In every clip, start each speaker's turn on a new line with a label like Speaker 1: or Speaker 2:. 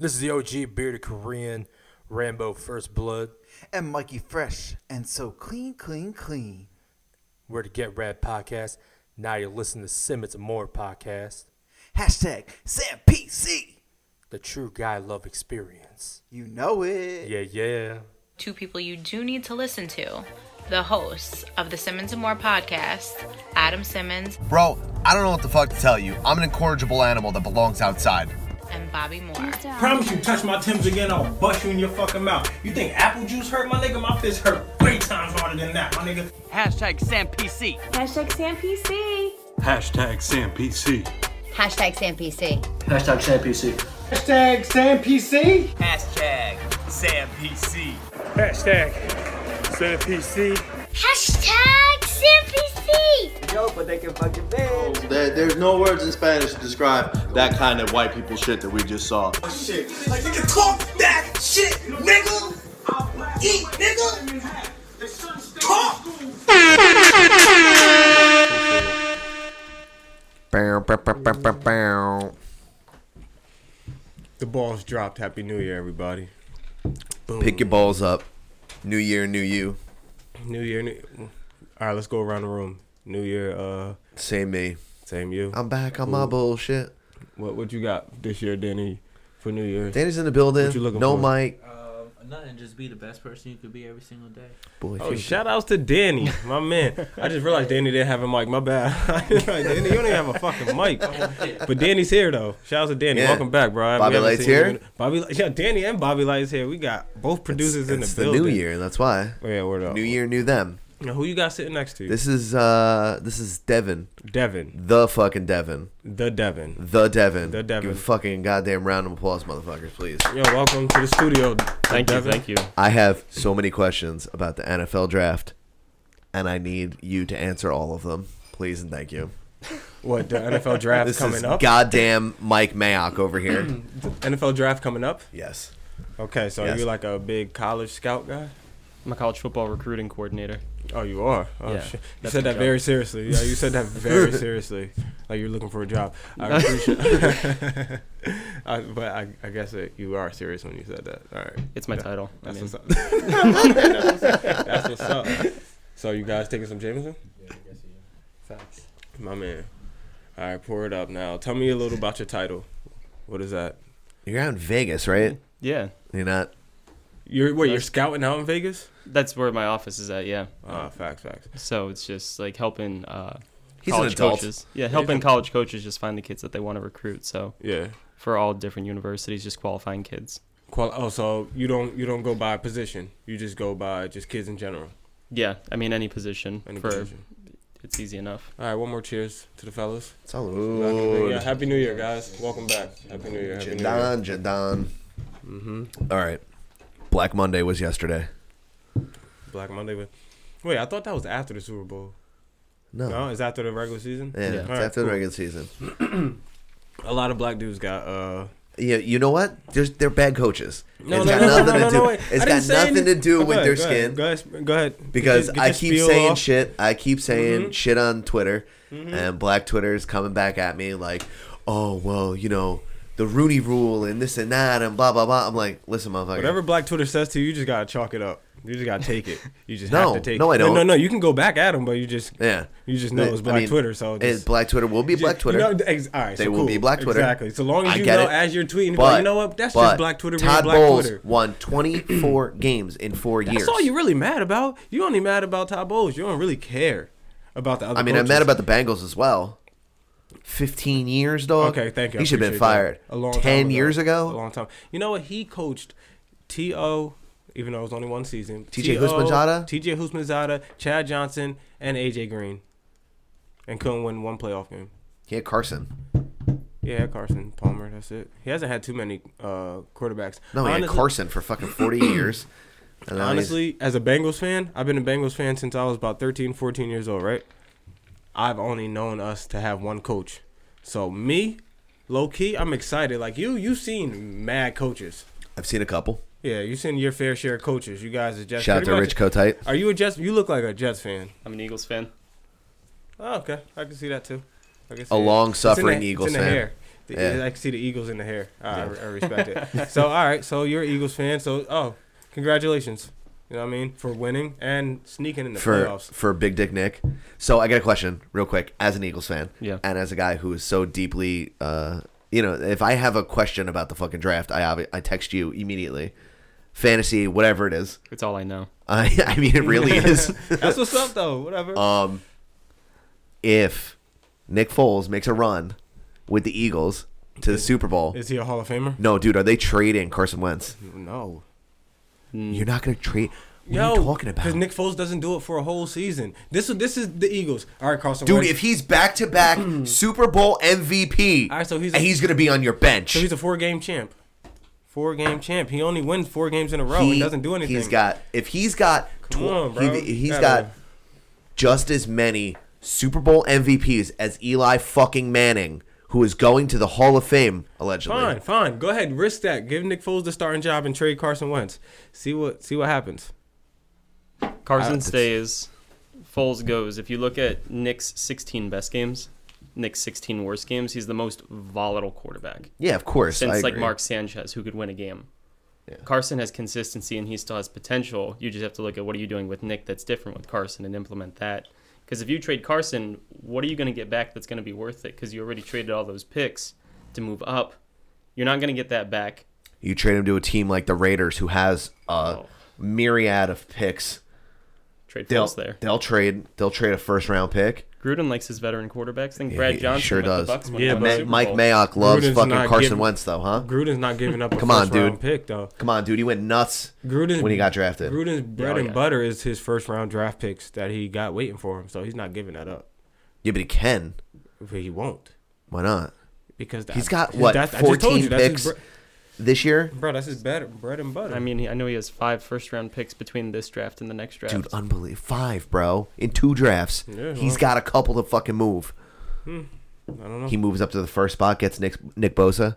Speaker 1: This is the OG bearded Korean Rambo First Blood.
Speaker 2: and Mikey Fresh and so clean, clean, clean.
Speaker 1: We're the Get Rad podcast. Now you're listening to Simmons and More podcast,
Speaker 2: Hashtag Sam PC.
Speaker 1: the true guy love experience.
Speaker 2: You know it.
Speaker 1: Yeah, yeah.
Speaker 3: two people you do need to listen to the hosts of the Simmons and More podcast, Adam Simmons
Speaker 4: Bro, I don't know what the fuck to tell you. I'm an incorrigible animal that belongs outside.
Speaker 3: and Bobby Moore.
Speaker 5: Promise you touch my Tim's again, I'll bust you in your fucking mouth. You think apple juice hurt, my nigga? My fist hurt three times harder than that, my nigga.
Speaker 6: Hashtag SamPC.
Speaker 7: Hashtag Sam PC.
Speaker 8: Hashtag Sam PC.
Speaker 9: Hashtag Sam PC.
Speaker 10: Hashtag Sam PC.
Speaker 6: Hashtag SamPC.
Speaker 8: Hashtag Sam PC.
Speaker 7: Hashtag Sam PC.
Speaker 4: There, there's no words in Spanish to describe that kind of white people shit that we just saw.
Speaker 5: Shit. Like, nigga, talk that shit, nigga. Eat, nigga. Talk.
Speaker 11: The ball's dropped. Happy New Year, everybody.
Speaker 4: Pick your balls up. New year, new you.
Speaker 11: New Year. New... All right, let's go around the room. New Year. Uh,
Speaker 4: Same me.
Speaker 11: same you.
Speaker 4: I'm back on my bullshit.
Speaker 11: What What you got this year, Danny, for New Year's?
Speaker 4: Danny's in the building.
Speaker 11: What you looking
Speaker 4: no
Speaker 11: for?
Speaker 4: mic.
Speaker 10: Um, Nothing, just be the best person you could be every single day.
Speaker 4: Boy,
Speaker 11: Oh,
Speaker 4: you-
Speaker 11: shout outs to Danny, my man. I just realized Danny didn't have a mic. My bad. Like, Danny, you don't even have a fucking mic. But Danny's here though. Shout out to Danny.
Speaker 4: Yeah.
Speaker 11: Welcome back, bro. I- we
Speaker 4: Bobby
Speaker 11: haven't
Speaker 4: Light's
Speaker 11: seen you
Speaker 4: here?
Speaker 11: in- Bobby, Light- yeah, Danny and Bobby Light's here. We got both producers
Speaker 4: it's,
Speaker 11: in
Speaker 4: it's the,
Speaker 11: the, building.
Speaker 4: new year. That's why.
Speaker 11: Oh, yeah, word up.
Speaker 4: New year, new them.
Speaker 11: Now, who you got sitting next to you?
Speaker 4: This is uh, this is Devin.
Speaker 11: Devin,
Speaker 4: The fucking Devin.
Speaker 11: the Devin.
Speaker 4: The Devin.
Speaker 11: The Devin.
Speaker 4: Give a fucking goddamn round of applause, motherfuckers, please.
Speaker 11: Yo, welcome to the studio. Thank you, thank you.
Speaker 4: I have so many questions about the NFL draft, and I need you to answer all of them, please and thank you.
Speaker 11: What the NFL draft
Speaker 4: This
Speaker 11: coming
Speaker 4: is
Speaker 11: up?
Speaker 4: goddamn Mike Mayock over here.
Speaker 11: NFL draft coming up.
Speaker 4: yes.
Speaker 11: Okay, so
Speaker 4: Yes.
Speaker 11: you like a big college scout guy?
Speaker 10: I'm a college football recruiting coordinator.
Speaker 11: Oh, you are. Oh
Speaker 10: Yeah,
Speaker 11: shit! You
Speaker 10: that's
Speaker 11: said
Speaker 10: my
Speaker 11: that
Speaker 10: job.
Speaker 11: very seriously. Yeah, you said that very seriously. Like you're looking for a job. I appreciate. I, but I, I guess that you are serious when you said that. All right.
Speaker 10: It's my
Speaker 11: Yeah,
Speaker 10: title. I
Speaker 11: That's
Speaker 10: mean,
Speaker 11: what's up. That's what's up. So you guys taking some Jameson? My man. All right, pour it up now. Tell me a little about your title. What is that?
Speaker 4: You're out in Vegas, right?
Speaker 11: Mm-hmm.
Speaker 10: yeah,
Speaker 4: You're not.
Speaker 11: You're what? You're scouting out in Vegas?
Speaker 10: that's where my office is at. Yeah,
Speaker 11: Ah, facts, facts.
Speaker 10: so it's just like helping uh,
Speaker 4: He's an
Speaker 10: college
Speaker 4: adult.
Speaker 10: coaches. Yeah, helping college coaches just find the kids that they want to recruit. So
Speaker 11: Yeah.
Speaker 10: for all different universities, just qualifying kids.
Speaker 11: Qual- oh, so you don't you don't go by position. You just go by just kids in general.
Speaker 10: Yeah, I mean any position
Speaker 11: Any
Speaker 10: for
Speaker 11: position.
Speaker 10: it's easy enough.
Speaker 11: All right, one more cheers to the fellas. Yeah,
Speaker 4: Salud.
Speaker 11: happy New Year, guys. Welcome back. Happy New Year. Happy New Year. Mm-hmm.
Speaker 4: Jadon, Jadon. All right. Black Monday was yesterday.
Speaker 11: Black Monday. But wait, I thought that was after the Super Bowl.
Speaker 4: No.
Speaker 11: No, it's after the regular season.
Speaker 4: yeah,
Speaker 11: All
Speaker 4: it's
Speaker 11: right,
Speaker 4: after
Speaker 11: cool.
Speaker 4: the regular season.
Speaker 11: A lot of black dudes got uh.
Speaker 4: Yeah, you know what? There's, they're bad coaches.
Speaker 11: No,
Speaker 4: it's
Speaker 11: no,
Speaker 4: got
Speaker 11: no,
Speaker 4: nothing
Speaker 11: no, no,
Speaker 4: to do.
Speaker 11: no, wait. I
Speaker 4: It's
Speaker 11: didn't
Speaker 4: got
Speaker 11: say
Speaker 4: nothing
Speaker 11: any-
Speaker 4: to do
Speaker 11: Oh,
Speaker 4: with
Speaker 11: go
Speaker 4: their
Speaker 11: ahead, go
Speaker 4: skin.
Speaker 11: ahead, Go ahead. Go ahead.
Speaker 4: because
Speaker 11: Get your- get
Speaker 4: I
Speaker 11: your
Speaker 4: keep
Speaker 11: spiel
Speaker 4: saying
Speaker 11: off. Mm-hmm.
Speaker 4: shit. I keep saying shit on Twitter, and Black Twitter is coming back at me like, "Oh well, you know, the Rooney Rule and this and that and blah blah blah." I'm like, "Listen, motherfucker,
Speaker 11: Whatever Black Twitter says to you, you just gotta chalk it up. You just gotta take it. You just
Speaker 4: No,
Speaker 11: have to take
Speaker 4: no,
Speaker 11: it.
Speaker 4: I don't.
Speaker 11: No, no, no. You can go back at them, but you just
Speaker 4: yeah."
Speaker 11: you just know
Speaker 4: I-
Speaker 11: it's
Speaker 4: I
Speaker 11: Black
Speaker 4: mean,
Speaker 11: Twitter, so
Speaker 4: it-
Speaker 11: just,
Speaker 4: Black Twitter will be
Speaker 11: You-
Speaker 4: Black Twitter.
Speaker 11: You know, ex- all right,
Speaker 4: They
Speaker 11: so
Speaker 4: will
Speaker 11: cool.
Speaker 4: be Black Twitter.
Speaker 11: Exactly. So long as
Speaker 4: I
Speaker 11: you
Speaker 4: get
Speaker 11: know,
Speaker 4: it.
Speaker 11: as you're tweeting,
Speaker 4: But-
Speaker 11: you know what? That's
Speaker 4: but
Speaker 11: just Black Twitter. being
Speaker 4: Todd
Speaker 11: Black
Speaker 4: Bowles
Speaker 11: Twitter.
Speaker 4: won 24 games in four years.
Speaker 11: That's all you're really mad about. You only mad about Todd Bowles. You don't really care about the other.
Speaker 4: I mean, I'm
Speaker 11: coaches.
Speaker 4: mad about the Bengals as well. 15 years, dog.
Speaker 11: Okay, thank you. I
Speaker 4: He should have been
Speaker 11: appreciate that.
Speaker 4: fired
Speaker 11: A long
Speaker 4: 10
Speaker 11: time
Speaker 4: years ago.
Speaker 11: A long time. You know what? He coached T.O., even though it was only one season.
Speaker 4: T.J.
Speaker 11: T.O.,
Speaker 4: Houshmandzadeh?
Speaker 11: T.J. Houshmandzadeh, Chad Johnson, and A.J. Green. And couldn't win one playoff game.
Speaker 4: Yeah, Carson.
Speaker 11: Yeah, Carson Palmer. That's it. He hasn't had too many uh, quarterbacks.
Speaker 4: No, he had
Speaker 11: Honestly-
Speaker 4: Carson for fucking 40 years. And now he's-
Speaker 11: Honestly, as a Bengals fan, I've been a Bengals fan since I was about 13, 14 years old, right? I've only known us to have one coach. So me, low key, I'm excited. Like you, you've seen mad coaches.
Speaker 4: I've seen a couple.
Speaker 11: Yeah, you've seen your fair share of coaches. You guys are just
Speaker 4: Shout out
Speaker 11: pretty
Speaker 4: to
Speaker 11: much-
Speaker 4: Rich Kotite.
Speaker 11: Are you a Jets? You look like a Jets fan.
Speaker 10: I'm an Eagles fan.
Speaker 11: Oh, okay, I can see that too. I can see
Speaker 4: A
Speaker 11: it.
Speaker 4: long
Speaker 11: It's in the-
Speaker 4: suffering
Speaker 11: it's
Speaker 4: Eagles
Speaker 11: in the
Speaker 4: fan.
Speaker 11: hair. The,
Speaker 4: Yeah.
Speaker 11: I can see the Eagles in the hair. Ah, I, I respect it. So all right, so you're an Eagles fan. So oh, congratulations. You know what I mean for winning and sneaking in the
Speaker 4: for
Speaker 11: playoffs.
Speaker 4: for Big Dick Nick. So I got a question, real quick, as an Eagles fan,
Speaker 10: Yeah.
Speaker 4: and as a guy who is so deeply, uh, you know, if I have a question about the fucking draft, I obvi- I text you immediately, fantasy, whatever it is.
Speaker 10: It's all I know.
Speaker 4: I I mean, it really is.
Speaker 11: That's what's up though. Whatever.
Speaker 4: Um, if Nick Foles makes a run with the Eagles to the Super Bowl,
Speaker 11: Is he a Hall of Famer?
Speaker 4: no, dude, are they trading Carson Wentz?
Speaker 11: No.
Speaker 4: You're not gonna trade. What
Speaker 11: Yo,
Speaker 4: are you talking about?
Speaker 11: Because Nick Foles doesn't do it for a whole season. This this is the Eagles. All right, Carson.
Speaker 4: Dude,
Speaker 11: Wentz.
Speaker 4: if he's back to back Super Bowl MVP,
Speaker 11: Mm. All right, so he's a-
Speaker 4: and he's gonna be on your bench.
Speaker 11: So he's a four game champ. Four game champ. He only wins four games in a row. He, doesn't do anything.
Speaker 4: He's got if he's got
Speaker 11: Come on,
Speaker 4: tw-
Speaker 11: bro.
Speaker 4: he, has
Speaker 11: Gotta-
Speaker 4: got just as many Super Bowl MVPs as Eli fucking Manning, who is going to the Hall of Fame allegedly.
Speaker 11: fine, fine. Go ahead, risk that. Give Nick Foles the starting job and trade Carson Wentz. See what see what happens.
Speaker 4: Ah,
Speaker 10: Carson
Speaker 11: it's-
Speaker 10: stays. Foles goes. If you look at Nick's 16 best games, Nick's 16 worst games, he's the most volatile quarterback
Speaker 4: Yeah, of course. I
Speaker 10: since like
Speaker 4: agree.
Speaker 10: Mark Sanchez, who could win a game. Carson has consistency and he still has potential. You just have to look at what are you doing with Nick that's different with Carson and implement that. Because if you trade Carson, what are you going to get back that's going to be worth it? Because you already traded all those picks to move up. You're not going to get that back.
Speaker 4: You trade him to a team like the Raiders, who has a
Speaker 10: Oh.
Speaker 4: myriad of picks.
Speaker 10: Trade
Speaker 4: They'll
Speaker 10: Foles there.
Speaker 4: they'll trade they'll trade a first round pick.
Speaker 10: Gruden likes his veteran quarterbacks. I think
Speaker 4: Yeah,
Speaker 10: Brad
Speaker 4: he
Speaker 10: Johnson
Speaker 4: sure
Speaker 10: with
Speaker 4: does.
Speaker 10: the Bucks won
Speaker 11: Yeah,
Speaker 10: the
Speaker 11: but-
Speaker 4: Ma-
Speaker 10: Super
Speaker 4: Mike
Speaker 10: Bowl.
Speaker 4: Mayock loves
Speaker 11: Gruden's
Speaker 4: fucking
Speaker 11: not
Speaker 4: Carson
Speaker 11: giving-
Speaker 4: Wentz though, huh?
Speaker 11: Gruden's not giving up a
Speaker 4: Come on,
Speaker 11: first round
Speaker 4: dude.
Speaker 11: pick though.
Speaker 4: Come on, dude, he went nuts
Speaker 11: Gruden
Speaker 4: when he got drafted.
Speaker 11: Gruden's bread
Speaker 10: oh,
Speaker 11: and
Speaker 10: yeah.
Speaker 11: butter is his first round draft picks that he got waiting for him, so he's not giving that up.
Speaker 4: Yeah, but he can.
Speaker 11: But He won't.
Speaker 4: Why not?
Speaker 11: Because that,
Speaker 4: He's got what
Speaker 11: that's- I just told
Speaker 4: fourteen
Speaker 11: you, that's his
Speaker 4: picks
Speaker 11: bre-
Speaker 4: this year.
Speaker 11: bro, that's his bread, bread and butter.
Speaker 10: I mean, he- I know he has five first round picks between this draft and the next draft.
Speaker 4: Dude, unbelievable. Five, bro. In two drafts.
Speaker 11: Yeah,
Speaker 4: He's
Speaker 11: well. Hmm,
Speaker 4: got a couple to fucking move.
Speaker 11: I don't know.
Speaker 4: He moves up to the first spot, gets Nick, Nick Bosa.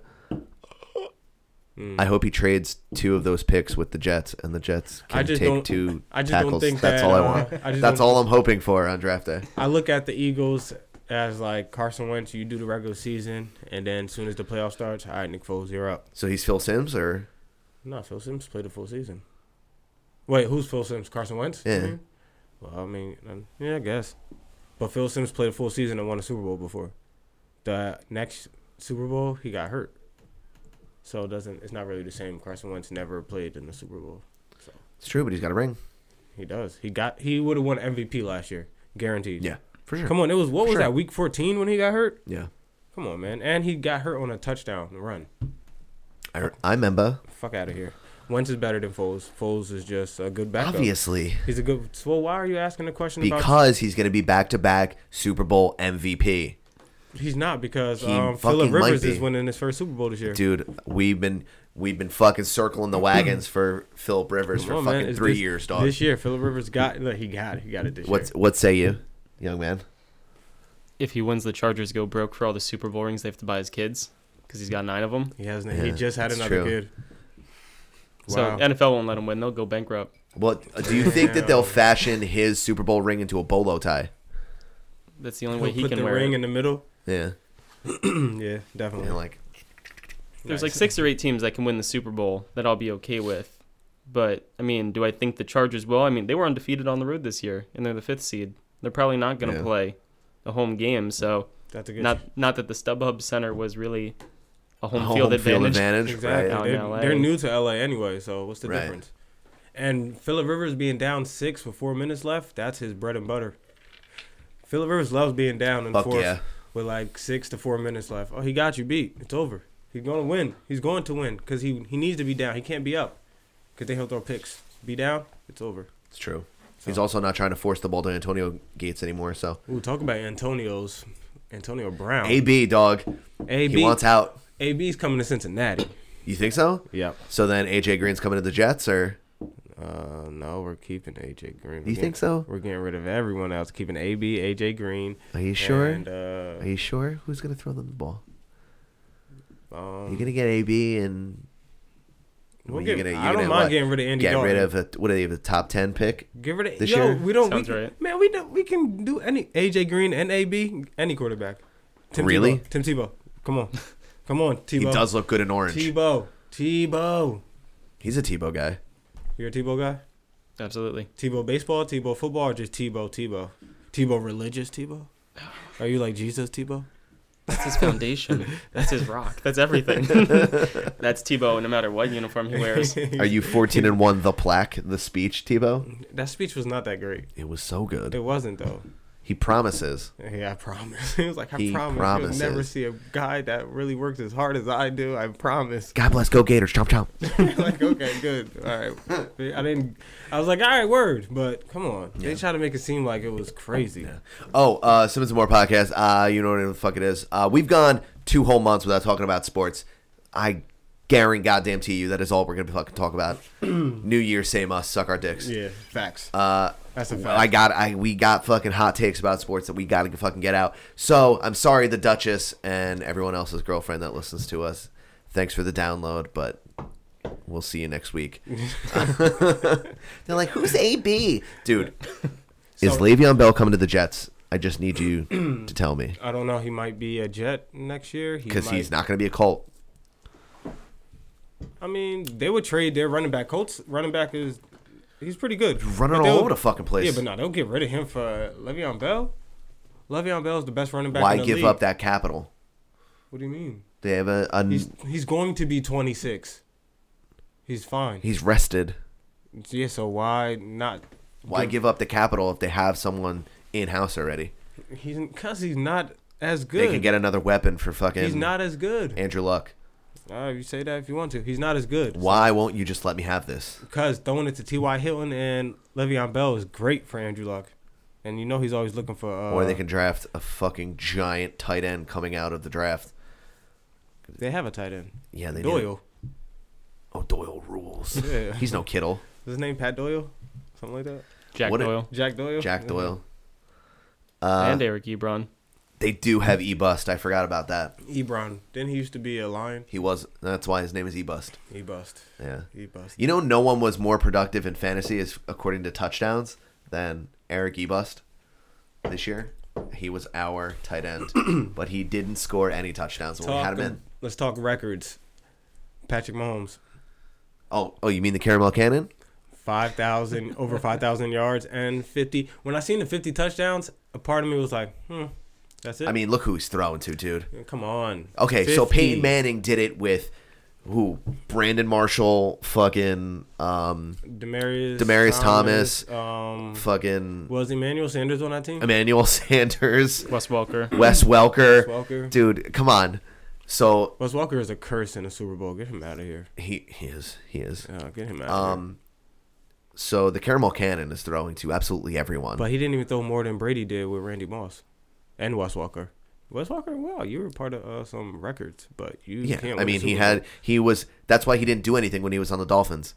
Speaker 11: Hmm.
Speaker 4: I hope he trades two of those picks with the Jets, and the Jets can
Speaker 11: I just
Speaker 4: take
Speaker 11: don't-
Speaker 4: two
Speaker 11: I just don't
Speaker 4: tackles.
Speaker 11: think
Speaker 4: That's
Speaker 11: that,
Speaker 4: all I
Speaker 11: uh,
Speaker 4: want.
Speaker 11: I just
Speaker 4: That's
Speaker 11: don't-
Speaker 4: all I'm hoping for on draft day.
Speaker 11: I look at the Eagles as like Carson Wentz. You do the regular season, and then as soon as the playoff starts, all right, Nick Foles, you're up.
Speaker 4: So he's Phil Sims, or
Speaker 11: No, Phil Simms played the full season. Wait, who's Phil Simms? Carson Wentz?
Speaker 4: Yeah.
Speaker 11: Mhm. Well, I mean, um, yeah, I guess. But Phil Simms played a full season and won a Super Bowl before. The next Super Bowl, he got hurt. So it doesn't it's not really the same. Carson Wentz never played in the Super Bowl.
Speaker 4: it's true, but he's got a ring.
Speaker 11: He does. He got he would have won MVP last year, guaranteed.
Speaker 4: Yeah, for sure.
Speaker 11: Come on, it was what was
Speaker 4: Sure.
Speaker 11: that week 14 when he got hurt?
Speaker 4: Yeah,
Speaker 11: Come on, man. And he got hurt on a touchdown run.
Speaker 4: I, I remember.
Speaker 11: Fuck out of here. Wentz is better than Foles. Foles is just a good backup.
Speaker 4: Obviously,
Speaker 11: He's a good. So why are you asking a question about?
Speaker 4: because he's going to be back to back Super Bowl MVP.
Speaker 11: He's not because
Speaker 4: He fucking
Speaker 11: um, Philip
Speaker 4: might
Speaker 11: Rivers
Speaker 4: be.
Speaker 11: is winning his first Super Bowl this year.
Speaker 4: dude. We've been we've been fucking circling the wagons for Philip Rivers for
Speaker 11: Come on, man.
Speaker 4: fucking
Speaker 11: It's
Speaker 4: three
Speaker 11: this-
Speaker 4: years, dog.
Speaker 11: This year, Philip Rivers got. Look, he got it. He got it this
Speaker 4: What's
Speaker 11: year.
Speaker 4: what say you, young man?
Speaker 10: if he wins, the Chargers go broke for all the Super Bowl rings they have to buy his kids because he's got nine of them.
Speaker 11: He has. he
Speaker 4: Yeah,
Speaker 11: just had
Speaker 4: that's
Speaker 11: another
Speaker 4: true.
Speaker 11: kid.
Speaker 10: So
Speaker 11: Wow.
Speaker 10: NFL won't let him win; they'll go bankrupt.
Speaker 4: What uh, do you think that they'll fashion his Super Bowl ring into a bolo tie?
Speaker 10: That's the only
Speaker 11: He'll
Speaker 10: way he
Speaker 11: put
Speaker 10: can
Speaker 11: the
Speaker 10: wear
Speaker 11: ring
Speaker 10: it.
Speaker 11: in the middle.
Speaker 4: Yeah,
Speaker 11: Yeah, definitely.
Speaker 4: and like
Speaker 10: There's like six or eight teams that can win the Super Bowl that I'll be okay with. But I mean, do I think the Chargers will? I mean, they were undefeated on the road this year, and they're the fifth seed. They're probably not going to
Speaker 4: Yeah.
Speaker 10: play a home game. So
Speaker 11: That's a good.
Speaker 10: not not that the StubHub Center was really a
Speaker 4: a
Speaker 10: home, field, advantage.
Speaker 11: exactly.
Speaker 4: right?
Speaker 10: Out in
Speaker 11: They're,
Speaker 10: LA.
Speaker 11: they're new to LA anyway, so what's the
Speaker 4: Right.
Speaker 11: difference? And Philip Rivers being down six with four minutes left, that's his bread and butter. Philip Rivers loves being down in the
Speaker 4: Fuck
Speaker 11: fourth
Speaker 4: yeah.
Speaker 11: with like six to four minutes left. Oh, he got you beat. It's over. He's going to win. He's going to win because he, he needs to be down. He can't be up because then he'll throw picks. Be down, it's over.
Speaker 4: It's true. He's also not trying to force the ball to Antonio Gates anymore. So
Speaker 11: Ooh, talk about Antonio's. Antonio Brown.
Speaker 4: AB dog,
Speaker 11: AB
Speaker 4: he wants out.
Speaker 11: AB's coming to Cincinnati.
Speaker 4: You think so?
Speaker 11: Yep.
Speaker 4: So then AJ Green's coming to the Jets, or
Speaker 11: Uh, no, we're keeping AJ Green. We're
Speaker 4: you
Speaker 11: getting-
Speaker 4: think so?
Speaker 11: We're getting rid of everyone else, keeping AB, AJ Green.
Speaker 4: Are you sure?
Speaker 11: And, uh,
Speaker 4: Are you sure? Who's gonna throw them the ball?
Speaker 11: um,
Speaker 4: You're gonna get AB and
Speaker 11: we'll
Speaker 4: You're
Speaker 11: get,
Speaker 4: gonna-
Speaker 11: I
Speaker 4: you're
Speaker 11: don't
Speaker 4: gonna
Speaker 11: mind
Speaker 4: what?
Speaker 11: getting rid of Andy
Speaker 4: get
Speaker 11: Dalton.
Speaker 4: rid of a, what are they? The top ten pick.
Speaker 11: Get rid of
Speaker 4: this
Speaker 11: yo,
Speaker 4: year?
Speaker 11: We don't. We
Speaker 10: Sounds
Speaker 11: can,
Speaker 10: right.
Speaker 11: Man, we don't. We can do any AJ Green and AB any quarterback. Tim
Speaker 4: Really?
Speaker 11: Tebow, Tim Tebow, come on, Come on, Tebow.
Speaker 4: He does look good in orange.
Speaker 11: Tebow. Tebow.
Speaker 4: He's a Tebow guy.
Speaker 11: You're a Tebow guy?
Speaker 10: Absolutely.
Speaker 11: Tebow baseball, Tebow football, or just Tebow, Tebow? Tebow religious, Tebow? Are you like Jesus, Tebow?
Speaker 10: That's his foundation. That's his rock. That's everything. That's Tebow, no matter what uniform he wears.
Speaker 4: Are you 14 and 1 the plaque, the speech, Tebow?
Speaker 11: That speech was not that great.
Speaker 4: It was so good.
Speaker 11: It wasn't, though.
Speaker 4: He promises.
Speaker 11: Yeah, I promise. He was like, I
Speaker 4: He
Speaker 11: promise
Speaker 4: promises.
Speaker 11: you'll never see a guy that really works as hard as I do. I promise.
Speaker 4: God bless. Go Gators. Chomp chomp.
Speaker 11: like, okay, good. All right. I didn't. I was like, all right, word. But come on, they try to make it seem like it was crazy.
Speaker 4: Oh, uh, Simmons and More podcast. Uh, you know what the fuck it is. Uh, we've gone two whole months without talking about sports. I guarantee goddamn to you that is all we're gonna fucking talk about. New Year, same us, suck our dicks.
Speaker 11: Yeah, facts.
Speaker 4: Uh,
Speaker 11: That's a fact.
Speaker 4: I got I we got fucking hot takes about sports that we got to fucking get out. So I'm sorry, the Duchess and everyone else's girlfriend that listens to us. Thanks for the download, but we'll see you next week. They're like, who's AB, dude? is Le'Veon Bell coming to the Jets? I just need you to tell me
Speaker 11: I don't know. He might be a Jet next year. Uh, He
Speaker 4: because
Speaker 11: might-
Speaker 4: he's not going to be a Colt.
Speaker 11: I mean, they would trade their running back. Colts running back is he's pretty good.
Speaker 4: running
Speaker 11: But
Speaker 4: all
Speaker 11: they'll-
Speaker 4: over the fucking place.
Speaker 11: Yeah, but no, they'll get rid of him for Le'Veon Bell. Le'Veon Bell is the best running back.
Speaker 4: Why
Speaker 11: in the
Speaker 4: give
Speaker 11: league.
Speaker 4: up that capital?
Speaker 11: What do you mean?
Speaker 4: They have a, a
Speaker 11: He's
Speaker 4: he's,
Speaker 11: he's going to be 26. He's fine.
Speaker 4: rested.
Speaker 11: yeah, so why not?
Speaker 4: Why give up the capital if they have someone in house already?
Speaker 11: He's because he's not as good.
Speaker 4: They can get another weapon for fucking
Speaker 11: he's not as good.
Speaker 4: Andrew Luck.
Speaker 11: All right, you say that if you want to. He's not as good.
Speaker 4: Why won't you just let me have this?
Speaker 11: Because throwing it to T.Y. Hilton and Le'Veon Bell is great for Andrew Luck. And you know he's always looking for. Uh,
Speaker 4: or they can draft a fucking giant tight end coming out of the draft.
Speaker 11: They have a tight end.
Speaker 4: Yeah, they do.
Speaker 11: Doyle.
Speaker 4: Oh, Doyle rules.
Speaker 11: Yeah.
Speaker 4: He's no Kittle.
Speaker 11: Is his name Pat Doyle? Something like that?
Speaker 10: Jack
Speaker 4: What a-
Speaker 10: Doyle
Speaker 11: Jack Doyle?
Speaker 4: Jack Doyle.
Speaker 10: and Eric Ebron.
Speaker 4: They do have E Bust. I forgot about that.
Speaker 11: Ebron. Then he used to be a lion.
Speaker 4: He was. That's why his name is E Bust.
Speaker 11: He bust.
Speaker 4: Yeah.
Speaker 11: He bust.
Speaker 4: You know, no one was more productive in fantasy as according to touchdowns than Eric Ebust this year. He was our tight end, but he didn't score any touchdowns when we had him in.
Speaker 11: Let's talk records. Patrick Mahomes,
Speaker 4: Oh, oh, you mean the caramel cannon?
Speaker 11: five thousand over five thousand yards and fifty. When I seen the fifty touchdowns, a part of me was like, hmm, that's it.
Speaker 4: I mean, look who he's throwing to, dude.
Speaker 11: come on.
Speaker 4: Okay, so
Speaker 11: 50.
Speaker 4: Peyton Manning did it with who? Brandon Marshall, fucking, um,
Speaker 11: Demarius,
Speaker 4: Demaryius
Speaker 11: Um,
Speaker 4: fucking
Speaker 11: was Emmanuel Sanders on that team?
Speaker 4: Emmanuel Sanders,
Speaker 10: Wes Welker.
Speaker 4: Wes Welker.
Speaker 11: Welker.
Speaker 4: dude. Come on. So
Speaker 11: Wes Walker is a curse in the Super Bowl. Get him out of here.
Speaker 4: he, he is, he is.
Speaker 11: Uh, get him out. here.
Speaker 4: Um, so the caramel cannon is throwing to absolutely everyone.
Speaker 11: But he didn't even throw more than Brady did with Randy Moss and Wes Walker. Wes Walker, wow, you were part of uh, some records, but you
Speaker 4: yeah,
Speaker 11: can't.
Speaker 4: I
Speaker 11: win a
Speaker 4: mean, he
Speaker 11: Super
Speaker 4: had
Speaker 11: Bowl.
Speaker 4: he was. That's why he didn't do anything when he was on the Dolphins.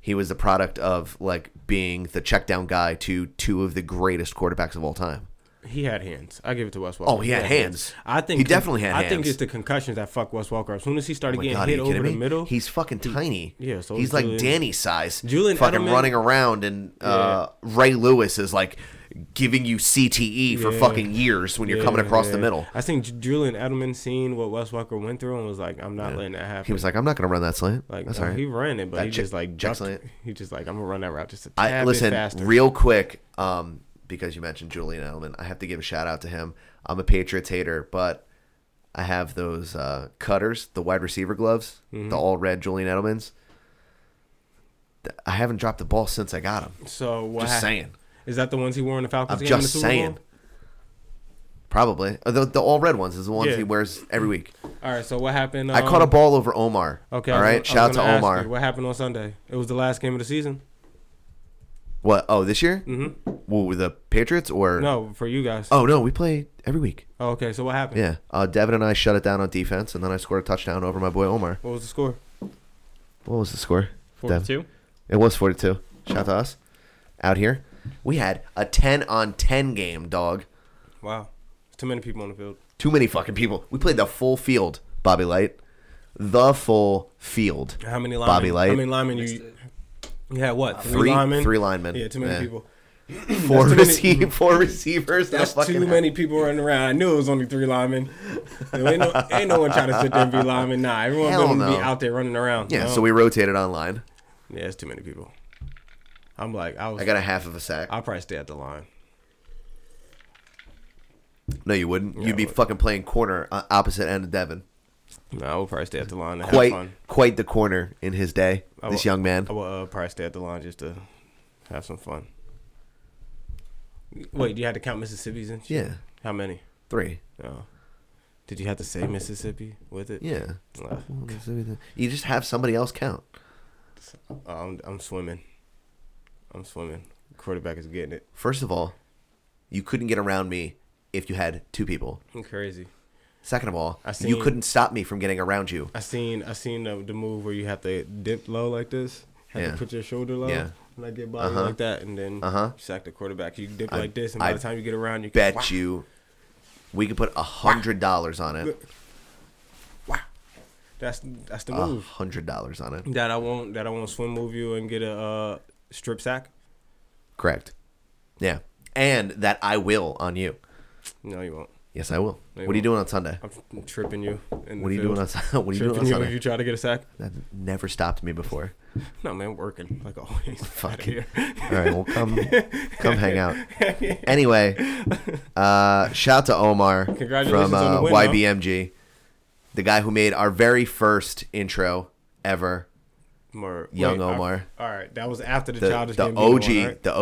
Speaker 4: He was the product of like being the check down guy to two of the greatest quarterbacks of all time.
Speaker 11: he had hands. I give it to Wes Walker.
Speaker 4: Oh, he had hands.
Speaker 11: I think
Speaker 4: he definitely had
Speaker 11: I
Speaker 4: hands.
Speaker 11: think it's the concussions that fuck Wes Walker. up. As soon as he
Speaker 4: Oh
Speaker 11: started
Speaker 4: my
Speaker 11: getting
Speaker 4: God, are
Speaker 11: hit
Speaker 4: you
Speaker 11: over
Speaker 4: kidding
Speaker 11: the
Speaker 4: me?
Speaker 11: middle,
Speaker 4: He's fucking tiny.
Speaker 11: Yeah, so
Speaker 4: he's
Speaker 11: is
Speaker 4: like
Speaker 11: Julian-
Speaker 4: Danny size.
Speaker 11: Julian
Speaker 4: fucking
Speaker 11: Edelman-
Speaker 4: running around, and uh, Ray Lewis is like giving you CTE for
Speaker 11: Yeah.
Speaker 4: fucking years when you're coming
Speaker 11: Yeah,
Speaker 4: across the
Speaker 11: yeah.
Speaker 4: middle.
Speaker 11: I think J- Julian Edelman seen what Wes Walker went through and was like, "I'm not letting that happen."
Speaker 4: He was like, "I'm not gonna run that slant."
Speaker 11: "Like
Speaker 4: that's
Speaker 11: uh,
Speaker 4: all right.
Speaker 11: he ran it, but
Speaker 4: That
Speaker 11: he
Speaker 4: chick-
Speaker 11: just like
Speaker 4: check
Speaker 11: ducked.
Speaker 4: slant.
Speaker 11: He just like, "I'm gonna run that route just a tad
Speaker 4: I
Speaker 11: bit
Speaker 4: listen
Speaker 11: faster."
Speaker 4: real quick. Um, because you mentioned Julian Edelman, I have to give a shout out to him. I'm a Patriots hater, but I have those uh, cutters, the wide receiver gloves,
Speaker 11: Mm-hmm.
Speaker 4: the all red Julian Edelman's. Th- I haven't dropped the ball since I got them.
Speaker 11: so what
Speaker 4: Just
Speaker 11: hap-
Speaker 4: saying.
Speaker 11: Is that the ones he wore in the Falcons?
Speaker 4: I'm
Speaker 11: game in the
Speaker 4: just
Speaker 11: Super Bowl?
Speaker 4: saying. Probably Uh, the, the all red ones is the ones
Speaker 11: Yeah.
Speaker 4: he wears every week.
Speaker 11: All right, so what happened?
Speaker 4: I caught a
Speaker 11: um,
Speaker 4: ball over Omar.
Speaker 11: Okay.
Speaker 4: all
Speaker 11: I was- I
Speaker 4: right.
Speaker 11: was
Speaker 4: Shout out to
Speaker 11: gonna ask
Speaker 4: Omar.
Speaker 11: you,
Speaker 4: What?
Speaker 11: what happened on Sunday? It was the last game of the season.
Speaker 4: Oh, this year? Mm-hmm. Well, the Patriots or
Speaker 11: No, for you guys.
Speaker 4: Oh no, we play every week.
Speaker 11: Oh, okay. So what happened?
Speaker 4: Yeah. Uh, Devin and I shut it down on defense, and then I scored a touchdown over my boy Omar.
Speaker 11: What was the score?
Speaker 4: What was the score? Devin?
Speaker 10: 42.
Speaker 4: It was 42. Shout out to us. Out here. We had a 10 on 10 game, dog.
Speaker 11: Wow, There's too many people on the field.
Speaker 4: Too many fucking people. We played the full field, Bobby Light. The full field.
Speaker 11: How many linemen?
Speaker 4: Bobby Light.
Speaker 11: How many linemen you? You had what?
Speaker 4: Three- three linemen.
Speaker 11: Yeah, too many
Speaker 4: Yeah.
Speaker 11: people.
Speaker 4: Four
Speaker 11: That's too many-
Speaker 4: receive, four receivers. and a
Speaker 11: That's too
Speaker 4: fucking-
Speaker 11: many people running around. I knew it was only three linemen. There ain't, no, ain't no one trying to sit there and be linemen. Nah, everyone's
Speaker 4: Hell
Speaker 11: going to
Speaker 4: no.
Speaker 11: be out there running around.
Speaker 4: Yeah,
Speaker 11: No.
Speaker 4: so we rotated online.
Speaker 11: yeah, it's too many people. I'm like, I was.
Speaker 4: I got a half of a sack.
Speaker 11: I'll probably stay at the line.
Speaker 4: No, you wouldn't.
Speaker 11: Yeah, I
Speaker 4: You'd be
Speaker 11: would.
Speaker 4: fucking playing corner uh, opposite end of Devin.
Speaker 11: No, I will probably stay at the line. To have
Speaker 4: Quite,
Speaker 11: fun.
Speaker 4: quite the corner in his day.
Speaker 11: I
Speaker 4: This
Speaker 11: will-
Speaker 4: young man.
Speaker 11: I will uh, probably stay at the line just to have some fun. Wait, you had to count Mississippi's and shit?
Speaker 4: Yeah.
Speaker 11: How many?
Speaker 4: Three.
Speaker 11: Oh. Did you have to say Mississippi with it?
Speaker 4: Yeah.
Speaker 11: Uh,
Speaker 4: You just have somebody else count.
Speaker 11: Oh, I'm, I'm swimming. I'm swimming. Quarterback is getting it.
Speaker 4: First of all, you couldn't get around me if you had two people.
Speaker 11: I'm crazy.
Speaker 4: Second of all,
Speaker 11: I
Speaker 4: you
Speaker 11: seen-
Speaker 4: couldn't stop me from getting around you.
Speaker 11: I seen I seen the, the move where you have to dip low like this. Have
Speaker 4: Yeah.
Speaker 11: to put your shoulder low.
Speaker 4: Yeah.
Speaker 11: And I get by you
Speaker 4: Uh-huh.
Speaker 11: like that, and then
Speaker 4: Uh-huh.
Speaker 11: sack the quarterback. You dip
Speaker 4: I-
Speaker 11: like this, and by
Speaker 4: I
Speaker 11: the time you get around, you
Speaker 4: Bet
Speaker 11: can, Wow.
Speaker 4: you, we could put a hundred dollars on it.
Speaker 11: that's that's the
Speaker 4: A
Speaker 11: move.
Speaker 4: hundred dollars on it.
Speaker 11: That I won't that I won't swim move you and get a uh, strip sack.
Speaker 4: Correct. Yeah, and that I will on you.
Speaker 11: No, you won't.
Speaker 4: Yes, I will.
Speaker 11: No, you
Speaker 4: what are you
Speaker 11: won't.
Speaker 4: doing on Sunday?
Speaker 11: I'm tripping you. in the
Speaker 4: What are you
Speaker 11: field.
Speaker 4: doing on Sun- What are you doing
Speaker 11: Tripping
Speaker 4: on
Speaker 11: you if you
Speaker 4: Sunday?
Speaker 11: try to get a sack.
Speaker 4: That never stopped me before.
Speaker 11: No, man, working like always. Fuck
Speaker 4: Fucking-
Speaker 11: here.
Speaker 4: All right, well come, come hang out. Anyway, uh, shout to Omar
Speaker 11: Congratulations
Speaker 4: from
Speaker 11: on
Speaker 4: uh,
Speaker 11: the win, though.
Speaker 4: YBMG, the guy who made our very first intro ever.
Speaker 11: Omar-
Speaker 4: Young
Speaker 11: wait, I-
Speaker 4: Omar.
Speaker 11: all right, that was after the,
Speaker 4: The,
Speaker 11: childish
Speaker 4: the
Speaker 11: Gambino one,
Speaker 4: OG,
Speaker 11: right?
Speaker 4: the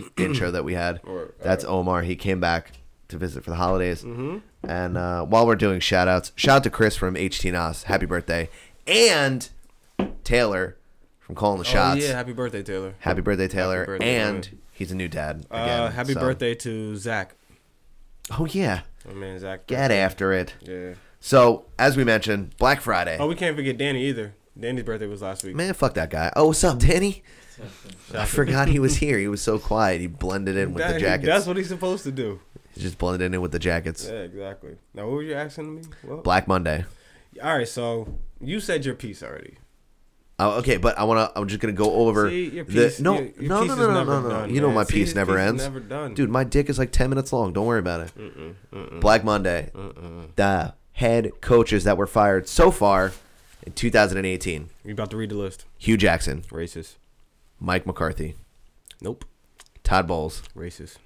Speaker 4: OG intro that we had.
Speaker 11: Or-
Speaker 4: That's Omar. He came back to visit for the holidays.
Speaker 11: Mm-hmm.
Speaker 4: And uh, while we're doing shout outs, shout out to Chris from HT Nas. Happy birthday. And Taylor from Calling the Shots.
Speaker 11: Oh, yeah, happy birthday, Taylor.
Speaker 4: Happy birthday, Taylor.
Speaker 11: Happy birthday,
Speaker 4: and
Speaker 11: Taylor.
Speaker 4: he's a new dad. Again,
Speaker 11: uh, happy
Speaker 4: so-
Speaker 11: birthday to Zach.
Speaker 4: Oh, yeah.
Speaker 11: Oh man, Zach.
Speaker 4: Get after it.
Speaker 11: Yeah.
Speaker 4: So, as we mentioned, Black Friday.
Speaker 11: Oh, we can't forget Danny either. Danny's birthday was last week.
Speaker 4: Man, fuck that guy. Oh, what's up, Danny? I forgot he was here. He was so quiet. He blended in with
Speaker 11: That-
Speaker 4: the
Speaker 11: he-
Speaker 4: jackets.
Speaker 11: That's what he's supposed to do.
Speaker 4: He just blended in with the jackets.
Speaker 11: Yeah, exactly. Now, what were you asking me? Well,
Speaker 4: Black Monday.
Speaker 11: All right, so you said your piece already.
Speaker 4: Oh, okay, but I want to. I'm just gonna go over
Speaker 11: See, your piece-
Speaker 4: the no,
Speaker 11: your- your
Speaker 4: no,
Speaker 11: piece
Speaker 4: no,
Speaker 11: is
Speaker 4: no, no,
Speaker 11: never
Speaker 4: no, no.
Speaker 11: done,
Speaker 4: you know
Speaker 11: man.
Speaker 4: my
Speaker 11: See,
Speaker 4: piece
Speaker 11: his
Speaker 4: never
Speaker 11: piece is
Speaker 4: ends.
Speaker 11: never done.
Speaker 4: Dude, my dick is like ten minutes long. Don't worry about it. Black Monday. The head coaches that were fired so far in 2018:
Speaker 11: You about to read the list?
Speaker 4: Hugh Jackson,
Speaker 11: Racist.
Speaker 4: Mike McCarthy,
Speaker 11: Nope.
Speaker 4: Todd Bowles,
Speaker 11: Racist.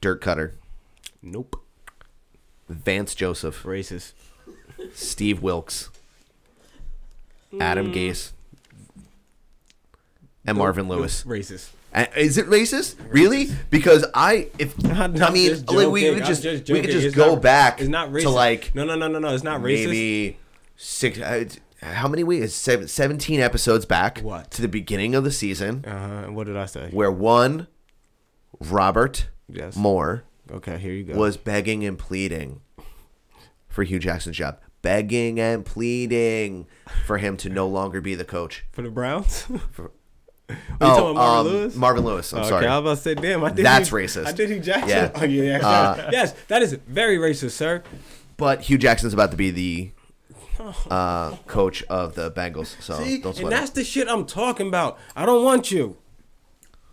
Speaker 4: Dirk Cutter,
Speaker 11: Nope.
Speaker 4: Vance Joseph,
Speaker 11: Racist.
Speaker 4: Steve Wilkes,
Speaker 11: Mm.
Speaker 4: Adam Gase, and Marvin Lewis.
Speaker 11: Racist.
Speaker 4: Uh, Is it racist? Really? Because I, if
Speaker 11: I'm
Speaker 4: I mean,
Speaker 11: just
Speaker 4: like, we
Speaker 11: joking.
Speaker 4: could
Speaker 11: I'm
Speaker 4: just, we could
Speaker 11: joking.
Speaker 4: just
Speaker 11: It's
Speaker 4: go
Speaker 11: not-
Speaker 4: back
Speaker 11: It's not racist.
Speaker 4: to like
Speaker 11: no, no, no, no, no. It's not racist.
Speaker 4: maybe six. Uh, how many we is seven, seventeen episodes back?
Speaker 11: What?
Speaker 4: to the beginning of the season
Speaker 11: Uh, what did I say?
Speaker 4: where one Robert
Speaker 11: Yes.
Speaker 4: Moore
Speaker 11: Okay, here you go.
Speaker 4: was begging and pleading for Hugh Jackson's job, begging and pleading for him to no longer be the coach.
Speaker 11: for the Browns? Are you talking
Speaker 4: oh,
Speaker 11: about Marvin
Speaker 4: um,
Speaker 11: Lewis? Oh,
Speaker 4: Marvin Lewis. I'm
Speaker 11: okay,
Speaker 4: sorry.
Speaker 11: I was about to say, damn, I did.
Speaker 4: That's
Speaker 11: he,
Speaker 4: racist.
Speaker 11: I did he Jackson.
Speaker 4: Yeah. Uh,
Speaker 11: Oh yeah, yeah. yes, that is very racist, sir.
Speaker 4: But Hugh Jackson's about to be the uh, coach of the Bengals, so
Speaker 11: See,
Speaker 4: Oh, don't
Speaker 11: and
Speaker 4: sweat
Speaker 11: that's
Speaker 4: it.
Speaker 11: the shit I'm talking about. I don't want you.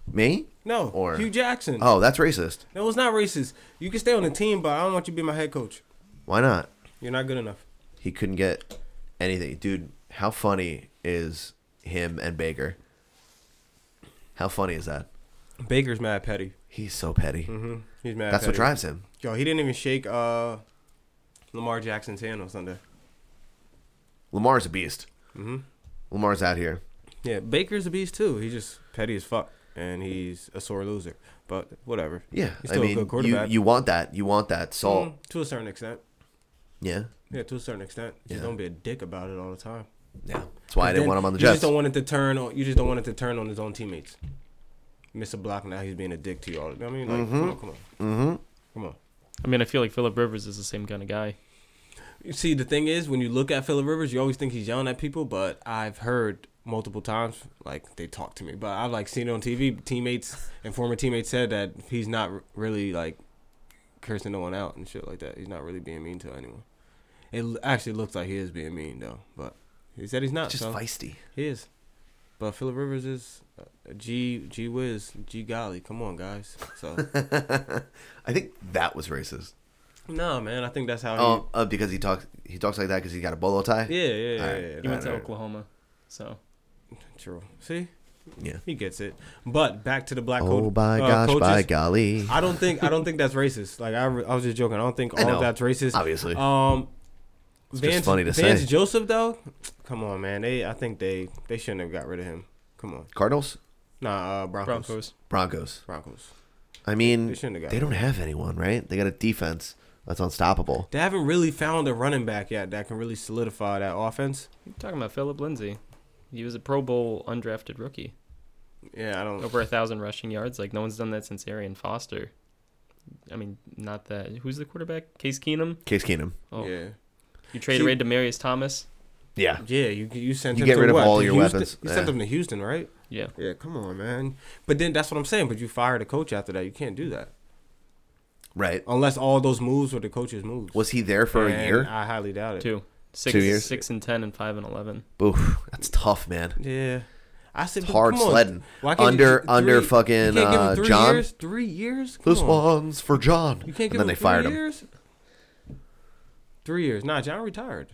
Speaker 4: Me?
Speaker 11: No,
Speaker 4: Or
Speaker 11: Hugh Jackson.
Speaker 4: Oh, that's racist.
Speaker 11: No, it's not racist. You can stay on the team, but I don't want you to be my head coach.
Speaker 4: Why not?
Speaker 11: You're not good enough.
Speaker 4: He couldn't get anything, dude. How funny is him and Baker? How funny is that?
Speaker 11: Baker's mad petty. Hmm,
Speaker 4: He's so petty.
Speaker 11: He's mad.
Speaker 4: That's what
Speaker 11: Mm-hmm. petty.
Speaker 4: drives him.
Speaker 11: Yo, he didn't even shake uh, Lamar Jackson's hand on Sunday.
Speaker 4: Lamar's a beast.
Speaker 11: Mm-hmm.
Speaker 4: Lamar's out here.
Speaker 11: Yeah, Baker's a beast too. He's just petty as fuck, and he's a sore loser. But whatever.
Speaker 4: Yeah,
Speaker 11: he's
Speaker 4: I
Speaker 11: still a
Speaker 4: mean,
Speaker 11: good
Speaker 4: you
Speaker 11: quarterback.
Speaker 4: you want that? You want that salt?
Speaker 11: Mm, to a certain extent. Mm-hmm.
Speaker 4: Yeah,
Speaker 11: Yeah, to a certain extent. Just
Speaker 4: Yeah.
Speaker 11: don't be a dick about it all the time.
Speaker 4: yeah. That's why I didn't
Speaker 11: Then
Speaker 4: want him on the
Speaker 11: You
Speaker 4: Jets.
Speaker 11: just don't want it to turn on. You just don't want it to turn on his own teammates. Miss a block now. He's being a dick to you all. I mean, like, come on, come on, mm-hmm. come on.
Speaker 10: I mean, I feel like Philip Rivers is the same kind of guy.
Speaker 11: You see, the thing is, when you look at Phillip Rivers, you always think he's yelling at people. But I've heard multiple times, like they talk to me. But I've like seen it on TV. Teammates and former teammates said that he's not r- really like cursing no one out and shit like that. He's not really being mean to anyone. It l- actually looks like he is being mean though. But he said he's not.
Speaker 4: Just
Speaker 11: so
Speaker 4: feisty.
Speaker 11: He is. But Philip Rivers is uh, G G Wiz G Golly. Come on, guys. So
Speaker 4: I think that was racist.
Speaker 11: no, man. I think that's how. he,
Speaker 4: Oh, uh, because he talks he talks like that because he got a bolo tie.
Speaker 11: Yeah, yeah,
Speaker 4: All
Speaker 11: yeah,
Speaker 4: right.
Speaker 11: yeah,
Speaker 10: He went to
Speaker 4: All right.
Speaker 10: Oklahoma, so
Speaker 11: True. See.
Speaker 4: Yeah.
Speaker 11: He gets it. But back to the black.
Speaker 4: Oh
Speaker 11: coach-
Speaker 4: my
Speaker 11: uh,
Speaker 4: gosh! By
Speaker 11: coaches.
Speaker 4: golly!
Speaker 11: I don't think I don't think that's racist. Like I, re- I was just joking. I don't think
Speaker 4: I
Speaker 11: all
Speaker 4: know.
Speaker 11: of that's racist.
Speaker 4: Obviously.
Speaker 11: Um,
Speaker 4: just
Speaker 11: Vance,
Speaker 4: funny to
Speaker 11: Vance
Speaker 4: say.
Speaker 11: Joseph though, come on man. They I think they they shouldn't have got rid of him. Come on.
Speaker 4: Cardinals,
Speaker 11: Nah, uh, Broncos. Broncos.
Speaker 10: Broncos.
Speaker 4: Broncos. I mean,
Speaker 11: They
Speaker 4: they,
Speaker 11: shouldn't have got
Speaker 4: don't have anyone, right? They got a defense that's unstoppable.
Speaker 11: They haven't really found a running back yet that can really solidify that offense.
Speaker 10: You're talking about Philip Lindsay. He was a Pro Bowl undrafted rookie,
Speaker 11: Yeah, I don't.
Speaker 10: over a thousand rushing yards. Like no one's done that since Arian Foster. I mean, not that. Who's the quarterback? Case Keenum.
Speaker 4: Case Keenum.
Speaker 10: Oh,
Speaker 11: Yeah.
Speaker 10: you traded
Speaker 11: See-
Speaker 10: away Demarius Thomas.
Speaker 4: Yeah.
Speaker 11: Yeah, you you sent
Speaker 4: You
Speaker 11: him
Speaker 4: get
Speaker 11: to
Speaker 4: rid of
Speaker 11: what?
Speaker 4: all
Speaker 11: To
Speaker 4: your
Speaker 11: Houston?
Speaker 4: weapons.
Speaker 11: You sent
Speaker 4: Yeah.
Speaker 11: them to Houston, right?
Speaker 10: Yeah,
Speaker 11: Yeah, come on, man. But then that's what I'm saying. But you fired a coach after that. You can't do that
Speaker 4: Right.
Speaker 11: unless all those moves were the coach's moves.
Speaker 4: Was he there for a
Speaker 11: And
Speaker 4: year?
Speaker 11: I highly doubt it.
Speaker 10: two, six,
Speaker 4: Two years?
Speaker 10: six and ten, and five and eleven.
Speaker 4: Oof, that's tough, man.
Speaker 11: Yeah. I said
Speaker 4: It's
Speaker 11: but
Speaker 4: hard
Speaker 11: come on.
Speaker 4: sledding.
Speaker 11: Why can't you
Speaker 4: Under-
Speaker 11: give-
Speaker 4: under fucking,
Speaker 11: you can't give him
Speaker 4: uh,
Speaker 11: three
Speaker 4: John?
Speaker 11: Years, three years. Come
Speaker 4: This
Speaker 11: on.
Speaker 4: one's for John.
Speaker 11: You
Speaker 4: and
Speaker 11: can't give
Speaker 4: then
Speaker 11: him
Speaker 4: they
Speaker 11: three
Speaker 4: fired him.
Speaker 11: years? Three years. Nah, John retired.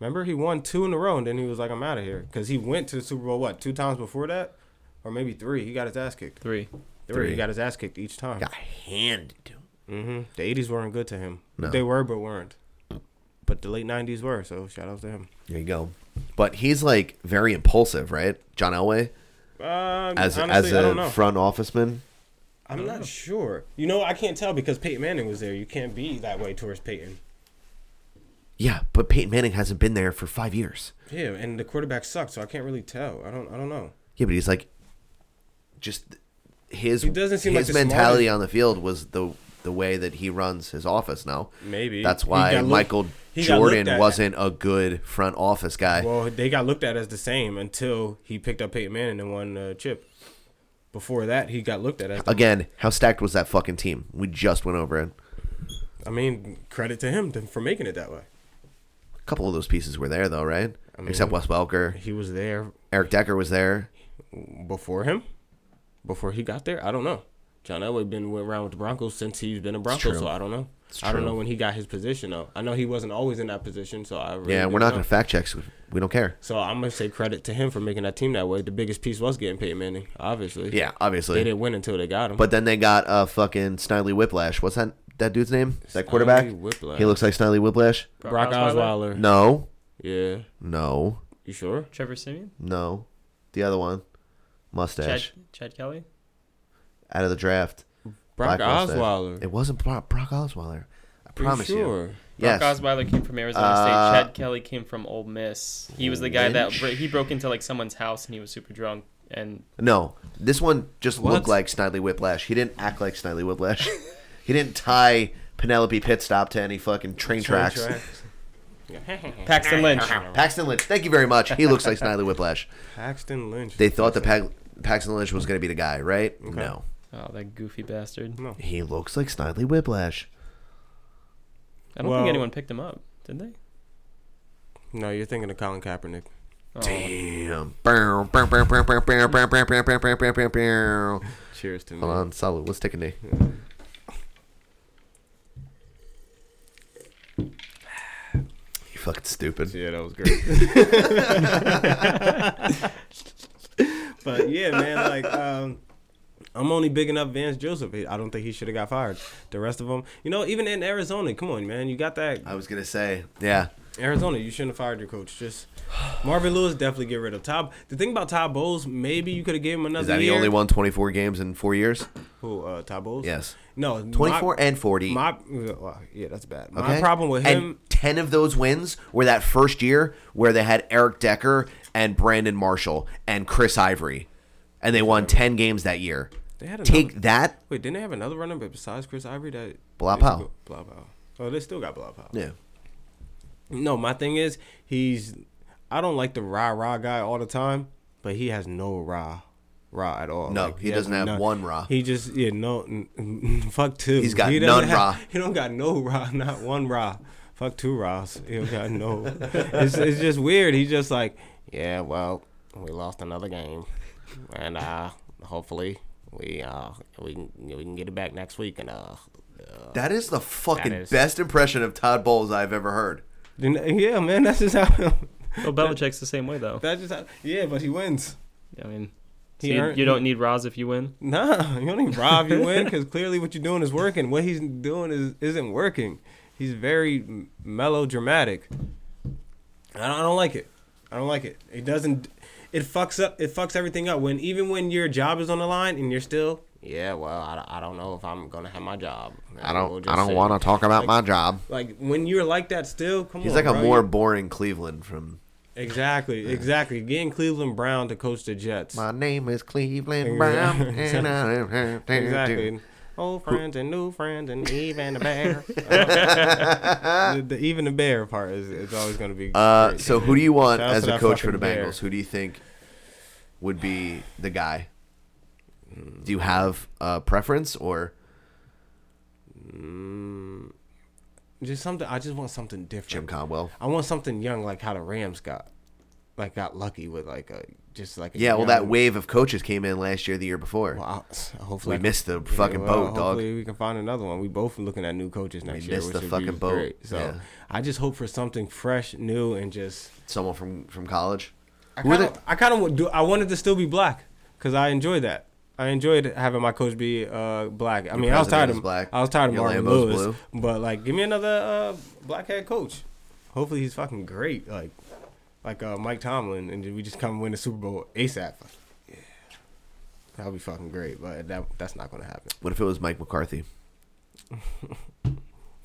Speaker 11: Remember, he won two in a row, and then he was like, "I'm out of here," because he went to the Super Bowl what two times before that, or maybe three. He got his ass kicked.
Speaker 10: Three.
Speaker 11: Three.
Speaker 4: Three.
Speaker 11: He got his ass kicked each time.
Speaker 4: Got handed to him.
Speaker 11: hmm The '80s weren't good to him.
Speaker 4: No.
Speaker 11: They were, but weren't. But the late '90s were. So shout out to him.
Speaker 4: There you go. But he's like very impulsive, right? John Elway
Speaker 11: Um,
Speaker 4: as
Speaker 11: honestly,
Speaker 4: as
Speaker 11: I don't
Speaker 4: a
Speaker 11: know.
Speaker 4: front office man.
Speaker 11: I'm not sure. You know, I can't tell because Peyton Manning was there. You can't be that way towards Peyton.
Speaker 4: Yeah, but Peyton Manning hasn't been there for five years.
Speaker 11: Yeah, and the quarterback sucked, so I can't really tell. I don't. I don't know.
Speaker 4: Yeah, but he's like, just his
Speaker 11: He doesn't seem like
Speaker 4: his
Speaker 11: the
Speaker 4: mentality on the field was the the way that he runs his office now.
Speaker 11: Maybe.
Speaker 4: that's
Speaker 11: He
Speaker 4: why
Speaker 11: got looked-
Speaker 4: Michael
Speaker 11: he got looked
Speaker 4: Jordan
Speaker 11: at-
Speaker 4: wasn't a good front office guy.
Speaker 11: Well, they got looked at as the same until he picked up Peyton Manning and won a chip. Before that, he got looked at as. The,
Speaker 4: Again, how stacked was that fucking team? We just went over it.
Speaker 11: I mean, credit to him to- for making it that way.
Speaker 4: A couple of those pieces were there though, right? Except Wes Welker,
Speaker 11: He was there
Speaker 4: Eric Decker was there.
Speaker 11: before him, before he got there. I don't know. John Elway been went around with the Broncos since he's been a Bronco,
Speaker 4: true.
Speaker 11: so I don't know.
Speaker 4: It's
Speaker 11: I don't
Speaker 4: true.
Speaker 11: know when he got his position though. I know he wasn't always in that position, so I really
Speaker 4: Yeah,
Speaker 11: don't
Speaker 4: we're not
Speaker 11: know.
Speaker 4: gonna fact check. So we don't care.
Speaker 11: So I'm gonna say credit to him for making that team that way. The biggest piece was getting Peyton Manning, obviously.
Speaker 4: Yeah,
Speaker 11: They
Speaker 4: obviously.
Speaker 11: didn't win until they got him.
Speaker 4: But then they got uh fucking Snidely Whiplash. What's that that dude's name? Is that quarterback?
Speaker 11: Whiplash.
Speaker 4: He looks like Snidely Whiplash.
Speaker 11: Brock
Speaker 10: Osweiler?
Speaker 11: Osweiler.
Speaker 4: No,
Speaker 11: Yeah.
Speaker 4: no,
Speaker 11: You sure?
Speaker 10: Trevor Simeon,
Speaker 4: no. The other one,
Speaker 10: Chad,
Speaker 4: mustache
Speaker 10: Chad Kelly.
Speaker 4: out of the draft.
Speaker 11: Brock
Speaker 4: Black mustache.
Speaker 11: Osweiler.
Speaker 4: It wasn't Brock, Brock Osweiler. I
Speaker 11: You
Speaker 4: promise you.
Speaker 11: sure?
Speaker 4: Yes.
Speaker 10: Brock Osweiler came from Arizona
Speaker 4: Uh,
Speaker 10: State. Chad Kelly came from Ole Miss. He was the guy that
Speaker 4: Lynch?
Speaker 10: bro- he broke into like someone's house and he was super drunk and
Speaker 4: No, this one just looked
Speaker 11: What?
Speaker 4: like Snidely Whiplash. He didn't act like Snidely Whiplash. he didn't tie Penelope Pit Stop to any fucking train, tracks.
Speaker 11: tracks.
Speaker 10: Paxton Lynch.
Speaker 4: Paxton Lynch, thank you very much. He looks like Snidely Whiplash.
Speaker 11: Paxton Lynch.
Speaker 4: They thought that Pag- Paxton Lynch was going to be the guy, right? No,
Speaker 10: Oh, that goofy bastard.
Speaker 4: he looks like Snidely Whiplash.
Speaker 10: I don't
Speaker 11: Well-
Speaker 10: think anyone picked him up, did they?
Speaker 11: no, you're thinking of Colin Kaepernick.
Speaker 10: Oh.
Speaker 4: Damn. Bow, bow, bow, bow, bow, bow, bow, bow, bow, bow, bow, bow, bow.
Speaker 11: Cheers to me.
Speaker 4: Hold on, solid. Let's take a knee. You fucking stupid.
Speaker 11: Yeah, that was great. but yeah, man, like um, I'm only bigging up Vance Joseph. He- I don't think he should have got fired. The rest of them, you know, even in Arizona, come on, man, you got that
Speaker 4: I was gonna say, yeah.
Speaker 11: Arizona. You shouldn't have fired your coach. Just Marvin Lewis definitely get rid of Todd. The thing about Todd Bowles, maybe you could have gave him another.
Speaker 4: Is that he
Speaker 11: year.
Speaker 4: only won 24 games in four years?
Speaker 11: Who uh, Todd Bowles?
Speaker 4: Yes.
Speaker 11: No, my-
Speaker 4: 24 and 40.
Speaker 11: My well, yeah, that's bad. My
Speaker 4: okay?
Speaker 11: problem with him.
Speaker 4: And 10 of those wins were that first year where they had Eric Decker and Brandon Marshall and Chris Ivory. And they won 10 games that year.
Speaker 11: They had
Speaker 4: Take
Speaker 11: another-
Speaker 4: that.
Speaker 11: Wait, didn't they have another running back besides Chris Ivory? That
Speaker 4: Blau
Speaker 11: they still
Speaker 4: Pow.
Speaker 11: go- Blau Pow. Oh, they still got Blau Pow.
Speaker 4: Yeah.
Speaker 11: No, my thing is he's. I don't like the rah rah guy all the time, but he has no rah rah at all.
Speaker 4: No,
Speaker 11: Like,
Speaker 4: he doesn't
Speaker 11: has
Speaker 4: have one rah.
Speaker 11: He just yeah no n- n- fuck two.
Speaker 4: He's got
Speaker 11: he doesn't
Speaker 4: none
Speaker 11: have-
Speaker 4: rah.
Speaker 11: He don't got no rah, not one rah. Fuck two rahs. He don't got no. it's it's just weird. He's just like yeah, well, we lost another game, and uh, hopefully we uh we can we can get it back next week. And uh, uh
Speaker 4: That is the fucking
Speaker 11: is-
Speaker 4: best impression of Todd Bowles I've ever heard.
Speaker 11: then- yeah, man, that's just how.
Speaker 10: Well, Belichick's the same way though.
Speaker 11: That's just how, yeah, but he wins.
Speaker 10: I mean,
Speaker 11: He
Speaker 10: so you,
Speaker 11: earned-
Speaker 10: you don't need Roz if you win.
Speaker 11: Nah, you don't even rob you win because clearly what you're doing is working. What he's doing is isn't working. He's very m- melodramatic. I don't, I don't like it. I don't like it. It doesn't. It fucks up. It fucks everything up. When even when your job is on the line and you're still, yeah, well, I, I don't know if I'm gonna have my job.
Speaker 4: I
Speaker 11: We'll
Speaker 4: don't.
Speaker 11: just
Speaker 4: I don't
Speaker 11: see.
Speaker 4: want to talk about
Speaker 11: Like-
Speaker 4: my job.
Speaker 11: Like when you're like that, still, come
Speaker 4: He's
Speaker 11: on.
Speaker 4: like a
Speaker 11: Oh, bro.
Speaker 4: more
Speaker 11: You-
Speaker 4: boring Cleveland from.
Speaker 11: exactly, exactly. Getting Cleveland Brown to coach the Jets.
Speaker 4: My name is Cleveland Brown,
Speaker 11: Exactly.
Speaker 4: and I
Speaker 11: Exactly. Old friends and new friends and even the bear. Uh, the, the even the bear part is, is always going to be.
Speaker 4: Uh,
Speaker 11: great.
Speaker 4: so who do you want
Speaker 11: Shout out
Speaker 4: as
Speaker 11: to
Speaker 4: a
Speaker 11: that
Speaker 4: coach for the
Speaker 11: fucking
Speaker 4: Bengals?
Speaker 11: bear.
Speaker 4: Who do you think would be the guy? Do you have a preference or
Speaker 11: Just something. I just want something different.
Speaker 4: Jim Conwell?
Speaker 11: I want something young, like how the Rams got, like got lucky with like a just like a
Speaker 4: Yeah, well,
Speaker 11: young-
Speaker 4: that wave of coaches came in last year, the year before.
Speaker 11: Well, I- hopefully
Speaker 4: We
Speaker 11: I can-
Speaker 4: missed the fucking boat, dog.
Speaker 11: Hopefully we can find another one. We both looking at new coaches next year.
Speaker 4: missed
Speaker 11: which
Speaker 4: the
Speaker 11: would be
Speaker 4: fucking boat,
Speaker 11: great. So
Speaker 4: yeah.
Speaker 11: I just hope for something fresh, new, and just
Speaker 4: Someone from from college.
Speaker 11: I
Speaker 4: Who are
Speaker 11: kinda- I kind of do. I wanted to still be black because I enjoyed that. I enjoyed having my coach be uh, black. I mean, I was
Speaker 4: president
Speaker 11: tired
Speaker 4: is
Speaker 11: of
Speaker 4: black.
Speaker 11: I was tired of
Speaker 4: Your
Speaker 11: Marvin
Speaker 4: Lambo's
Speaker 11: Lewis,
Speaker 4: blue.
Speaker 11: but like, give me another uh, black head coach. Hopefully, he's fucking great, like like uh, Mike Tomlin, and we just come win the Super Bowl ASAP. Yeah. That'll be fucking great, but that that's not gonna happen.
Speaker 4: What if it was Mike McCarthy?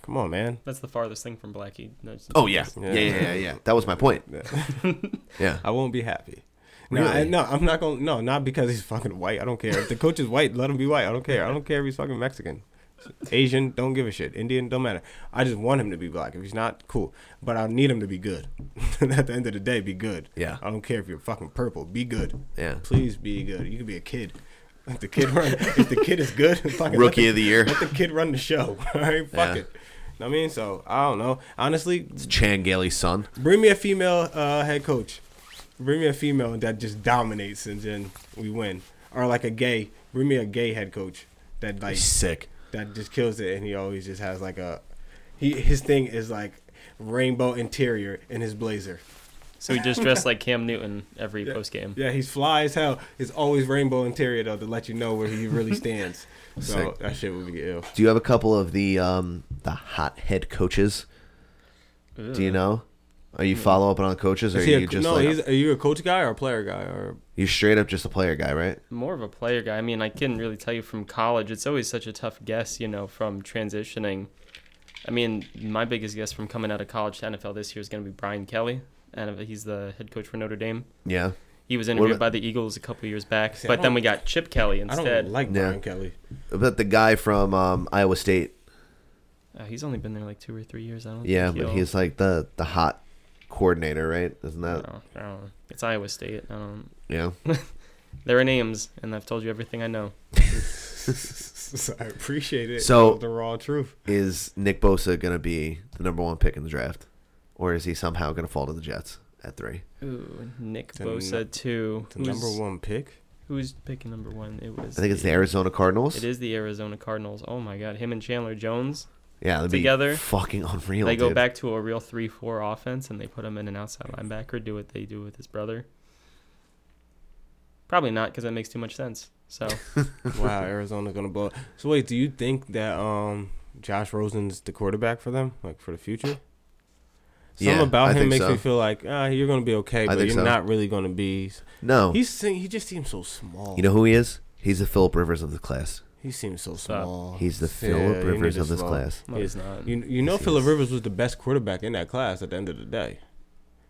Speaker 11: Come on, man.
Speaker 10: That's the farthest thing from Blackie. No, it's-
Speaker 4: Oh yeah, yeah,
Speaker 11: Yeah.
Speaker 4: yeah, yeah. yeah. That was my point. yeah,
Speaker 11: I won't be happy. No,
Speaker 4: Really?
Speaker 11: I, no, I'm not gonna. No, not because he's fucking white. I don't care if the coach is white. Let him be white. I don't care. I don't care if he's fucking Mexican, Asian. Don't give a shit. Indian. Don't matter. I just want him to be black. If he's not, cool. But I need him to be good. At the end of the day, be good.
Speaker 4: Yeah.
Speaker 11: I don't care if you're fucking purple. Be good.
Speaker 4: Yeah.
Speaker 11: Please be good. You can be a kid. If the kid run, if the kid is good, fucking let
Speaker 4: Rookie of the year.
Speaker 11: Let the kid run the show. All right. Fuck
Speaker 4: Yeah.
Speaker 11: it. I mean, so I don't know. Honestly,
Speaker 4: Chan Gailey's son.
Speaker 11: Bring me a female uh, head coach. Bring me a female that just dominates, and then we win. Or like a gay. Bring me a gay head coach that like
Speaker 4: He's sick.
Speaker 11: that just kills it, and he always just has like a. He his thing is like rainbow interior in his blazer.
Speaker 10: So he just dressed like Cam Newton every post game.
Speaker 11: Yeah, he's fly as hell. It's always rainbow interior though to let you know where he really stands. so
Speaker 4: Sick.
Speaker 11: that shit would be ill.
Speaker 4: Do you have a couple of the um the hot head coaches? Do you know? Are you follow up on the coaches, or are
Speaker 11: Is he a-
Speaker 4: you just
Speaker 11: no,
Speaker 4: like
Speaker 11: he's, are you a coach guy or a player guy or
Speaker 4: you're straight up just a player guy, right?
Speaker 10: More of a player guy. I mean, I couldn't really tell you from college. It's always such a tough guess, you know, from transitioning. I mean, my biggest guess from coming out of college to NFL this year is going to be Brian Kelly, and he's the head coach for Notre Dame.
Speaker 4: Yeah.
Speaker 10: He was interviewed
Speaker 4: about-
Speaker 10: by the Eagles a couple years back,
Speaker 11: I
Speaker 10: but then
Speaker 11: don't-
Speaker 10: we got Chip Kelly
Speaker 11: I don't
Speaker 10: instead.
Speaker 11: like
Speaker 4: Yeah.
Speaker 11: Brian Kelly.
Speaker 4: But the guy from um, Iowa State,
Speaker 10: Uh, he's only been there like two or three years. I don't.
Speaker 4: yeah,
Speaker 10: think
Speaker 4: but
Speaker 10: he'll-
Speaker 4: he's like the the hot coordinator, right? Isn't
Speaker 10: I
Speaker 4: that
Speaker 10: don't, I don't know. It's Iowa State. I don't.
Speaker 4: yeah?
Speaker 10: There are names, and I've told you everything I know.
Speaker 11: So I appreciate it.
Speaker 4: So-
Speaker 11: the raw truth.
Speaker 4: Is Nick Bosa gonna be the number one pick in the draft, or is he somehow gonna fall to the Jets at three?
Speaker 10: Ooh, Nick
Speaker 11: The
Speaker 10: Bosa
Speaker 11: nu-
Speaker 10: too.
Speaker 11: The
Speaker 10: Who's,
Speaker 11: number one pick.
Speaker 10: Who's picking number one? It was.
Speaker 4: I think it's the Arizona Cardinals.
Speaker 10: It is the Arizona Cardinals. Oh my God, him and Chandler Jones.
Speaker 4: Yeah, that'd
Speaker 10: Together,
Speaker 4: be fucking unreal.
Speaker 10: they go
Speaker 4: dude.
Speaker 10: back to a real three-four offense, and they put him in an outside linebacker. Do what they do with his brother. Probably not, because that makes too much sense. So
Speaker 11: wow, Arizona's gonna blow. So wait, do you think that um Josh Rosen's the quarterback for them, like for the future? Something
Speaker 4: Yeah,
Speaker 11: about
Speaker 4: I
Speaker 11: him
Speaker 4: think
Speaker 11: makes
Speaker 4: so.
Speaker 11: me feel like ah, you're gonna be okay, but
Speaker 4: think
Speaker 11: you're
Speaker 4: so.
Speaker 11: not really gonna be.
Speaker 4: No,
Speaker 11: He's sing- he just seems so small.
Speaker 4: you know who he is? He's the Philip Rivers of the class.
Speaker 11: he seems so
Speaker 10: Stop.
Speaker 11: small.
Speaker 4: He's the
Speaker 11: Yeah,
Speaker 4: Philip
Speaker 11: you need
Speaker 4: Rivers
Speaker 11: to
Speaker 4: of this
Speaker 11: slow-
Speaker 4: class.
Speaker 10: no, he's not.
Speaker 11: You you know Philip Rivers was the best quarterback in that class at the end of the day.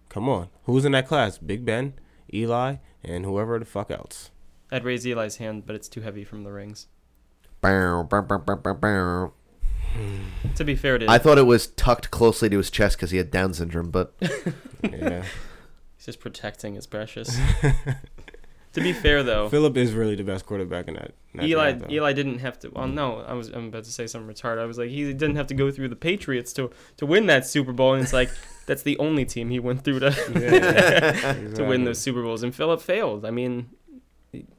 Speaker 11: Come on, who was in that class? Big Ben, Eli, and whoever the fuck else.
Speaker 10: I'd raise Eli's hand, but it's too heavy from the rings.
Speaker 4: Bow, bow, bow, bow, bow, bow.
Speaker 10: To be fair, to
Speaker 4: I thought it was tucked closely to his chest because he had Down syndrome, but
Speaker 11: Yeah.
Speaker 10: he's just protecting his precious. To be fair, though,
Speaker 11: Philip is really the best quarterback in that. in that
Speaker 10: Eli
Speaker 11: draft, though.
Speaker 10: Eli didn't have to. Well, no, I was I'm about to say something retarded. I was like, he didn't have to go through the Patriots to to win that Super Bowl, and it's like that's the only team he went through to to
Speaker 11: exactly.
Speaker 10: win those Super Bowls, and Philip failed. I mean,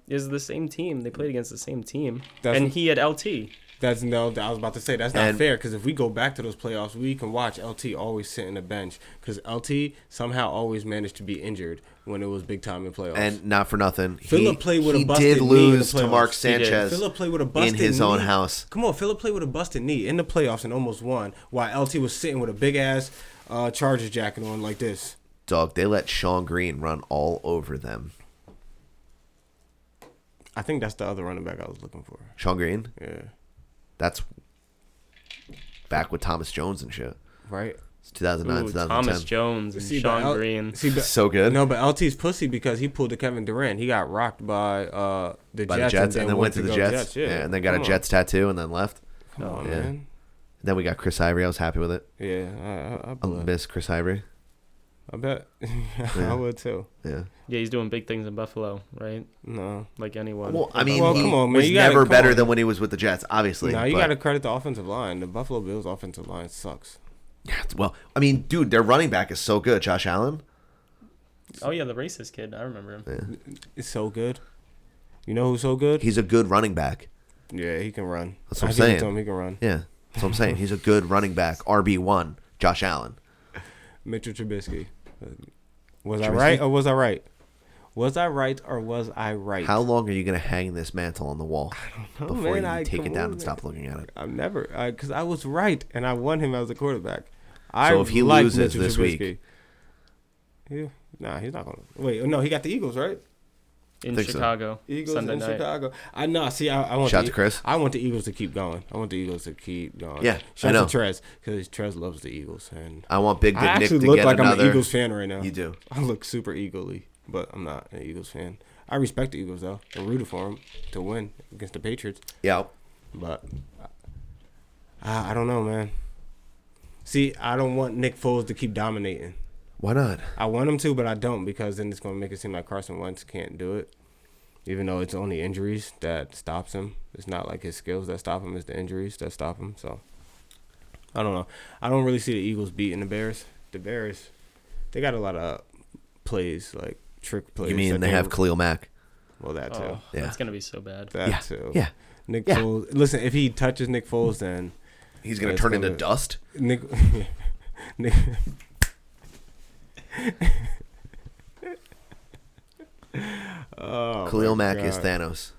Speaker 10: is the same team they played against the same team,
Speaker 11: That's-
Speaker 10: and he had LT.
Speaker 11: That's no. I was about to say that's not
Speaker 4: And-
Speaker 11: fair because if we go back to those playoffs, we can watch LT always sit in the bench because LT somehow always managed to be injured when it was big time in playoffs.
Speaker 4: and not for nothing.
Speaker 11: Philip
Speaker 4: he,
Speaker 11: played with a
Speaker 4: he
Speaker 11: busted
Speaker 4: did
Speaker 11: knee
Speaker 4: lose
Speaker 11: in the
Speaker 4: to Mark
Speaker 11: playoffs.
Speaker 4: Sanchez
Speaker 11: Philip played with a busted
Speaker 4: in his own
Speaker 11: knee.
Speaker 4: house.
Speaker 11: Come on, Philip played with a busted knee in the playoffs and almost won. While LT was sitting with a big ass uh, Chargers jacket on like this.
Speaker 4: Dog, they let Sean Green run all over them.
Speaker 11: I think that's the other running back I was looking for.
Speaker 4: Sean Green,
Speaker 11: Yeah,
Speaker 4: that's back with Thomas Jones and shit.
Speaker 11: right.
Speaker 4: It's 2009,
Speaker 10: Ooh,
Speaker 4: 2010.
Speaker 10: Thomas Jones and
Speaker 11: but
Speaker 10: Sean
Speaker 11: L-
Speaker 10: Green.
Speaker 11: See, but,
Speaker 4: So good.
Speaker 11: No, but LT's pussy because he pulled the Kevin Durant. He got rocked by uh, the,
Speaker 4: by
Speaker 11: Jets
Speaker 4: the Jets, and then went to the
Speaker 11: go
Speaker 4: Jets, yeah. and then got
Speaker 11: Come
Speaker 4: a
Speaker 11: on.
Speaker 4: Jets tattoo, and then left.
Speaker 11: Come on,
Speaker 4: yeah.
Speaker 11: man.
Speaker 4: Then we got Chris Ivory. I was happy with it.
Speaker 11: Yeah, I, I, I,
Speaker 4: I
Speaker 11: bet.
Speaker 4: miss Chris Ivory.
Speaker 11: I bet. I would too.
Speaker 4: Yeah.
Speaker 10: Yeah, he's doing big things in Buffalo, right?
Speaker 11: No.
Speaker 10: Like anyone.
Speaker 4: Well, I mean,
Speaker 11: Well,
Speaker 4: he
Speaker 11: come on, man.
Speaker 4: was
Speaker 11: You gotta-
Speaker 4: never
Speaker 11: come
Speaker 4: better
Speaker 11: on.
Speaker 4: than when he was with the Jets, obviously.
Speaker 11: Now you
Speaker 4: but-
Speaker 11: got to credit the offensive line. The Buffalo Bills offensive line sucks.
Speaker 4: Yeah, Well, I mean, dude, their running back is so good. Josh Allen.
Speaker 10: oh yeah, the racist kid. I remember him.
Speaker 11: It's so good. You know who's so good?
Speaker 4: He's a good running back.
Speaker 11: yeah, he can run.
Speaker 4: That's what I'm
Speaker 11: I give it to
Speaker 4: saying.
Speaker 11: him, he can run.
Speaker 4: Yeah. That's what I'm saying. He's a good running back. RB one. Josh Allen.
Speaker 11: Mitchell Trubisky. Uh, Was I
Speaker 4: Trubisky?
Speaker 11: right or was I right? Was I right or was I right?
Speaker 4: How long are you gonna hang this mantle on the wall
Speaker 11: know,
Speaker 4: before
Speaker 11: man.
Speaker 4: you
Speaker 11: I-
Speaker 4: take
Speaker 11: come
Speaker 4: it down
Speaker 11: on,
Speaker 4: and stop looking at it?
Speaker 11: I'm never because I, was right and I won him as a quarterback. I
Speaker 4: So if he
Speaker 11: like
Speaker 4: loses
Speaker 11: Mitchell
Speaker 4: this week-
Speaker 11: Trubisky. yeah, nah, he's not gonna wait. No, he got the Eagles right.
Speaker 10: In
Speaker 4: think so.
Speaker 10: Chicago.
Speaker 11: Eagles
Speaker 10: Sunday
Speaker 11: in
Speaker 10: night.
Speaker 11: Chicago. I know. See, I, I want
Speaker 4: Shout
Speaker 11: the,
Speaker 4: to Chris.
Speaker 11: I want the Eagles to keep going. I want the Eagles to keep going.
Speaker 4: Yeah,
Speaker 11: shout
Speaker 4: I know.
Speaker 11: to Trez because Trez loves the Eagles, and
Speaker 4: I want Big Dick
Speaker 11: I
Speaker 4: Nick
Speaker 11: actually
Speaker 4: to
Speaker 11: look
Speaker 4: get
Speaker 11: like
Speaker 4: another.
Speaker 11: I'm an Eagles fan right now.
Speaker 4: You do.
Speaker 11: I look super eagerly, but I'm not an Eagles fan. I respect the Eagles though. I rooted for them to win against the Patriots,
Speaker 4: Yeah.
Speaker 11: but I, I don't know, man. See, I don't want Nick Foles to keep dominating.
Speaker 4: Why not?
Speaker 11: I want him to, but I don't because then it's going to make it seem like Carson Wentz can't do it. Even though it's only injuries that stops him, it's not like his skills that stop him; it's the injuries that stop him. So I don't know. I don't really see the Eagles beating the Bears. The Bears, they got a lot of plays like trick plays.
Speaker 4: You mean
Speaker 11: that
Speaker 4: they have Khalil Mack?
Speaker 11: well that too.
Speaker 10: Oh,
Speaker 4: Yeah.
Speaker 10: that's gonna be so bad.
Speaker 11: That
Speaker 4: yeah.
Speaker 11: too.
Speaker 4: Yeah.
Speaker 11: Nick
Speaker 4: Yeah.
Speaker 11: Foles. Listen, if he touches Nick Foles, then
Speaker 4: He's gonna
Speaker 11: That's
Speaker 4: turn into
Speaker 11: gonna-
Speaker 4: dust.
Speaker 11: Nick, Nick,
Speaker 4: Khalil Mack is
Speaker 11: Oh God.
Speaker 4: Thanos.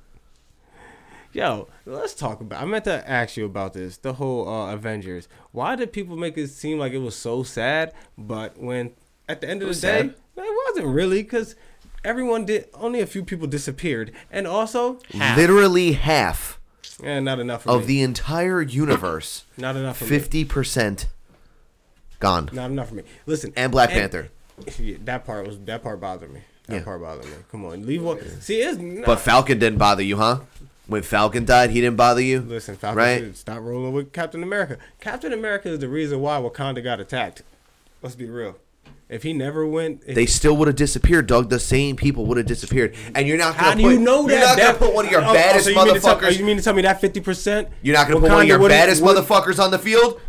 Speaker 11: Yo, let's talk about. I meant to ask you about this. The whole uh, Avengers. Why did people make it seem like it was so sad? But when at the end of the
Speaker 4: was
Speaker 11: day,
Speaker 4: sad.
Speaker 11: it wasn't really because everyone did. Only a few people disappeared, and also,
Speaker 4: Literally half
Speaker 11: and not enough for
Speaker 4: Mm. of
Speaker 11: me.
Speaker 4: the entire universe,
Speaker 11: Not enough for me.
Speaker 4: fifty percent gone.
Speaker 11: Not enough for me. Listen,
Speaker 4: And Black Panther.
Speaker 11: Yeah, that part was that part bothered me. That
Speaker 4: Yeah.
Speaker 11: part bothered me. Come on, leave one. See, it's not,
Speaker 4: But Falcon didn't bother you, huh? When Falcon died, he didn't bother you.
Speaker 11: listen, Falcon
Speaker 4: right?
Speaker 11: should stop rolling with Captain America. Captain America is the reason why Wakanda got attacked. Let's be real. If he never went, if
Speaker 4: They still would have disappeared, Doug. The same people would have disappeared, and you're not gonna.
Speaker 11: How do
Speaker 4: put,
Speaker 11: you know
Speaker 4: You're
Speaker 11: that?
Speaker 4: not
Speaker 11: that,
Speaker 4: gonna put one of your
Speaker 11: Oh, oh,
Speaker 4: baddest
Speaker 11: so you mean to tell-
Speaker 4: motherfuckers.
Speaker 11: you mean to tell me that fifty percent?
Speaker 4: you're not gonna put one of your baddest motherfuckers on the field.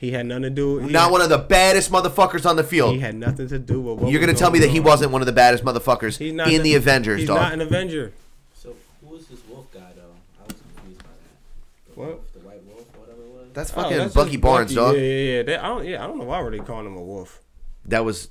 Speaker 11: He had nothing to do. He,
Speaker 4: Not one of the baddest motherfuckers on the
Speaker 11: He
Speaker 4: field.
Speaker 11: had nothing to do with. What
Speaker 4: You're gonna
Speaker 11: was
Speaker 4: tell me that
Speaker 11: going
Speaker 4: he
Speaker 11: on.
Speaker 4: wasn't one of the baddest motherfuckers
Speaker 11: He's
Speaker 4: in
Speaker 11: not
Speaker 4: the Avengers,
Speaker 11: He's
Speaker 4: dog.
Speaker 11: not an Avenger.
Speaker 5: So who is this wolf guy though? I was confused by that. The
Speaker 11: What?
Speaker 5: Wolf, the white wolf, whatever it was.
Speaker 4: That's
Speaker 11: Oh,
Speaker 4: fucking
Speaker 11: that's
Speaker 4: Bucky
Speaker 11: just
Speaker 4: Barnes, dog.
Speaker 11: Yeah, yeah, yeah. They, I don't, yeah, I don't know why were they calling him a wolf.
Speaker 4: That was.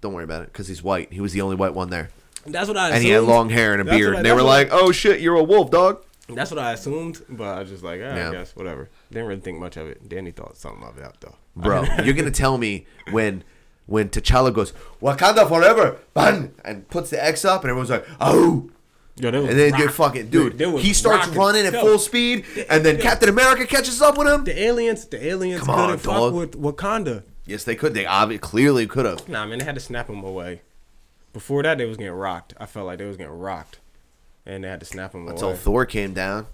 Speaker 4: Don't worry about it, because he's white. He was the only white one there,
Speaker 11: That's what I. Assumed.
Speaker 4: and he had long hair and a
Speaker 11: That's
Speaker 4: beard.
Speaker 11: what I-
Speaker 4: and they
Speaker 11: that's
Speaker 4: were
Speaker 11: what I-
Speaker 4: like, "Oh shit, you're a wolf, dog."
Speaker 11: That's what I assumed, but I was just like, ah,
Speaker 4: Yeah.
Speaker 11: I guess whatever. Didn't really think much of it. Danny thought something of it though.
Speaker 4: bro. you're gonna tell me when when T'Challa goes Wakanda forever, bun, and puts the X up, and everyone's like, oh.
Speaker 11: Yo, they was
Speaker 4: And then
Speaker 11: rock-
Speaker 4: get fucking dude.
Speaker 11: they was
Speaker 4: he starts
Speaker 11: rocking.
Speaker 4: running at
Speaker 11: Yo,
Speaker 4: full speed, and then Captain America catches up with him.
Speaker 11: The aliens, the aliens
Speaker 4: Come on,
Speaker 11: couldn't fuck
Speaker 4: dog.
Speaker 11: with Wakanda.
Speaker 4: Yes, they could. They obviously clearly could have.
Speaker 11: Nah, man, they had to snap him away. Before that, they was getting rocked. I felt like they was getting rocked, and they had to snap him
Speaker 4: Until
Speaker 11: away.
Speaker 4: Thor came down.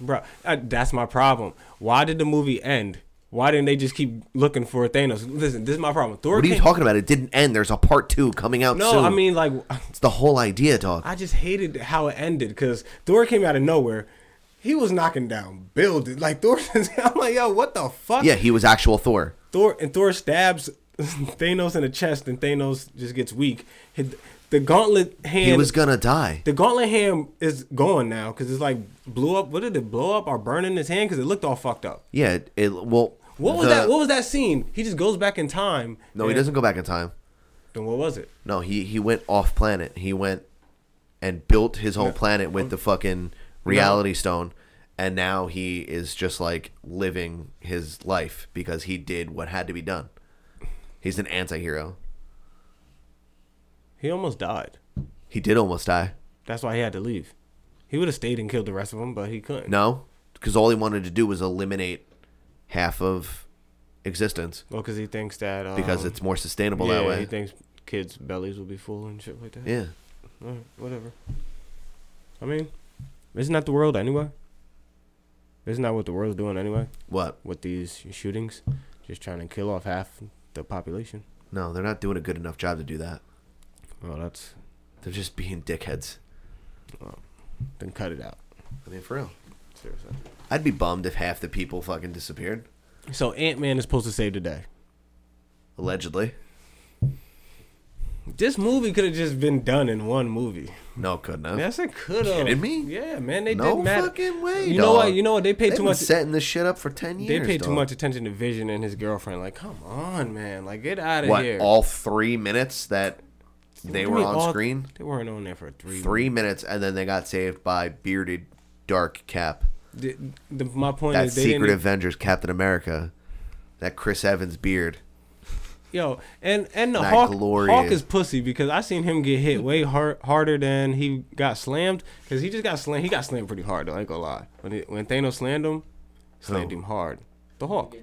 Speaker 11: Bro, I, that's my problem. Why did the movie end Why didn't they just keep looking for Thanos? Listen, this is my problem. Thor.
Speaker 4: What are you
Speaker 11: came-
Speaker 4: talking about? It didn't end. There's a part two coming out
Speaker 11: No,
Speaker 4: soon.
Speaker 11: I mean like
Speaker 4: it's the whole idea, dog.
Speaker 11: I just hated how it ended because Thor came out of nowhere. He was knocking down buildings. Like Thor, I'm like, yo, what the fuck?
Speaker 4: yeah, he was actual Thor.
Speaker 11: Thor and Thor stabs Thanos in the chest, and Thanos just gets weak. Hit- The gauntlet hand.
Speaker 4: He was gonna die.
Speaker 11: The gauntlet hand is gone now because it's like blew up. What did it blow up or burn in his hand? Because it looked all fucked up.
Speaker 4: Yeah, it, it well.
Speaker 11: What was
Speaker 4: the-
Speaker 11: that? What was that scene? He just goes back in time.
Speaker 4: No, he
Speaker 11: and-
Speaker 4: doesn't go back in time.
Speaker 11: Then what was it?
Speaker 4: No, he he went off planet. He went and built his whole planet with the fucking reality stone, and now he is just like living his life because he did what had to be done. He's an anti-hero.
Speaker 11: He almost died.
Speaker 4: He did almost die.
Speaker 11: That's why he had to leave. He would have stayed and killed the rest of them, but he couldn't.
Speaker 4: No, because all he wanted to do was eliminate half of existence
Speaker 11: Well, because he thinks that um,
Speaker 4: because it's more sustainable that
Speaker 11: yeah,
Speaker 4: way.
Speaker 11: He thinks kids' bellies will be full and shit like that.
Speaker 4: yeah.
Speaker 11: All right, whatever. I mean, isn't that the world anyway? Isn't that what the world's doing anyway?
Speaker 4: What?
Speaker 11: With these shootings, just trying to kill off half the population.
Speaker 4: No, they're not doing a good enough job to do that.
Speaker 11: Well, Oh, that's
Speaker 4: They're just being dickheads.
Speaker 11: then cut it out.
Speaker 4: I mean, for real.
Speaker 11: Seriously.
Speaker 4: I'd be bummed if half the people fucking disappeared.
Speaker 11: So Ant Man is supposed to save the day.
Speaker 4: Allegedly.
Speaker 11: This movie could have just been done in one movie.
Speaker 4: No, couldn't have.
Speaker 11: Yes, it could have.
Speaker 4: Kidding me?
Speaker 11: Yeah, man, they
Speaker 4: no
Speaker 11: did matter.
Speaker 4: fucking way.
Speaker 11: You know
Speaker 4: dog.
Speaker 11: what? You know what? They paid
Speaker 4: They've
Speaker 11: too
Speaker 4: been
Speaker 11: much.
Speaker 4: setting this shit up for ten
Speaker 11: They
Speaker 4: years.
Speaker 11: paid too
Speaker 4: dog.
Speaker 11: much attention to Vision and his girlfriend. Like, come on, man. Like, get out of
Speaker 4: What?
Speaker 11: here.
Speaker 4: All three minutes that they
Speaker 11: What do you
Speaker 4: were
Speaker 11: mean
Speaker 4: on
Speaker 11: all-
Speaker 4: screen.
Speaker 11: They weren't on there for three.
Speaker 4: Three minutes, and then they got saved by bearded Dark Cap.
Speaker 11: The, the- my point
Speaker 4: That
Speaker 11: is, they
Speaker 4: secret
Speaker 11: didn't. e-
Speaker 4: Avengers, Captain America. That Chris Evans beard.
Speaker 11: Yo, and and the
Speaker 4: That
Speaker 11: Hawk,
Speaker 4: glory
Speaker 11: Hawk
Speaker 4: is-
Speaker 11: is pussy because I seen him get hit way hard, harder than he got slammed because he just got slammed. He got slammed pretty hard. Though, I ain't gonna lie. When it, when Thanos slammed him, slammed him hard. The Hawk.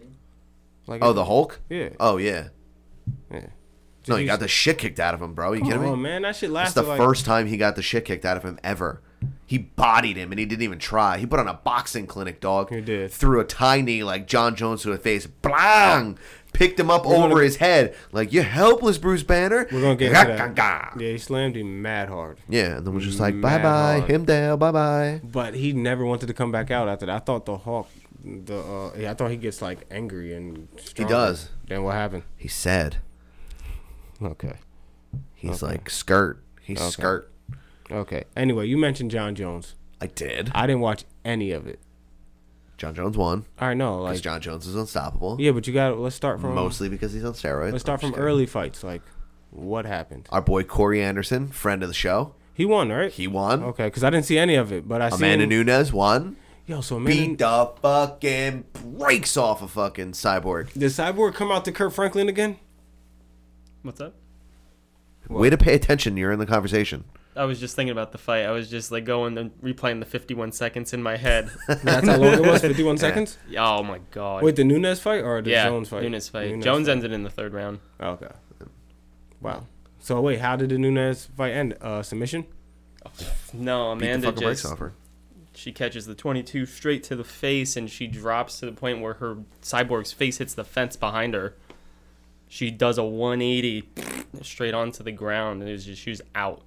Speaker 11: Like
Speaker 4: Oh, the Hulk.
Speaker 11: Yeah.
Speaker 4: Oh yeah.
Speaker 11: Yeah.
Speaker 4: No, he got the shit kicked out of him, bro. You kidding
Speaker 11: Come
Speaker 4: me?
Speaker 11: on, oh, man, that shit
Speaker 4: That's
Speaker 11: lasted
Speaker 4: the
Speaker 11: like
Speaker 4: first time he got the shit kicked out of him ever. He bodied him and he didn't even try. He put on a boxing clinic, dog.
Speaker 11: He did.
Speaker 4: Threw a tiny like John Jones to the face. Blang! Picked him up over
Speaker 11: gonna-
Speaker 4: his head. Like, you're helpless, Bruce Banner.
Speaker 11: We're gonna get
Speaker 4: Gah,
Speaker 11: into that.
Speaker 4: gah, gah.
Speaker 11: Yeah, he slammed him mad hard.
Speaker 4: Yeah, and then we're just like, bye
Speaker 11: Mad
Speaker 4: bye,
Speaker 11: hard.
Speaker 4: him down, bye bye.
Speaker 11: But he never wanted to come back out after that. I thought the Hawk, the uh, yeah, I thought he gets like angry and stronger.
Speaker 4: does.
Speaker 11: Then what happened?
Speaker 4: He's sad.
Speaker 11: Okay.
Speaker 4: He's like, skirt. He's skirt.
Speaker 11: Okay. Anyway, you mentioned John Jones.
Speaker 4: I did.
Speaker 11: I didn't watch any of it.
Speaker 4: John Jones won
Speaker 11: I know,
Speaker 4: because
Speaker 11: like
Speaker 4: John Jones is unstoppable.
Speaker 11: yeah, but you got to let's start from
Speaker 4: Mostly because he's on steroids.
Speaker 11: Let's
Speaker 4: I'm
Speaker 11: start from
Speaker 4: just kidding.
Speaker 11: early fights. Like, what happened?
Speaker 4: Our boy Corey Anderson, friend of the show,
Speaker 11: He won, right?
Speaker 4: he won.
Speaker 11: okay, because I didn't see any of it, but I
Speaker 4: Amanda
Speaker 11: seen
Speaker 4: Nunes won.
Speaker 11: yo. So Amanda,
Speaker 4: Beat the fucking breaks off a fucking cyborg.
Speaker 11: did Cyborg come out to Kurt Franklin again?
Speaker 10: What's up?
Speaker 4: Way to pay attention. You're in the conversation.
Speaker 10: I was just thinking about the fight. I was just like going and replaying the 51 seconds in my head.
Speaker 11: That's how long it was, fifty-one seconds.
Speaker 10: oh my god.
Speaker 11: Wait, the Nunes fight or the
Speaker 10: yeah,
Speaker 11: Jones fight?
Speaker 10: Nunes fight.
Speaker 11: Nunes
Speaker 10: Jones
Speaker 11: fight. Oh,
Speaker 10: ended in the third round.
Speaker 11: Okay. Wow. So wait, how did the Nunes fight end? Uh, submission.
Speaker 10: No,
Speaker 4: Beat
Speaker 10: Amanda
Speaker 4: the fucking breaks
Speaker 10: just
Speaker 4: off her.
Speaker 10: she catches the 22 straight to the face and she drops to the point where her cyborg's face hits the fence behind her. She does a 180 straight onto the ground and it was just she was out.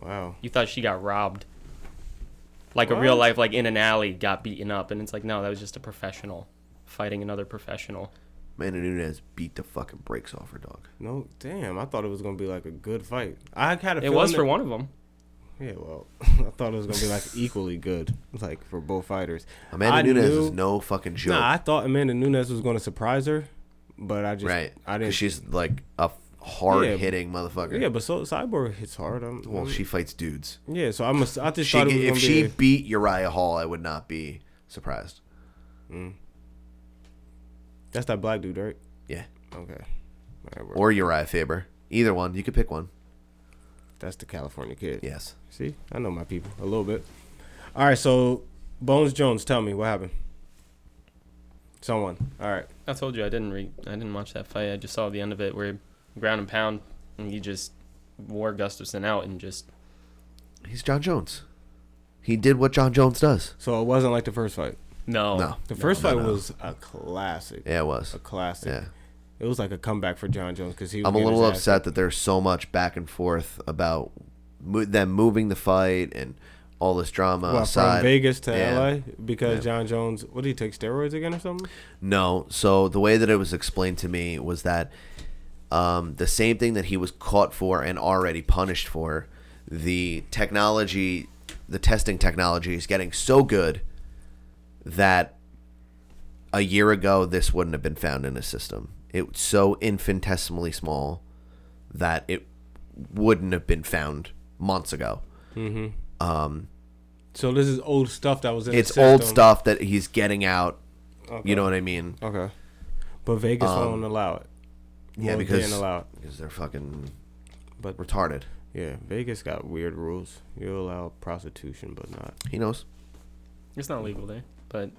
Speaker 11: Wow.
Speaker 10: You thought she got robbed. Like a real life like in an alley got beaten up and it's like no, that was just a professional fighting another professional.
Speaker 4: Amanda Nunes beat the fucking breaks off her dog.
Speaker 11: No, damn. I thought it was gonna be like a good fight. I had a.
Speaker 10: It was for one of them.
Speaker 11: Yeah, well, I thought it was gonna be like equally good, like for both fighters.
Speaker 4: Amanda
Speaker 11: I
Speaker 4: Nunes
Speaker 11: knew-
Speaker 4: is no fucking joke.
Speaker 11: Nah, I thought Amanda Nunes was gonna surprise her, but I just
Speaker 4: right.
Speaker 11: I didn't.
Speaker 4: 'Cause She's like a hard hitting motherfucker.
Speaker 11: yeah, but so Cyborg hits hard. I'm,
Speaker 4: well, she fights dudes.
Speaker 11: yeah, so I must. I just
Speaker 4: She,
Speaker 11: thought it was
Speaker 4: if
Speaker 11: gonna
Speaker 4: she
Speaker 11: be.
Speaker 4: beat Uriah Hall, I would not be surprised.
Speaker 11: That's that black dude, right?
Speaker 4: Yeah.
Speaker 11: Okay. All right, or,
Speaker 4: Or Uriah Faber. Either one. You could pick one.
Speaker 11: that's the California kid.
Speaker 4: Yes.
Speaker 11: See, I know my people a little bit. All right, so Bones Jones, tell me what happened. Someone. All right.
Speaker 10: I told you I didn't re- I didn't watch that fight. I just saw the end of it where he ground and pound and he just wore Gustafson out and just
Speaker 4: He's John Jones. He did what John Jones does.
Speaker 11: So it wasn't like the first fight.
Speaker 10: No.
Speaker 4: No.
Speaker 11: The
Speaker 4: Oh. No,
Speaker 11: first
Speaker 4: no,
Speaker 11: fight
Speaker 4: no.
Speaker 11: was a classic.
Speaker 4: Yeah, it was.
Speaker 11: a classic.
Speaker 4: Yeah.
Speaker 11: It was like a comeback for John Jones because he. Was
Speaker 4: I'm a
Speaker 11: getting
Speaker 4: little
Speaker 11: his ass
Speaker 4: upset that there's so much back and forth about mo- them moving the fight and all this drama
Speaker 11: What,
Speaker 4: outside
Speaker 11: from Vegas to
Speaker 4: uh, Yeah.
Speaker 11: LA because John Jones, what did he take steroids again or something?
Speaker 4: No. So the way that it was explained to me was that um, the same thing that he was caught for and already punished for, the technology, the testing technology is getting so good that a year ago this wouldn't have been found in his system. It's so infinitesimally small that it wouldn't have been found months ago.
Speaker 11: Mm-hmm.
Speaker 4: Um,
Speaker 11: So this is old stuff that was in. the
Speaker 4: it's old
Speaker 11: system,
Speaker 4: stuff that he's getting out.
Speaker 11: Okay.
Speaker 4: You know what I mean?
Speaker 11: Okay. but Vegas
Speaker 4: um,
Speaker 11: won't allow it.
Speaker 4: Yeah,
Speaker 11: Won't
Speaker 4: because
Speaker 11: didn't allow it.
Speaker 4: because they're fucking
Speaker 11: But-
Speaker 4: retarded.
Speaker 11: Yeah, Vegas got weird rules. You allow prostitution, but not.
Speaker 4: He knows
Speaker 10: It's not legal there, but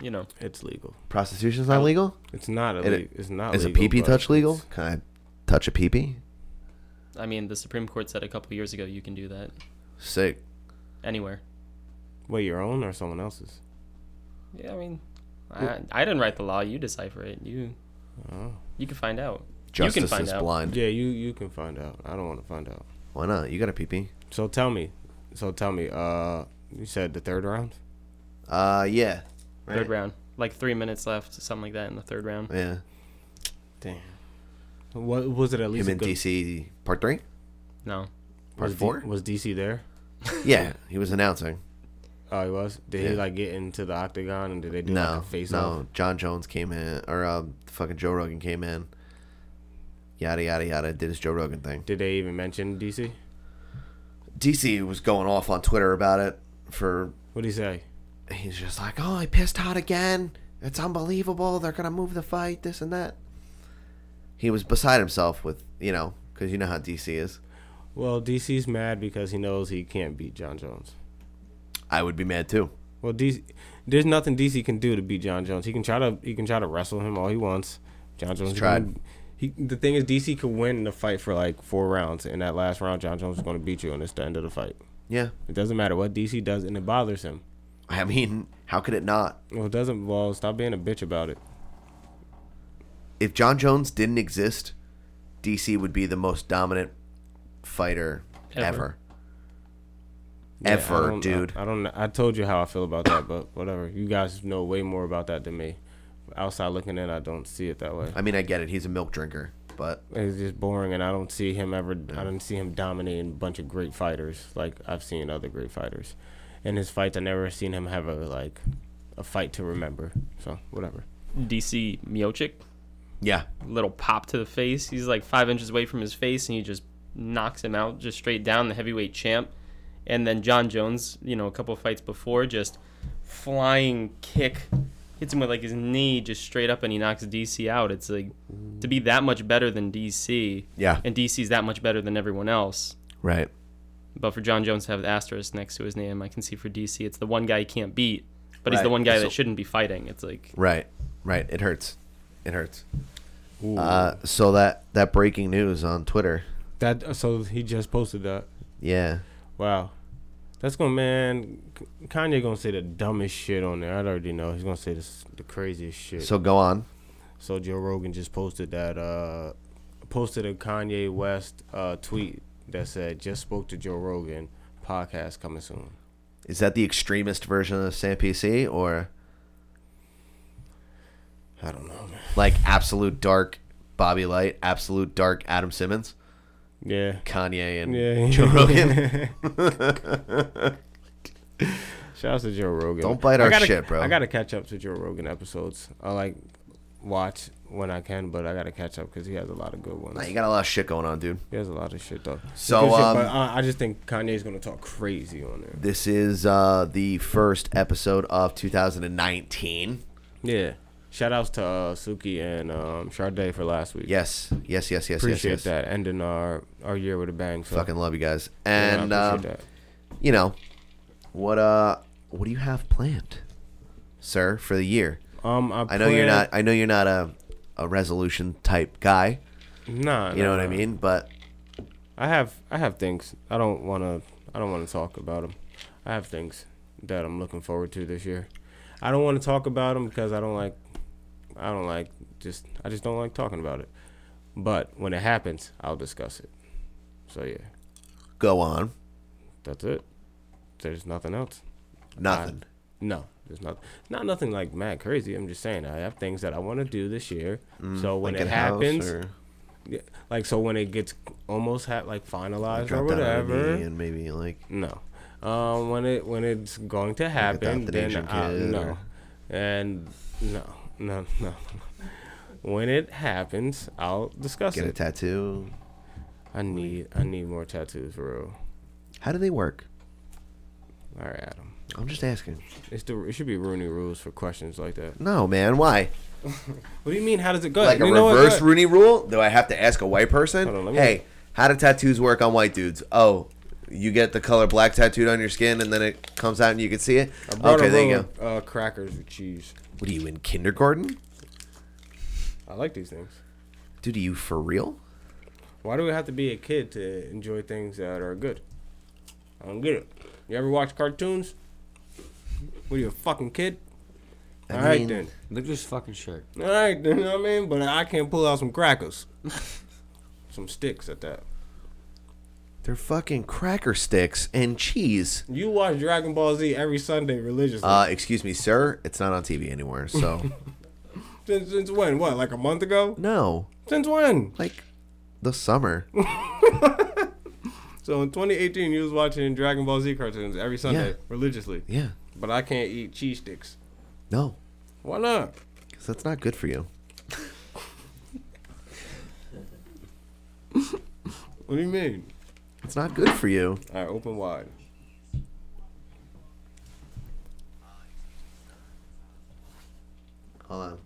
Speaker 10: you know,
Speaker 11: It's legal.
Speaker 4: prostitution's not legal.
Speaker 11: It's not
Speaker 4: It-
Speaker 11: illegal. it's Oh, not.
Speaker 4: Is a
Speaker 11: legal,
Speaker 4: pee pee
Speaker 11: but
Speaker 4: touch legal? Can I touch a pee pee?
Speaker 10: I mean, the Supreme Court said a couple years ago you can do that
Speaker 4: Sick.
Speaker 10: anywhere.
Speaker 11: Wait, your own or someone else's?
Speaker 10: Yeah, I mean, I, I didn't write the law. You decipher it. You
Speaker 11: Oh.
Speaker 10: you can find out. you can
Speaker 4: Justice
Speaker 10: find
Speaker 4: is
Speaker 10: out.
Speaker 4: blind.
Speaker 11: Yeah, you you can find out. I don't want to find out.
Speaker 4: Why not? You got a pee pee?
Speaker 11: So tell me. So tell me. Uh, you said the third round.
Speaker 4: Uh, yeah.
Speaker 10: Third round, like three minutes left, something like that in the third round.
Speaker 4: Yeah.
Speaker 11: Damn. What was it? At least
Speaker 4: Him
Speaker 11: a
Speaker 4: in
Speaker 11: good-
Speaker 4: DC part three,
Speaker 10: No,
Speaker 4: part
Speaker 11: was D-
Speaker 4: four.
Speaker 11: was DC there?
Speaker 4: yeah, he was announcing.
Speaker 11: Oh, he was. Did he
Speaker 4: Yeah.
Speaker 11: like get into the octagon and did they do
Speaker 4: no,
Speaker 11: like a face
Speaker 4: no.
Speaker 11: off?
Speaker 4: John Jones came in, or um, fucking Joe Rogan came in. Yada yada yada. Did his Joe Rogan thing.
Speaker 11: Did they even mention DC?
Speaker 4: DC was going off on Twitter about it for
Speaker 11: What would he say?
Speaker 4: he's just like, oh, I pissed hot again. It's unbelievable. They're gonna move the fight, this and that. He was beside himself with you know, because you know how DC is.
Speaker 11: Well, DC's mad because he knows he can't beat John Jones.
Speaker 4: I would be mad too.
Speaker 11: Well, DC, there's nothing DC can do to beat John Jones. He can try to he can try to wrestle him all he wants. John Jones is
Speaker 4: tried.
Speaker 11: gonna- He, the thing is, DC could win the fight for like four rounds, and that last round, John Jones is going to beat you, and it's the end of the fight.
Speaker 4: Yeah,
Speaker 11: It doesn't matter what DC does, and it bothers him.
Speaker 4: I mean, how could it not?
Speaker 11: Well, it doesn't. Well, stop being a bitch about it.
Speaker 4: If John Jones didn't exist, DC would be the most dominant fighter
Speaker 10: Ever.
Speaker 4: ever.
Speaker 11: Yeah, I
Speaker 4: Ever,
Speaker 11: don't-
Speaker 4: dude.
Speaker 11: I, I don't. I told you how I feel about that, but whatever. You guys know way more about that than me. Outside looking in, I don't see it that way.
Speaker 4: I mean, I get it. He's a milk drinker, but
Speaker 11: It's just boring, and I don't see him ever. I don't see him dominating a bunch of great fighters like I've seen other great fighters. In his fights, I never seen him have a like a fight to remember. So whatever.
Speaker 10: DC Miocic,
Speaker 4: yeah,
Speaker 10: little pop to the face. He's like five inches away from his face, and he just knocks him out, just straight down the heavyweight champ. And then John Jones, you know, a couple fights before, just flying kick, hits him with like his knee, just straight up, and he knocks DC out. It's like to be that much better than DC,
Speaker 4: Yeah.
Speaker 10: and DC's that much better than everyone else.
Speaker 4: right.
Speaker 10: But for John Jones to have the asterisk next to his name, I can see for DC, it's the one guy he can't beat, but he's the
Speaker 4: Right.
Speaker 10: one guy
Speaker 4: So-
Speaker 10: that shouldn't be fighting. It's like
Speaker 4: Right, right. It hurts. It hurts. Uh, so that that breaking news on Twitter.
Speaker 11: That so he just posted that.
Speaker 4: Yeah,
Speaker 11: Wow. That's gonna man. Kanye gonna say the dumbest shit on there. I already know he's gonna say this, the craziest shit.
Speaker 4: So go on.
Speaker 11: So Joe Rogan just posted that uh posted a Kanye West uh tweet that said just spoke to Joe Rogan podcast coming soon.
Speaker 4: Is that the extremist version of Sam PC or
Speaker 11: I don't know, man.
Speaker 4: like absolute dark Bobby Light, absolute dark Adam Simmons,
Speaker 11: Yeah.
Speaker 4: Kanye and
Speaker 11: Yeah.
Speaker 4: Joe Rogan?
Speaker 11: Shout out to Joe Rogan.
Speaker 4: Don't bite
Speaker 11: I
Speaker 4: our
Speaker 11: gotta-
Speaker 4: shit, bro.
Speaker 11: I gotta catch up to Joe Rogan episodes. I like watch when I can, but I gotta catch up because he has a lot of good ones.
Speaker 4: Nah, you got a lot of shit going on, dude.
Speaker 11: he has a lot of shit though.
Speaker 4: So,
Speaker 11: Good shit,
Speaker 4: um,
Speaker 11: but I, I just think Kanye's gonna talk crazy on there.
Speaker 4: This is uh, the first episode of 2019.
Speaker 11: Yeah. Shout outs to uh, Suki and um, Sade for last week.
Speaker 4: Yes, yes, yes, yes,
Speaker 11: Appreciate
Speaker 4: yes, yes.
Speaker 11: that. Ending our, our year with a bang. So.
Speaker 4: Fucking love you guys.
Speaker 11: Yeah, I
Speaker 4: And um,
Speaker 11: appreciate that.
Speaker 4: you know, what uh, what do you have planned, sir, for the year?
Speaker 11: Um, I,
Speaker 4: I know you're
Speaker 11: plan-
Speaker 4: not. I know you're not a a resolution type guy.
Speaker 11: Nah,
Speaker 4: You know
Speaker 11: nah,
Speaker 4: what I
Speaker 11: nah.
Speaker 4: mean? But
Speaker 11: I have I have things. I don't wanna I don't wanna talk about them. I have things that I'm looking forward to this year. I don't want to talk about him because I don't like. I don't like just. I just don't like talking about it. But when it happens, I'll discuss it. So yeah.
Speaker 4: Go on.
Speaker 11: That's it. There's nothing else.
Speaker 4: Nothing.
Speaker 11: I- no, there's not not nothing like mad crazy. I'm just saying I have things that I want to do this year.
Speaker 4: Mm,
Speaker 11: so when
Speaker 4: like
Speaker 11: it
Speaker 4: a house
Speaker 11: happens,
Speaker 4: or-
Speaker 11: yeah, like so when it gets almost ha- like finalized or
Speaker 4: Drop down on a knee
Speaker 11: whatever,
Speaker 4: and maybe like
Speaker 11: no. Um, when it when it's going to
Speaker 4: adopt an
Speaker 11: happen, then
Speaker 4: Asian
Speaker 11: I,
Speaker 4: kid
Speaker 11: no,
Speaker 4: or-
Speaker 11: and no, no, no. when it happens, I'll discuss
Speaker 4: get
Speaker 11: it.
Speaker 4: a tattoo.
Speaker 11: I need I need more tattoos for real.
Speaker 4: How do they work?
Speaker 11: All right, Adam.
Speaker 4: I'm just asking.
Speaker 11: It's the it should be Rooney rules for questions like that.
Speaker 4: No, man. Why?
Speaker 11: What do you mean? How does it go?
Speaker 4: like a
Speaker 11: You know what? Go
Speaker 4: reverse
Speaker 11: ahead.
Speaker 4: Rooney rule? Do I have to ask a white person?
Speaker 11: Hold on, let me-
Speaker 4: hey, how do tattoos work on white dudes? Oh, you get the color black tattooed on your skin, and then it comes out and you can see it.
Speaker 11: I brought
Speaker 4: Okay,
Speaker 11: a
Speaker 4: there you
Speaker 11: roll
Speaker 4: go.
Speaker 11: of, Uh, crackers with cheese.
Speaker 4: What are you in kindergarten?
Speaker 11: I like these things.
Speaker 4: Dude, are you for real?
Speaker 11: Why do we have to be a kid to enjoy things that are good? I don't get it. You ever watch cartoons? What are you a fucking kid?
Speaker 4: I
Speaker 11: All right
Speaker 4: mean-
Speaker 11: then.
Speaker 12: Look at this fucking shirt.
Speaker 11: All right then. You know what I mean, but I can't pull out some crackers, some sticks at that.
Speaker 4: They're fucking cracker sticks and cheese.
Speaker 11: You watch Dragon Ball Z every Sunday religiously.
Speaker 4: Uh, excuse me, sir. It's not on TV anywhere. So
Speaker 11: since, since when? What? Like a month ago?
Speaker 4: no,
Speaker 11: Since when?
Speaker 4: Like. the summer.
Speaker 11: So in 2018, you was watching Dragon Ball Z cartoons every Sunday
Speaker 4: Yeah.
Speaker 11: religiously.
Speaker 4: Yeah.
Speaker 11: But I can't eat cheese sticks.
Speaker 4: No,
Speaker 11: Why not?
Speaker 4: 'cause that's not good for you.
Speaker 11: What do you mean?
Speaker 4: It's not good for you.
Speaker 11: All right, open wide.
Speaker 4: Hold on.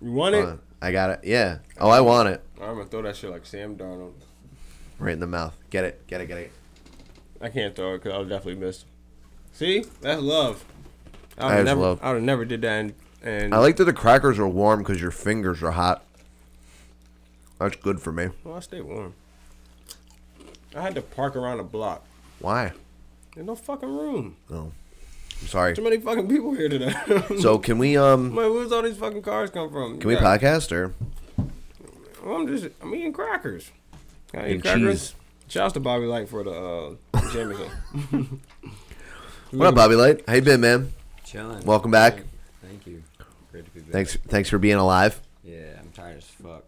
Speaker 11: You want
Speaker 4: Hold
Speaker 11: it?
Speaker 4: on. I got it. Yeah. Oh, I want it.
Speaker 11: I'm gonna throw that shit like Sam Darnold.
Speaker 4: Right in the mouth. Get it. Get it. Get it.
Speaker 11: I can't throw it because I'll definitely miss. See, that's love. I
Speaker 4: That
Speaker 11: would
Speaker 4: is
Speaker 11: never,
Speaker 4: love.
Speaker 11: I would have never did that. And, and
Speaker 4: I like that the crackers are warm because your fingers are hot. That's good for me.
Speaker 11: Well, I stay warm. I had to park around the block.
Speaker 4: Why?
Speaker 11: There's no fucking room.
Speaker 4: No. I'm sorry.
Speaker 11: Too many fucking people here today.
Speaker 4: So can we um
Speaker 11: Man, where's all these fucking cars come from?
Speaker 4: can we
Speaker 11: Yeah.
Speaker 4: podcast or
Speaker 11: Well, I'm just I'm eating crackers. I eat
Speaker 4: And
Speaker 11: crackers. Shouts to Bobby Light for the uh, Jamison.
Speaker 4: what up, Bobby Light? How you been, man?
Speaker 12: Chilling.
Speaker 4: Welcome back.
Speaker 12: Thank you. Great to be back.
Speaker 4: Thanks thanks for being alive.
Speaker 12: Yeah, I'm tired as fuck.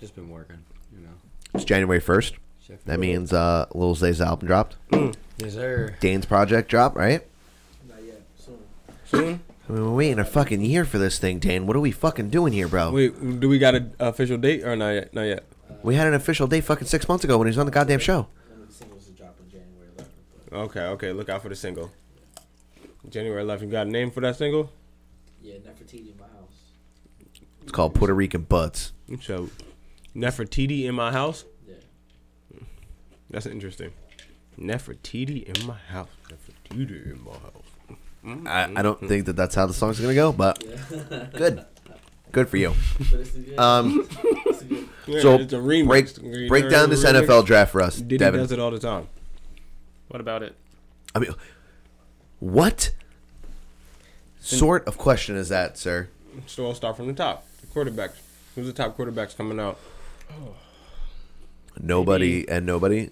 Speaker 12: Just been working, you know.
Speaker 4: It's January first.
Speaker 12: Check
Speaker 4: That means uh Lil Zay's album dropped.
Speaker 12: Yes, sir.
Speaker 4: Dane's project dropped, right?
Speaker 12: Not yet. Soon.
Speaker 11: Soon?
Speaker 4: I mean, we're waiting a fucking year for this thing, Dane. What are we fucking doing here, bro?
Speaker 11: Wait, do we got an official date or not yet? Not yet.
Speaker 4: We had an official date fucking six months ago when he was on the goddamn show.
Speaker 11: Okay, okay. Look out for the single. January 11th. You got a name for that single?
Speaker 12: Yeah, Nefertiti in my house.
Speaker 4: It's called Puerto Rican Butts.
Speaker 11: So, Nefertiti in my house. Yeah. That's interesting. Nefertiti in my house. Nefertiti in my house.
Speaker 4: I, I don't think that that's how the song's gonna go, but good, good for you. Um,
Speaker 11: Yeah,
Speaker 4: so
Speaker 11: it's a remix.
Speaker 4: break
Speaker 11: You
Speaker 4: break
Speaker 11: know,
Speaker 4: down this
Speaker 11: remix.
Speaker 4: NFL draft for us,
Speaker 11: Diddy
Speaker 4: Devin.
Speaker 11: does it all the time.
Speaker 10: What about it?
Speaker 4: I mean, what sort of question is that, sir?
Speaker 11: So I'll start from the top. The quarterbacks. Who's the top quarterbacks coming out?
Speaker 4: Nobody and nobody.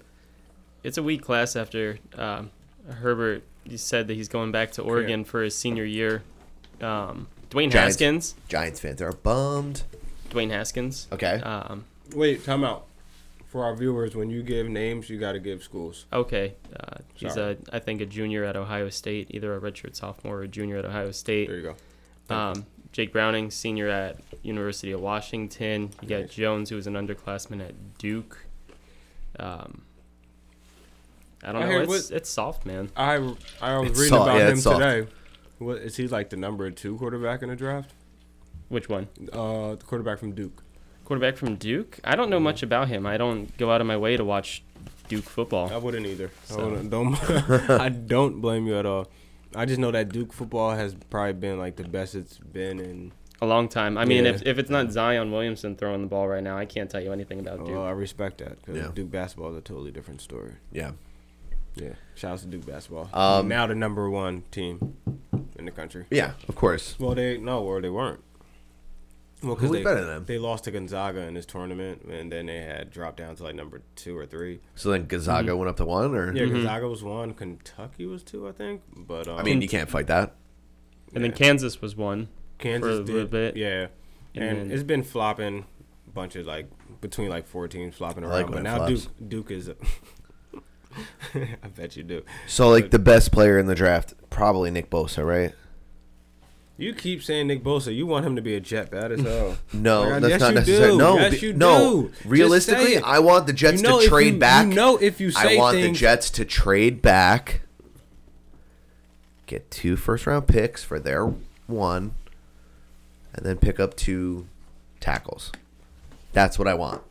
Speaker 10: It's a weak class after um, Herbert said that he's going back to Oregon for his senior year. Um, Dwayne
Speaker 4: Giants.
Speaker 10: Haskins.
Speaker 4: Giants fans are bummed.
Speaker 10: Dwayne Haskins.
Speaker 4: Okay.
Speaker 10: Um,
Speaker 11: Wait, time out. For our viewers, when you give names, you got to give schools.
Speaker 10: okay. Uh, he's
Speaker 11: Sorry.
Speaker 10: a, I think, a junior at Ohio State, either a redshirt sophomore or a junior at Ohio State.
Speaker 11: There you go.
Speaker 10: Um, Jake Browning, senior at University of Washington. You got Jones, who was an underclassman at Duke. Um, I don't
Speaker 11: I
Speaker 10: know.
Speaker 11: heard
Speaker 10: It's,
Speaker 11: what-
Speaker 10: it's soft, man.
Speaker 11: I I was
Speaker 4: It's
Speaker 11: reading
Speaker 4: soft.
Speaker 11: about
Speaker 4: Yeah,
Speaker 11: him
Speaker 4: it's soft.
Speaker 11: today. What is he like the number two quarterback in the draft?
Speaker 10: Which one?
Speaker 11: Uh, the quarterback from Duke.
Speaker 10: Quarterback from Duke. I don't know much about him. I don't go out of my way to watch Duke football.
Speaker 11: I wouldn't either. I
Speaker 10: So-
Speaker 11: wouldn't, don't I don't blame you at all. I just know that Duke football has probably been like the best it's been in.
Speaker 10: A long time. I mean,
Speaker 11: Yeah.
Speaker 10: if, if it's not Zion Williamson throwing the ball right now, I can't tell you anything about Duke.
Speaker 11: Well, I respect that because
Speaker 4: Yeah.
Speaker 11: Duke basketball is a totally different story.
Speaker 4: Yeah.
Speaker 11: Yeah, shout out to Duke basketball.
Speaker 4: Um,
Speaker 11: now the number one team in the the country.
Speaker 4: Yeah, of course.
Speaker 11: Well, they no, or they weren't. Well,
Speaker 4: Who
Speaker 11: because
Speaker 4: was
Speaker 11: they
Speaker 4: better than them?
Speaker 11: they lost to Gonzaga in this tournament, and then they had dropped down to like number two or three.
Speaker 4: So then Gonzaga went up to one, or
Speaker 11: Yeah, Gonzaga was one. Kentucky was two, I think. But um,
Speaker 4: I mean, you can't fight that.
Speaker 10: And then Kansas was one.
Speaker 11: Kansas
Speaker 10: for a
Speaker 11: did,
Speaker 10: little bit.
Speaker 11: yeah.
Speaker 10: And
Speaker 11: And,
Speaker 10: then-
Speaker 11: it's been flopping, bunch of like between like four teams flopping
Speaker 4: I
Speaker 11: around.
Speaker 4: like
Speaker 11: but
Speaker 4: when it
Speaker 11: now
Speaker 4: flops.
Speaker 11: Duke Duke is. I bet you do.
Speaker 4: So like the best player in the draft, probably Nick Bosa, right?
Speaker 11: You keep saying Nick Bosa. You want him to be a Jet bad as hell.
Speaker 4: No,
Speaker 11: Like,
Speaker 4: that's
Speaker 11: yes,
Speaker 4: not
Speaker 11: you
Speaker 4: necessary.
Speaker 11: do.
Speaker 4: No,
Speaker 11: yes,
Speaker 4: be-
Speaker 11: you
Speaker 4: no.
Speaker 11: do. Just say
Speaker 4: Realistically,
Speaker 11: it.
Speaker 4: I want the Jets
Speaker 11: You know
Speaker 4: to
Speaker 11: if
Speaker 4: trade
Speaker 11: you-
Speaker 4: back.
Speaker 11: You know, if you say
Speaker 4: I want
Speaker 11: things,
Speaker 4: the Jets to trade back, get two first round picks for their one, and then pick up two tackles. That's what I want.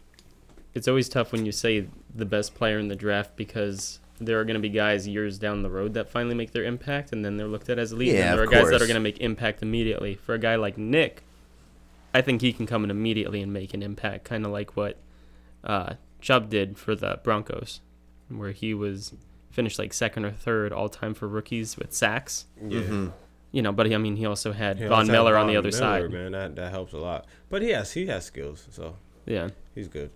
Speaker 10: It's always tough when you say the best player in the draft because there are going to be guys years down the road that finally make their impact, and then they're looked at as elite.
Speaker 4: Yeah,
Speaker 10: and there
Speaker 4: of
Speaker 10: are guys that
Speaker 4: course.
Speaker 10: are going to make impact immediately. For a guy like Nick, I think he can come in immediately and make an impact, kind of like what uh, Chubb did for the Broncos, where he was finished like second or third all time for rookies with sacks.
Speaker 11: Yeah.
Speaker 4: Mm-hmm.
Speaker 11: Mhm.
Speaker 10: You know, but he, I mean, he also had
Speaker 11: He
Speaker 10: Von
Speaker 11: also had
Speaker 10: Miller
Speaker 11: Von
Speaker 10: on the other
Speaker 11: Miller,
Speaker 10: side.
Speaker 11: Man, that, that helps a lot. But yes, he has skills, so
Speaker 10: Yeah.
Speaker 11: he's good.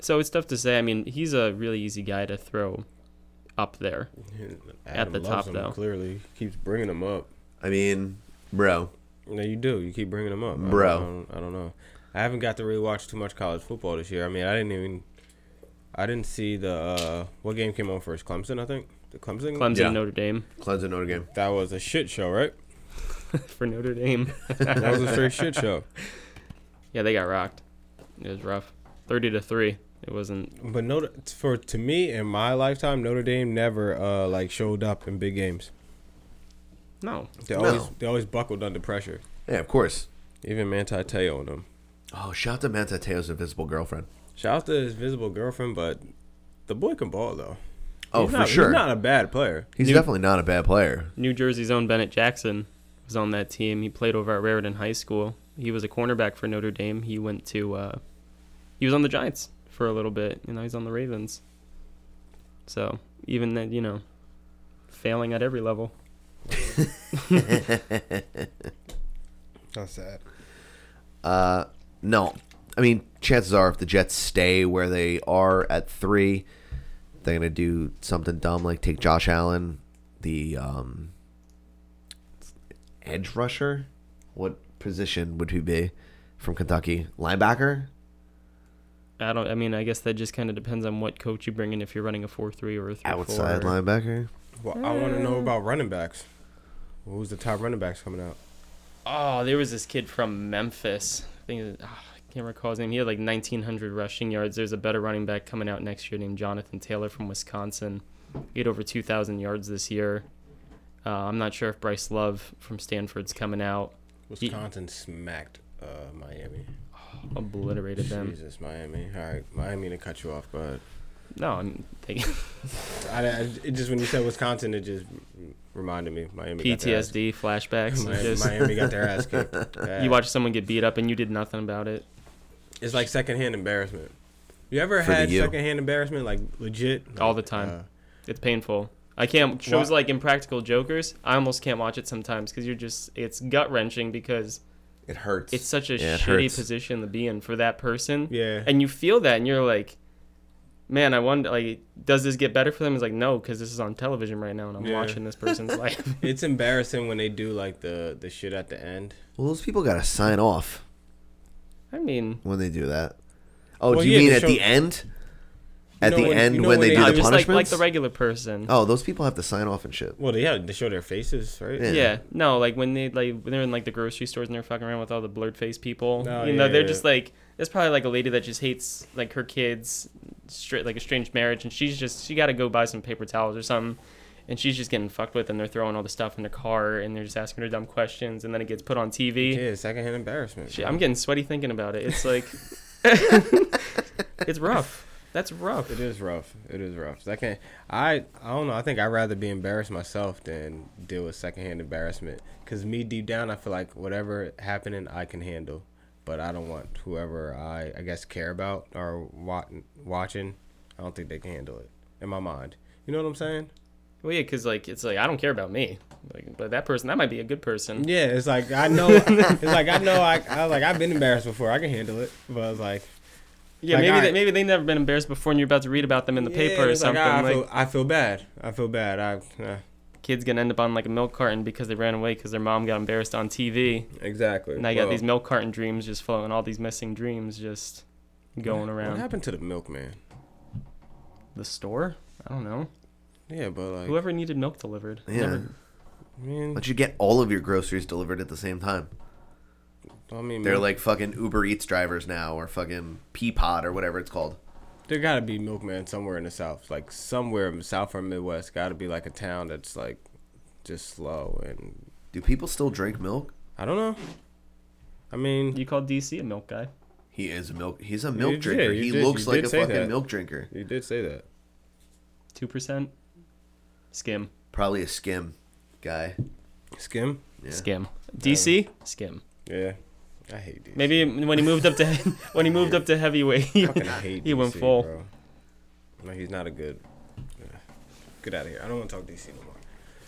Speaker 10: So it's tough to say. I mean, he's a really easy guy to throw up there at
Speaker 11: Adam
Speaker 10: the
Speaker 11: loves
Speaker 10: top,
Speaker 11: him,
Speaker 10: though.
Speaker 11: Clearly, he keeps bringing him up.
Speaker 4: I mean, bro,
Speaker 11: No, you do. You keep bringing them up, I
Speaker 4: Bro.
Speaker 11: don't- I don't, I don't know. I haven't got to really watch too much college football this year. I mean, I didn't even. I didn't see the uh, what game came on first. Clemson, I think. The Clemson. game?
Speaker 10: Clemson,
Speaker 4: Yeah.
Speaker 10: Notre Dame
Speaker 4: Clemson Notre Dame.
Speaker 11: That was a shit show, right?
Speaker 10: for Notre Dame.
Speaker 11: That was a straight shit show.
Speaker 10: yeah, they got rocked. It was rough. Thirty to three. It wasn't.
Speaker 11: But Notre, for to me in my lifetime, Notre Dame never uh, like showed up in big games.
Speaker 10: No.
Speaker 11: They always
Speaker 4: No.
Speaker 11: they always buckled under pressure.
Speaker 4: Yeah, of course.
Speaker 11: Even Manti Te'o and them.
Speaker 4: Oh, shout out to Manta Teo's invisible girlfriend.
Speaker 11: Shout out to his visible girlfriend, but the boy can ball though.
Speaker 4: Oh,
Speaker 11: He's
Speaker 4: for
Speaker 11: not-
Speaker 4: sure.
Speaker 11: He's not a bad player.
Speaker 4: He's
Speaker 10: New-
Speaker 4: definitely not a bad player.
Speaker 10: New Jersey's own Bennett Jackson was on that team. He played over at Raritan High School. He was a cornerback for Notre Dame. He went to. Uh, he was on the Giants for a little bit. You know, he's on the Ravens. So even then, you know, failing at every level.
Speaker 11: That's sad.
Speaker 4: Uh, no, I mean chances are if the Jets stay where they are at three, they're gonna do something dumb like take Josh Allen, the um, edge rusher. What position would he be from Kentucky? Linebacker.
Speaker 10: I don't. I mean, I guess that just kind of depends on what coach you bring in. If you're running a four three or a three
Speaker 4: Outside
Speaker 10: four.
Speaker 4: linebacker.
Speaker 11: Well, I want to know about running backs. Who's the top running backs coming out?
Speaker 10: Oh, there was this kid from Memphis. I think it- ah, I can't recall his name. He had like 1,900 rushing yards. There's a better running back coming out next year named Jonathan Taylor from Wisconsin. He had over 2,000 yards this year. Uh, I'm not sure if Bryce Love from Stanford's coming out. He
Speaker 11: Wisconsin smacked uh, Miami.
Speaker 10: obliterated them.
Speaker 11: Jesus, Miami. All right, Miami to cut you off, but
Speaker 10: No, I'm thinking
Speaker 11: I, I- it just when you said Wisconsin, it just reminded me Miami. got their ass-
Speaker 10: PTSD flashbacks.
Speaker 11: Miami,
Speaker 10: Just-
Speaker 11: Miami got their ass kicked.
Speaker 10: you watch someone get beat up and you did nothing about it.
Speaker 11: It's like secondhand embarrassment. You ever
Speaker 4: For the
Speaker 11: had
Speaker 4: U.
Speaker 11: secondhand embarrassment, like legit?
Speaker 10: All the
Speaker 11: Like,
Speaker 10: time.
Speaker 11: uh,
Speaker 10: It's painful. I can't shows
Speaker 11: Why-
Speaker 10: like Impractical Jokers. I almost can't watch it sometimes because you're just it's gut wrenching because
Speaker 4: It hurts.
Speaker 10: it's such a
Speaker 4: Yeah, it
Speaker 10: shitty
Speaker 4: hurts.
Speaker 10: position to be in for that person.
Speaker 11: Yeah.
Speaker 10: and you feel that, and you're like, man, I wonder like, does this get better for them? It's like no, because this is on television right now, and I'm
Speaker 11: Yeah.
Speaker 10: watching this person's life.
Speaker 11: it's embarrassing when they do like the the shit at the end.
Speaker 4: Well, those people gotta sign off
Speaker 10: I mean,
Speaker 4: when they do that. Oh,
Speaker 11: Well,
Speaker 4: do you
Speaker 11: yeah,
Speaker 4: mean
Speaker 11: they
Speaker 4: at the
Speaker 11: show-
Speaker 4: end? At
Speaker 11: know
Speaker 4: the
Speaker 11: when-
Speaker 4: end
Speaker 11: you know
Speaker 4: when
Speaker 11: when
Speaker 4: they
Speaker 11: they
Speaker 4: do the
Speaker 11: do-
Speaker 10: no, just like like
Speaker 4: punishments?
Speaker 10: the regular person.
Speaker 4: oh, those people have to sign off and shit.
Speaker 11: Well, they had to show their faces, right?
Speaker 4: Yeah.
Speaker 10: Yeah, no, like when they like when they're in like the grocery stores and they're fucking around with all the blurred face people.
Speaker 11: Oh,
Speaker 10: you know,
Speaker 11: yeah,
Speaker 10: they're
Speaker 11: yeah.
Speaker 10: just like it's probably like a lady that just hates like her kids, straight like estranged marriage, and she's just she got to go buy some paper towels or something, and she's just getting fucked with, and they're throwing all the stuff in the car, and they're just asking her dumb questions, and then it gets put on TV.
Speaker 11: Yeah, secondhand embarrassment.
Speaker 10: Shit, I'm getting sweaty thinking about it. It's like it's rough. That's rough.
Speaker 11: It is rough. It is rough. I can't. I I don't know. I think I'd rather be embarrassed myself than deal with secondhand embarrassment. Cause me deep down, I feel like whatever happening, I can handle. But I don't want whoever I I guess care about or wa- watching. I don't think they can handle it in my mind. You know what I'm saying?
Speaker 10: Well, yeah, because like it's like I don't care about me, like, but that person that might be a good person.
Speaker 11: Yeah, it's like I know. it's like I know. I, I like I've been embarrassed before. I can handle it, but I was like,
Speaker 10: Yeah,
Speaker 11: like,
Speaker 10: maybe
Speaker 11: I-
Speaker 10: they, maybe they've never been embarrassed before, and you're about to read about them in the paper
Speaker 11: Yeah,
Speaker 10: or
Speaker 11: it's like,
Speaker 10: something.
Speaker 11: I,
Speaker 10: Like,
Speaker 11: I, feel, I feel bad. I feel bad. I uh,
Speaker 10: kids gonna end up on like a milk carton because they ran away because their mom got embarrassed on TV.
Speaker 11: Exactly.
Speaker 10: And I got
Speaker 11: Well-
Speaker 10: these milk carton dreams just flowing, all these missing dreams just going
Speaker 11: What-
Speaker 10: around.
Speaker 11: What happened to the milkman?
Speaker 10: The store? I don't know.
Speaker 11: Yeah, but like
Speaker 10: Whoever needed milk delivered.
Speaker 4: Yeah.
Speaker 10: Never-
Speaker 11: Man.
Speaker 4: But you get all of your groceries delivered at the same time.
Speaker 11: I mean,
Speaker 4: They're
Speaker 11: man.
Speaker 4: like fucking Uber Eats drivers now, or fucking Peapod, or whatever it's called.
Speaker 11: There gotta be milkman somewhere in the south, like somewhere in the south or Midwest. Gotta be like a town that's like just slow and.
Speaker 4: Do people still drink milk?
Speaker 11: I don't know. I mean,
Speaker 10: you called DC a milk guy.
Speaker 4: He is a milk. He's a
Speaker 11: You
Speaker 4: milk
Speaker 11: did,
Speaker 4: drinker.
Speaker 11: you
Speaker 4: he
Speaker 11: did-
Speaker 4: looks
Speaker 11: you
Speaker 4: like
Speaker 11: did
Speaker 4: a
Speaker 11: say
Speaker 4: fucking
Speaker 11: that.
Speaker 4: milk drinker.
Speaker 11: You did say that.
Speaker 10: Two percent. Skim.
Speaker 4: Probably a skim guy.
Speaker 11: Skim.
Speaker 4: Yeah.
Speaker 11: Um,
Speaker 10: Skim. DC? Skim.
Speaker 11: Yeah. I hate DC.
Speaker 10: Maybe when he moved up to when he moved up to heavyweight, he,
Speaker 11: Fucking hate
Speaker 10: he went
Speaker 11: DC,
Speaker 10: full.
Speaker 11: bro. No, he's not a good. yeah. Get out of here. I don't want to talk DC no more.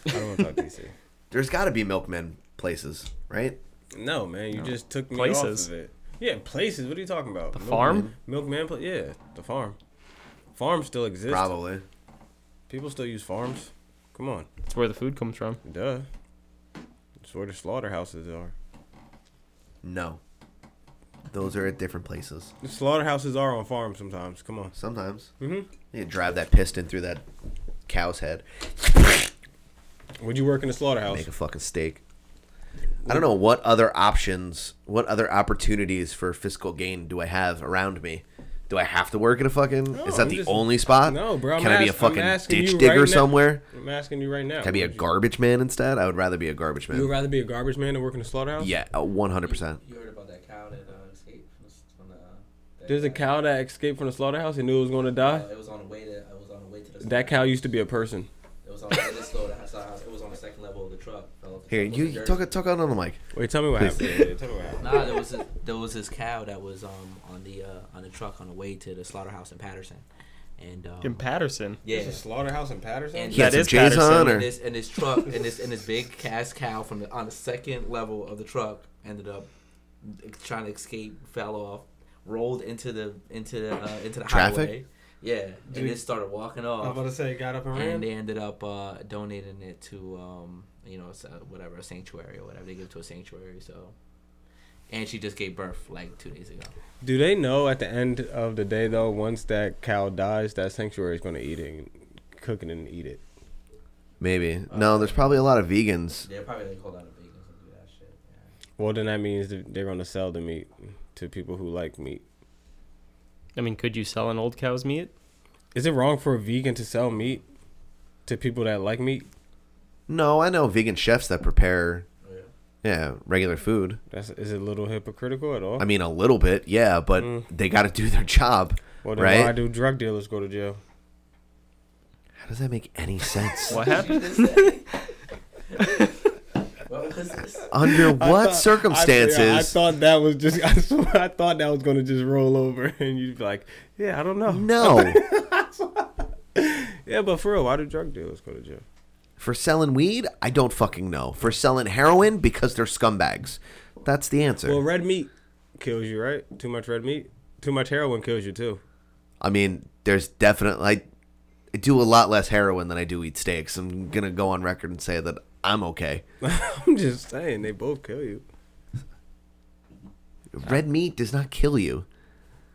Speaker 11: I don't want to talk DC.
Speaker 4: There's got to be milkmen places, right?
Speaker 11: No, man, you
Speaker 4: No.
Speaker 11: just took me
Speaker 4: Places.
Speaker 11: off of it. Yeah, places. What are you talking about? The
Speaker 4: farm?
Speaker 11: Milkman. Pla- yeah, the farm. Farms still exist.
Speaker 4: Probably.
Speaker 11: People still use farms. Come on.
Speaker 10: It's where the food comes from.
Speaker 11: Duh. It's where the slaughterhouses are.
Speaker 4: No. Those are at different places.
Speaker 11: The slaughterhouses are on farms sometimes. Come on.
Speaker 4: Sometimes.
Speaker 11: Mhm.
Speaker 4: You drive that piston through that cow's head.
Speaker 11: Would you work in a slaughterhouse?
Speaker 4: Make a fucking steak. I don't know what other options, what other opportunities for fiscal gain do I have around me? Do I have to work in a fucking?
Speaker 11: No,
Speaker 4: is that
Speaker 11: I'm
Speaker 4: the
Speaker 11: just-
Speaker 4: only spot?
Speaker 11: No, bro. I'm
Speaker 4: Can I be a
Speaker 11: ask- I'm
Speaker 4: fucking
Speaker 11: asking
Speaker 4: ditch
Speaker 11: you
Speaker 4: digger
Speaker 11: right now-
Speaker 4: somewhere?
Speaker 11: I'm asking you right now.
Speaker 4: Can I be a
Speaker 11: Would you-
Speaker 4: garbage man instead? I would rather be a garbage
Speaker 11: You would
Speaker 4: man.
Speaker 11: rather be a garbage man than work in a slaughterhouse?
Speaker 4: Yeah, one hundred percent.
Speaker 12: You heard about that cow that uh, escaped from the- from the. Uh,
Speaker 11: There's a cow that escaped from the slaughterhouse and knew it was going to die.
Speaker 12: that- it was on the way to. It was on the way to the.
Speaker 11: That cow used to be a person.
Speaker 12: It was on the way to the store. That's how- It was on the second level of the truck. fell off the
Speaker 4: Here,
Speaker 12: truck,
Speaker 4: you,
Speaker 12: was
Speaker 4: you
Speaker 12: dirt.
Speaker 4: talk talk out on the mic.
Speaker 11: Wait, tell me what
Speaker 4: Please.
Speaker 11: happened. Yeah, yeah, tell me what happened.
Speaker 12: Nah, there was a, there was this cow that was um on the uh, on the truck on the way to the slaughterhouse in Patterson, and um,
Speaker 10: In Patterson?
Speaker 12: yeah,
Speaker 11: There's a slaughterhouse in Patterson?
Speaker 12: And
Speaker 4: He had
Speaker 12: that
Speaker 4: some J's
Speaker 12: Patterson.
Speaker 4: on, or-
Speaker 12: And this, and this truck and this and this big cast cow from the on the second level of the truck ended up trying to escape, fell off, rolled into the into the uh, into the
Speaker 4: Traffic?
Speaker 12: highway. Yeah,
Speaker 11: Dude.
Speaker 12: and then started walking off.
Speaker 11: I was about to say, got up and ran?
Speaker 12: they ended up uh, donating it to um, you know s- uh, whatever a sanctuary or whatever they give to a sanctuary. So, and she just gave birth like two days ago.
Speaker 11: Do they know at the end of the day though, once that cow dies, that sanctuary is going to eat it, and cook it and eat it?
Speaker 4: Maybe. No, there's probably a lot of vegans.
Speaker 12: They're probably gonna call out a vegans and do that shit.
Speaker 11: Well, then that means that they're going to sell the meat to people who like meat.
Speaker 10: I mean, could you sell an old cow's meat?
Speaker 11: Is it wrong for a vegan to sell meat to people that like meat?
Speaker 4: No, I know vegan chefs that prepare. Yeah, regular food.
Speaker 11: That's is it a little hypocritical at all?
Speaker 4: I mean, a little bit, yeah, but
Speaker 11: Mm.
Speaker 4: they got to do their job,
Speaker 11: well, then
Speaker 4: right?
Speaker 11: why do drug dealers go to jail?
Speaker 4: How does that make any sense?
Speaker 10: What happened?
Speaker 12: What was this?
Speaker 4: Under
Speaker 11: I
Speaker 4: what
Speaker 11: thought- I-
Speaker 4: circumstances?
Speaker 11: yeah, I, thought that was just. I, swear, I thought that was going to just roll over, and you'd be like, "Yeah, I don't know."
Speaker 4: No.
Speaker 11: yeah, but for real, why do drug dealers go to jail?
Speaker 4: For selling weed, I don't fucking know. For selling heroin, because they're scumbags. That's the answer.
Speaker 11: Well, red meat kills you, right? Too much red meat, too much heroin kills you too.
Speaker 4: I mean, there's definitely. I, I do a lot less heroin than I do eat steaks. I'm gonna go on record and say that I'm okay.
Speaker 11: I'm just saying, they both kill you.
Speaker 4: Red meat does not kill you.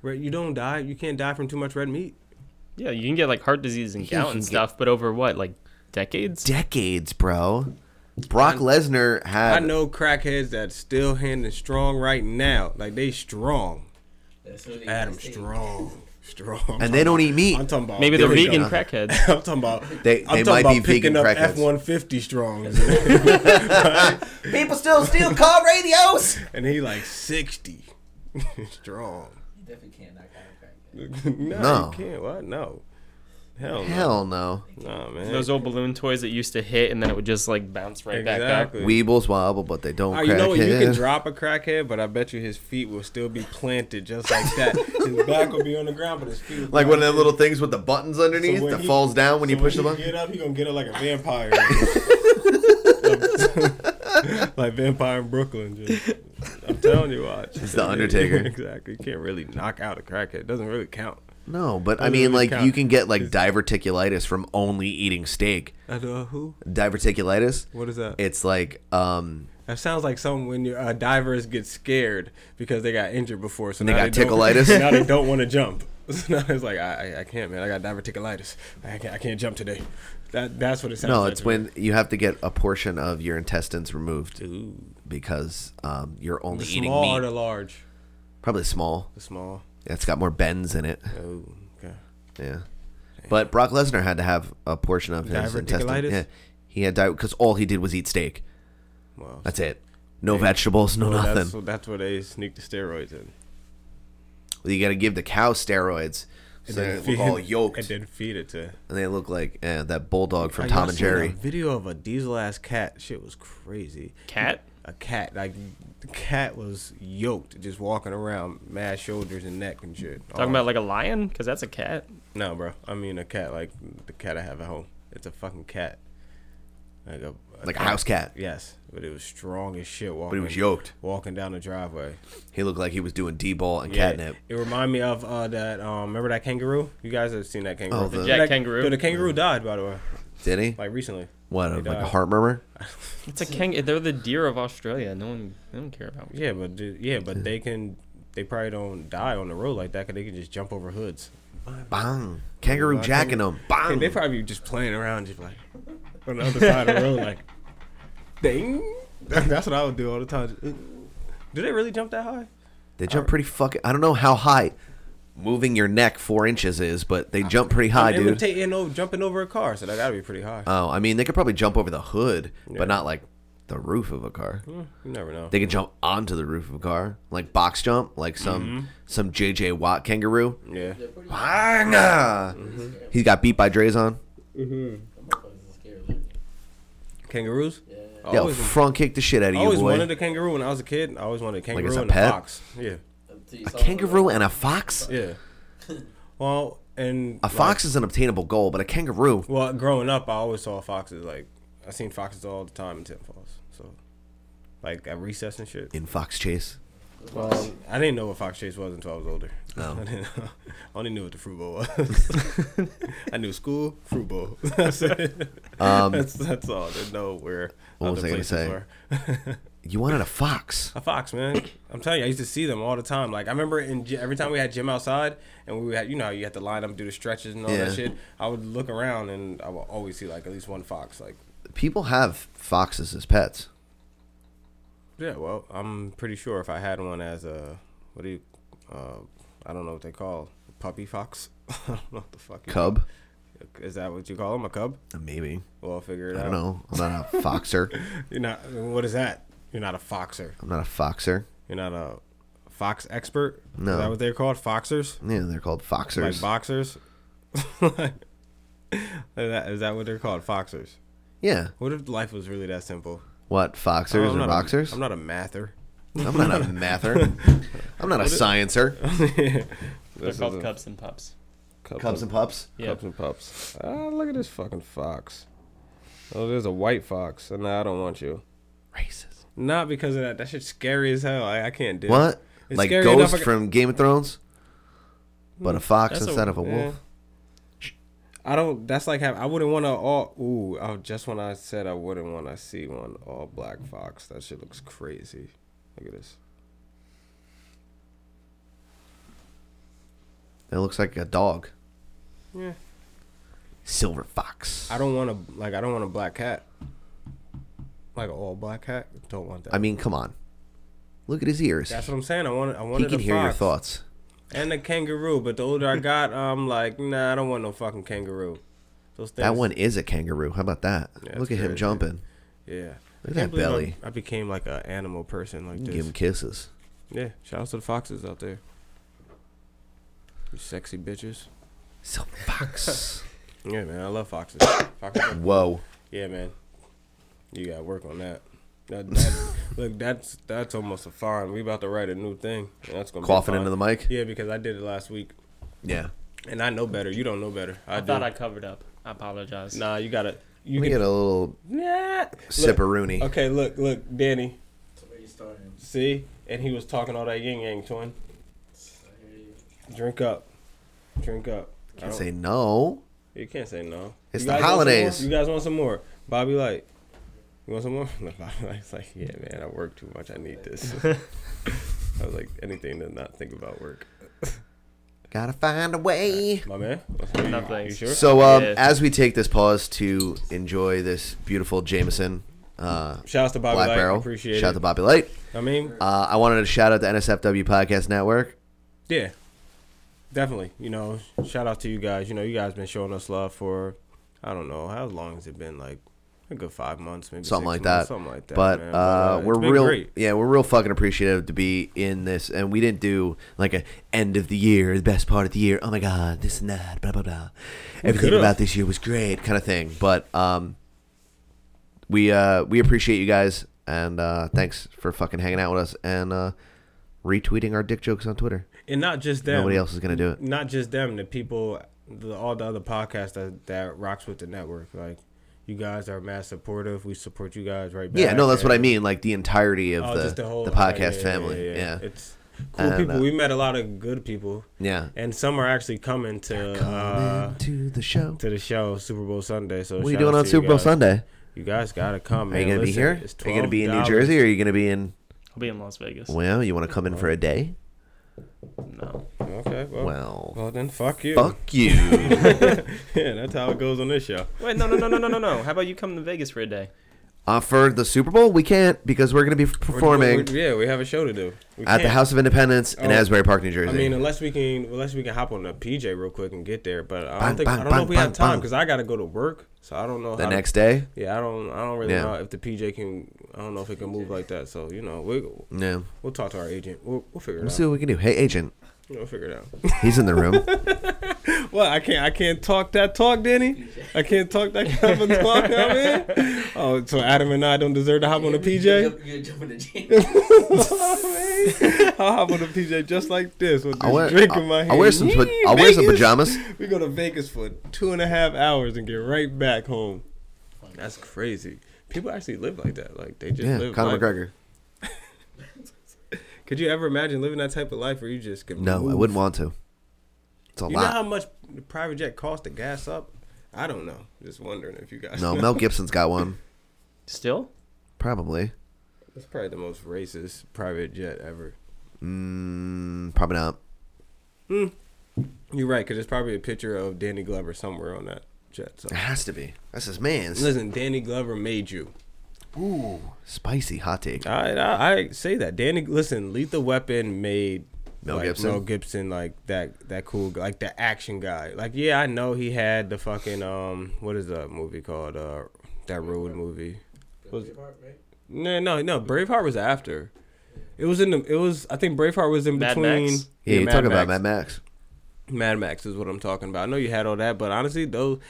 Speaker 11: Right? You don't die. You can't die from too much red meat.
Speaker 10: Yeah, you can get like heart disease and
Speaker 11: You
Speaker 10: gout
Speaker 11: can
Speaker 10: and
Speaker 11: get-
Speaker 10: stuff, but over what, like decades?
Speaker 4: Decades, bro. Brock Lesnar
Speaker 11: I
Speaker 4: had
Speaker 11: know crackheads that still handing strong right now. Like they strong. Adam strong, strong.
Speaker 4: And they don't eat meat.
Speaker 11: I'm talking about
Speaker 4: Maybe they're vegan
Speaker 10: crackheads.
Speaker 11: I'm talking about
Speaker 4: They-
Speaker 11: I'm
Speaker 4: they
Speaker 11: talking
Speaker 4: might be
Speaker 11: about picking
Speaker 4: vegan
Speaker 11: up
Speaker 4: crackheads.
Speaker 11: F-150 strong.
Speaker 4: People still steal car radios.
Speaker 11: And he like 60 strong.
Speaker 12: You definitely can't knock out a crackhead.
Speaker 11: no,
Speaker 4: No.
Speaker 11: you can't. What? No. Hell no.
Speaker 4: Hell no.
Speaker 11: Nah, man.
Speaker 10: Those old balloon toys that used to hit and then it would just like bounce right back up.
Speaker 11: Exactly.
Speaker 4: Weebles wobble, but they don't
Speaker 11: Ah,
Speaker 4: crack
Speaker 11: you know what? You can
Speaker 4: heads.
Speaker 11: drop a crackhead, but I bet you his feet will still be planted just like that. his back will be on the ground, but his feet. will be
Speaker 4: Like one of
Speaker 11: planted.
Speaker 4: them little things with the buttons underneath
Speaker 11: when
Speaker 4: that
Speaker 11: he-
Speaker 4: falls down when
Speaker 11: so
Speaker 4: you push the
Speaker 11: he
Speaker 4: button.
Speaker 11: Get up, he gonna get up like a vampire, like vampire in Brooklyn. Just, I'm telling you, watch.
Speaker 4: It's The Undertaker.
Speaker 11: exactly. You can't really knock out a crackhead. It doesn't really count.
Speaker 4: No, but I
Speaker 11: Doesn't
Speaker 4: mean,
Speaker 11: really
Speaker 4: like
Speaker 11: count.
Speaker 4: you can get like diverticulitis from only eating steak.
Speaker 11: I don't know who.
Speaker 4: Diverticulitis.
Speaker 11: What is that?
Speaker 4: It's like um,
Speaker 11: That sounds like something when your uh, divers get scared because they got injured before, so
Speaker 4: They
Speaker 11: now
Speaker 4: got
Speaker 11: they don't-
Speaker 4: tickleitis?
Speaker 11: Now they don't want to jump. So now it's like I, I- I can't, man. I got diverticulitis. I can't, I can't jump today. That that's what it sounds.
Speaker 4: no,
Speaker 11: like
Speaker 4: it's
Speaker 11: to me.
Speaker 4: when you have to get a portion of your intestines removed because um, you're only
Speaker 11: the
Speaker 4: eating
Speaker 11: small
Speaker 4: meat.
Speaker 11: or the large.
Speaker 4: Probably small.
Speaker 11: The small.
Speaker 4: It's got more bends in it.
Speaker 11: Oh, okay.
Speaker 4: Yeah. But Brock Lesnar had to have a portion of his intestine.
Speaker 11: Diverticulitis?
Speaker 4: Yeah. He had because all he did was eat steak.
Speaker 11: Wow.
Speaker 4: That's it. No vegetables, no
Speaker 11: Well,
Speaker 4: nothing.
Speaker 11: Oh, That's, so that's where they sneak the steroids in.
Speaker 4: Well, you got to give the cow steroids so
Speaker 11: And
Speaker 4: they
Speaker 11: then
Speaker 4: look
Speaker 11: feed-
Speaker 4: all yoked,
Speaker 11: And then feed it to
Speaker 4: and they look like eh, that bulldog from
Speaker 11: I
Speaker 4: Tom
Speaker 11: just
Speaker 4: and
Speaker 11: seen A
Speaker 4: Jerry.
Speaker 11: video of a diesel ass cat. Shit was crazy.
Speaker 10: Cat?
Speaker 11: A cat. Like the cat was yoked, just walking around, mad shoulders and neck and shit.
Speaker 10: Talking about like a lion? Because that's a cat.
Speaker 11: No, bro. I mean a cat like the cat I have at home. It's a fucking cat. Like a,
Speaker 4: Like a house cat.
Speaker 11: Yes, but it was strong as shit. Walking,
Speaker 4: was yoked.
Speaker 11: Walking down the driveway.
Speaker 4: He looked like he was doing d-ball and
Speaker 11: Yeah,
Speaker 4: catnip.
Speaker 11: It reminded me of uh, that. Um, remember that kangaroo? You guys have seen that kangaroo?
Speaker 4: Oh, the- The
Speaker 10: Jack
Speaker 11: That-
Speaker 10: kangaroo?
Speaker 11: Dude, the kangaroo died, by the way.
Speaker 4: Did he?
Speaker 11: Like recently.
Speaker 4: What?
Speaker 11: He
Speaker 4: Like a
Speaker 11: died.
Speaker 4: heart murmur?
Speaker 10: It's a kang. They're the deer of Australia. No one, they don't care about.
Speaker 11: Yeah, but dude, yeah, but they can. They probably don't die on the road like that because they can just jump over hoods.
Speaker 4: Bang! Kangaroo
Speaker 11: Bang.
Speaker 4: jacking him.
Speaker 11: Hey,
Speaker 4: Bang!
Speaker 11: they probably just playing around, just like on the other side of the road, like ding. That's what I would do all the time. Do they really jump that high?
Speaker 4: They jump pretty fucking. I don't know how high moving your neck four inches is, but they jump pretty high,
Speaker 11: they would
Speaker 4: dude.
Speaker 11: take- you know, jumping over a car, so that gotta be pretty high.
Speaker 4: Oh, I mean, they could probably jump over the hood,
Speaker 11: Yeah. Hmm.
Speaker 4: but not like the roof of a car.
Speaker 11: you never know.
Speaker 4: They can jump onto the roof of a car, like box jump, like
Speaker 11: Mm-hmm.
Speaker 4: some some JJ Watt kangaroo.
Speaker 11: yeah.
Speaker 4: Banga! He got beat by Drazon.
Speaker 11: Kangaroos. I
Speaker 4: Yo,
Speaker 11: always,
Speaker 4: front kicked the shit out of
Speaker 11: I
Speaker 4: you,
Speaker 11: always wanted
Speaker 4: boy.
Speaker 11: a kangaroo when I was a kid. I always wanted a
Speaker 4: Like
Speaker 11: kangaroo
Speaker 4: as a
Speaker 11: and a
Speaker 4: pet?
Speaker 11: fox. Yeah,
Speaker 4: A kangaroo and a fox.
Speaker 11: yeah. Well, and
Speaker 4: A
Speaker 11: like-
Speaker 4: fox is an obtainable goal, but a kangaroo.
Speaker 11: Well, growing up, I always saw foxes. Like I seen foxes all the time in Tim Falls. So, like at recess and shit.
Speaker 4: in Fox Chase.
Speaker 11: Well, I didn't know what fox chase was until I was older.
Speaker 4: Oh.
Speaker 11: I, didn't know. I only knew what the fruit bowl was. I knew school fruit bowl. that's it.
Speaker 4: Um,
Speaker 11: that's, that's all. I didn't know where
Speaker 4: What was
Speaker 11: other
Speaker 4: I gonna
Speaker 11: places
Speaker 4: say?
Speaker 11: were.
Speaker 4: You wanted a fox.
Speaker 11: A fox, man. I'm telling you, I used to see them all the time. Like I remember in gy- every time we had gym outside, and we had you know how you had to line up, do the stretches and all
Speaker 4: Yeah.
Speaker 11: that shit. I would look around, and I would always see like at least one fox. Like
Speaker 4: People have foxes as pets.
Speaker 11: yeah, well, I'm pretty sure if I had one as a what do you, uh, I don't know what they call puppy fox. I don't know what the fuck. you
Speaker 4: Cub?
Speaker 11: call- Is that what you call them? A cub?
Speaker 4: Maybe.
Speaker 11: Well, I'll figure it
Speaker 4: I
Speaker 11: out.
Speaker 4: don't know. I'm not a foxer.
Speaker 11: You're not. What is that? You're not a foxer.
Speaker 4: I'm not a foxer.
Speaker 11: You're not a fox expert.
Speaker 4: No.
Speaker 11: Is that what they're called? Foxers.
Speaker 4: Yeah, they're called foxers.
Speaker 11: Like boxers. is, that, is that what they're called? Foxers.
Speaker 4: yeah.
Speaker 11: What if life was really that simple? Oh,
Speaker 4: What? Foxers
Speaker 11: I'm
Speaker 4: or
Speaker 11: not
Speaker 4: boxers?
Speaker 11: A, I'm not a mather.
Speaker 4: I'm not a mather. I'm not a sciencer.
Speaker 10: They're
Speaker 11: This
Speaker 10: called
Speaker 11: is a-
Speaker 10: cubs and pups.
Speaker 4: Cubs and pups.
Speaker 10: Yeah.
Speaker 11: Cubs and pups. Ah, look at this fucking fox. Oh, there's a white fox, and I don't want you.
Speaker 4: Racist.
Speaker 11: Not because of that. That shit's scary as hell. I, I can't do
Speaker 4: What?
Speaker 11: it.
Speaker 4: like
Speaker 11: scary
Speaker 4: Ghost
Speaker 11: enough Hmm. I ca-
Speaker 4: from Game of Thrones? But a fox
Speaker 10: That's a-
Speaker 4: instead of a wolf.
Speaker 11: I don't. That's like have. I wouldn't want to all. Ooh. I just when I said I wouldn't want to see one all black fox. That shit looks crazy. Look at this.
Speaker 4: It looks like a dog.
Speaker 11: Yeah.
Speaker 4: Silver fox.
Speaker 11: I don't want a like. I don't want a black cat. Like an all black cat. Don't want that.
Speaker 4: I mean, come on. Look at his ears.
Speaker 11: that's what I'm saying. I wanted. I
Speaker 4: He
Speaker 11: wanted
Speaker 4: can
Speaker 11: a
Speaker 4: hear
Speaker 11: fox
Speaker 4: your thoughts.
Speaker 11: and a kangaroo. But the older I got, I'm like, nah. I don't want no fucking kangaroo. Those things.
Speaker 4: That one is a kangaroo. How about that?
Speaker 11: Yeah,
Speaker 4: Look
Speaker 11: that's
Speaker 4: at him
Speaker 11: crazy.
Speaker 4: jumping.
Speaker 11: Yeah.
Speaker 4: Look at
Speaker 11: I
Speaker 4: that
Speaker 11: can't believe I-
Speaker 4: belly.
Speaker 11: I, became like an animal person like
Speaker 4: Give
Speaker 11: this.
Speaker 4: him kisses.
Speaker 11: Yeah. Shout out to the foxes out there. You sexy bitches.
Speaker 4: Silver fox.
Speaker 11: Yeah, man, I love foxes. Foxes are-
Speaker 4: Whoa.
Speaker 11: Yeah, man, you gotta work on that. That, that look, that's that's almost a fine. We about to write a new thing. and that's gonna be a
Speaker 4: Coughing
Speaker 11: fine.
Speaker 4: into the mic?
Speaker 11: Yeah, because I did it last week.
Speaker 4: Yeah.
Speaker 11: and I know better. You don't know better. I,
Speaker 10: I
Speaker 11: do.
Speaker 10: thought I covered up. I apologize.
Speaker 11: Nah, you gotta. You
Speaker 4: Let me
Speaker 11: can-
Speaker 4: get a little
Speaker 11: Nah.
Speaker 4: sipperoonie.
Speaker 11: Look, Okay, look, look, Danny. See, and he was talking all that yin yang twin. Drink up, drink up. I
Speaker 4: Can't
Speaker 11: don't-
Speaker 4: say no.
Speaker 11: You can't say no.
Speaker 4: It's
Speaker 11: You
Speaker 4: the
Speaker 11: guys want some
Speaker 4: holidays.
Speaker 11: more? You guys want some more? Bobby Light. You want some more? Look, Bobby Light's like, yeah, man, I work too much. I need this. I was like, anything to not think about work.
Speaker 4: Gotta find a way.
Speaker 11: My man? You-
Speaker 10: No, thanks.
Speaker 11: You sure?
Speaker 4: So, um,
Speaker 10: Yeah.
Speaker 4: as we take this pause to enjoy this beautiful Jameson, uh,
Speaker 11: Shouts to Bobby Light. Appreciate
Speaker 4: shout
Speaker 11: it.
Speaker 4: to Bobby Light.
Speaker 11: I mean-
Speaker 4: uh, I wanted to shout out the NSFW Podcast Network.
Speaker 11: Yeah, definitely. You know, shout out to you guys. You know, you guys been showing us love for, I don't know, how long has it been? Like a good five months, maybe
Speaker 4: something like
Speaker 11: six months,
Speaker 4: that.
Speaker 11: Something like that.
Speaker 4: But
Speaker 11: man.
Speaker 4: uh,
Speaker 11: it's
Speaker 4: we're
Speaker 11: been
Speaker 4: real,
Speaker 11: great.
Speaker 4: yeah, we're real fucking appreciative to be in this, and we didn't do like a end of the year, the best part of the year. Oh my god, this and that, blah blah blah.
Speaker 11: We
Speaker 4: Everything
Speaker 11: could've.
Speaker 4: about this year was great, kind of thing. But um, we uh, we appreciate you guys, and uh, thanks for fucking hanging out with us and uh, retweeting our dick jokes on Twitter.
Speaker 11: and not just them.
Speaker 4: Nobody else is gonna do it.
Speaker 11: Not just them. The people, the, all the other podcasts that that rocks with the network. Like, you guys are mad supportive. We support you guys right back.
Speaker 4: Yeah, no, that's what I
Speaker 11: And-
Speaker 4: mean. Like the entirety of
Speaker 11: Oh,
Speaker 4: the,
Speaker 11: just
Speaker 4: the,
Speaker 11: whole-
Speaker 4: podcast
Speaker 11: yeah, yeah,
Speaker 4: family. Yeah,
Speaker 11: It's cool
Speaker 4: And,
Speaker 11: people.
Speaker 4: uh,
Speaker 11: we met a lot of good people.
Speaker 4: Yeah.
Speaker 11: And some are actually coming to uh,
Speaker 4: to the show.
Speaker 11: To the show Super Bowl Sunday. So
Speaker 4: What are you
Speaker 11: shout
Speaker 4: doing
Speaker 11: out
Speaker 4: on
Speaker 11: to you
Speaker 4: Super Bowl
Speaker 11: guys.
Speaker 4: Sunday?
Speaker 11: You guys gotta come.
Speaker 4: Are you
Speaker 11: man.
Speaker 4: gonna be
Speaker 11: Listen,
Speaker 4: here?
Speaker 11: it's
Speaker 4: Are you gonna be in New
Speaker 11: $12.
Speaker 4: Jersey, or are you gonna be in?
Speaker 10: I'll be in Las Vegas.
Speaker 4: Well, you want to come in for a day?
Speaker 10: No.
Speaker 11: Okay. Well,
Speaker 4: Well.
Speaker 11: well, then fuck you.
Speaker 4: Fuck you.
Speaker 11: yeah, that's how it goes on this show.
Speaker 10: Wait, no, no, no, no, no, no, no. How about you come to Vegas for a day?
Speaker 4: Uh, for the Super Bowl, we can't because we're gonna be performing
Speaker 11: We're- yeah, we have a show to do We
Speaker 4: at the
Speaker 11: can't.
Speaker 4: House of Independence in
Speaker 11: Oh.
Speaker 4: Asbury Park, New Jersey.
Speaker 11: I mean, unless we can, unless we can hop on a PJ real quick and get there. But I don't
Speaker 4: Bang,
Speaker 11: think I
Speaker 4: bang,
Speaker 11: don't know if
Speaker 4: bang,
Speaker 11: we have
Speaker 4: bang,
Speaker 11: time
Speaker 4: bang.
Speaker 11: because I gotta go to work. So I don't know
Speaker 4: The
Speaker 11: how to-
Speaker 4: next day?
Speaker 11: Yeah, I don't. I don't really
Speaker 4: Yeah.
Speaker 11: know if the PJ can. I don't know if it can move like that. So you know, we
Speaker 4: Yeah.
Speaker 11: we'll talk to our agent. We'll, we'll figure it
Speaker 4: We'll
Speaker 11: out.
Speaker 4: see what we can do. Hey, agent.
Speaker 11: We'll figure it out.
Speaker 4: He's in the room.
Speaker 11: Well, I can't. I can't talk that talk, Danny. I can't talk that kind of talk, man. Oh, so Adam and I don't deserve to hop on a PJ.
Speaker 12: You're jumping the gym.
Speaker 11: I'll hop on a PJ just like this with
Speaker 4: I
Speaker 11: this
Speaker 4: wear-
Speaker 11: drink in my
Speaker 4: I-
Speaker 11: hand.
Speaker 4: I wear some pa-
Speaker 11: Yee,
Speaker 4: I wear some
Speaker 11: Vegas.
Speaker 4: pajamas.
Speaker 11: We go to Vegas for two and a half hours and get right back home. That's crazy. People actually live like that. Like they just
Speaker 4: Yeah,
Speaker 11: live.
Speaker 4: Conor
Speaker 11: life.
Speaker 4: McGregor.
Speaker 11: Could you ever imagine living that type of life where you just can
Speaker 4: No, I
Speaker 11: move?
Speaker 4: wouldn't want to. It's a
Speaker 11: you know
Speaker 4: lot.
Speaker 11: how much the private jet cost to gas up? I don't know. Just wondering if you guys.
Speaker 4: No,
Speaker 11: know.
Speaker 4: Mel Gibson's got one.
Speaker 10: Still?
Speaker 4: Probably.
Speaker 11: That's probably the most racist private jet ever.
Speaker 4: Mm, probably not.
Speaker 11: You're right, because there's probably a picture of Danny Glover somewhere on that jet. So.
Speaker 4: It has to be. That's his man's.
Speaker 11: Listen, Danny Glover made you.
Speaker 4: Ooh, spicy hot take.
Speaker 11: I, I I say that Danny. Listen, Lethal Weapon made
Speaker 4: Mel
Speaker 11: like,
Speaker 4: Gibson?
Speaker 11: Mel Gibson like that that cool guy, like the action guy. Like yeah, I know he had the fucking um what is that movie called uh that road movie. Was- No no no Braveheart was after. It was in the it was I think Braveheart was in
Speaker 10: Mad
Speaker 11: between.
Speaker 10: Max?
Speaker 4: Yeah, you're
Speaker 11: Mad
Speaker 4: talking about
Speaker 11: Max.
Speaker 4: Mad Max.
Speaker 11: Mad Max is what I'm talking about. I know you had all that, but honestly, those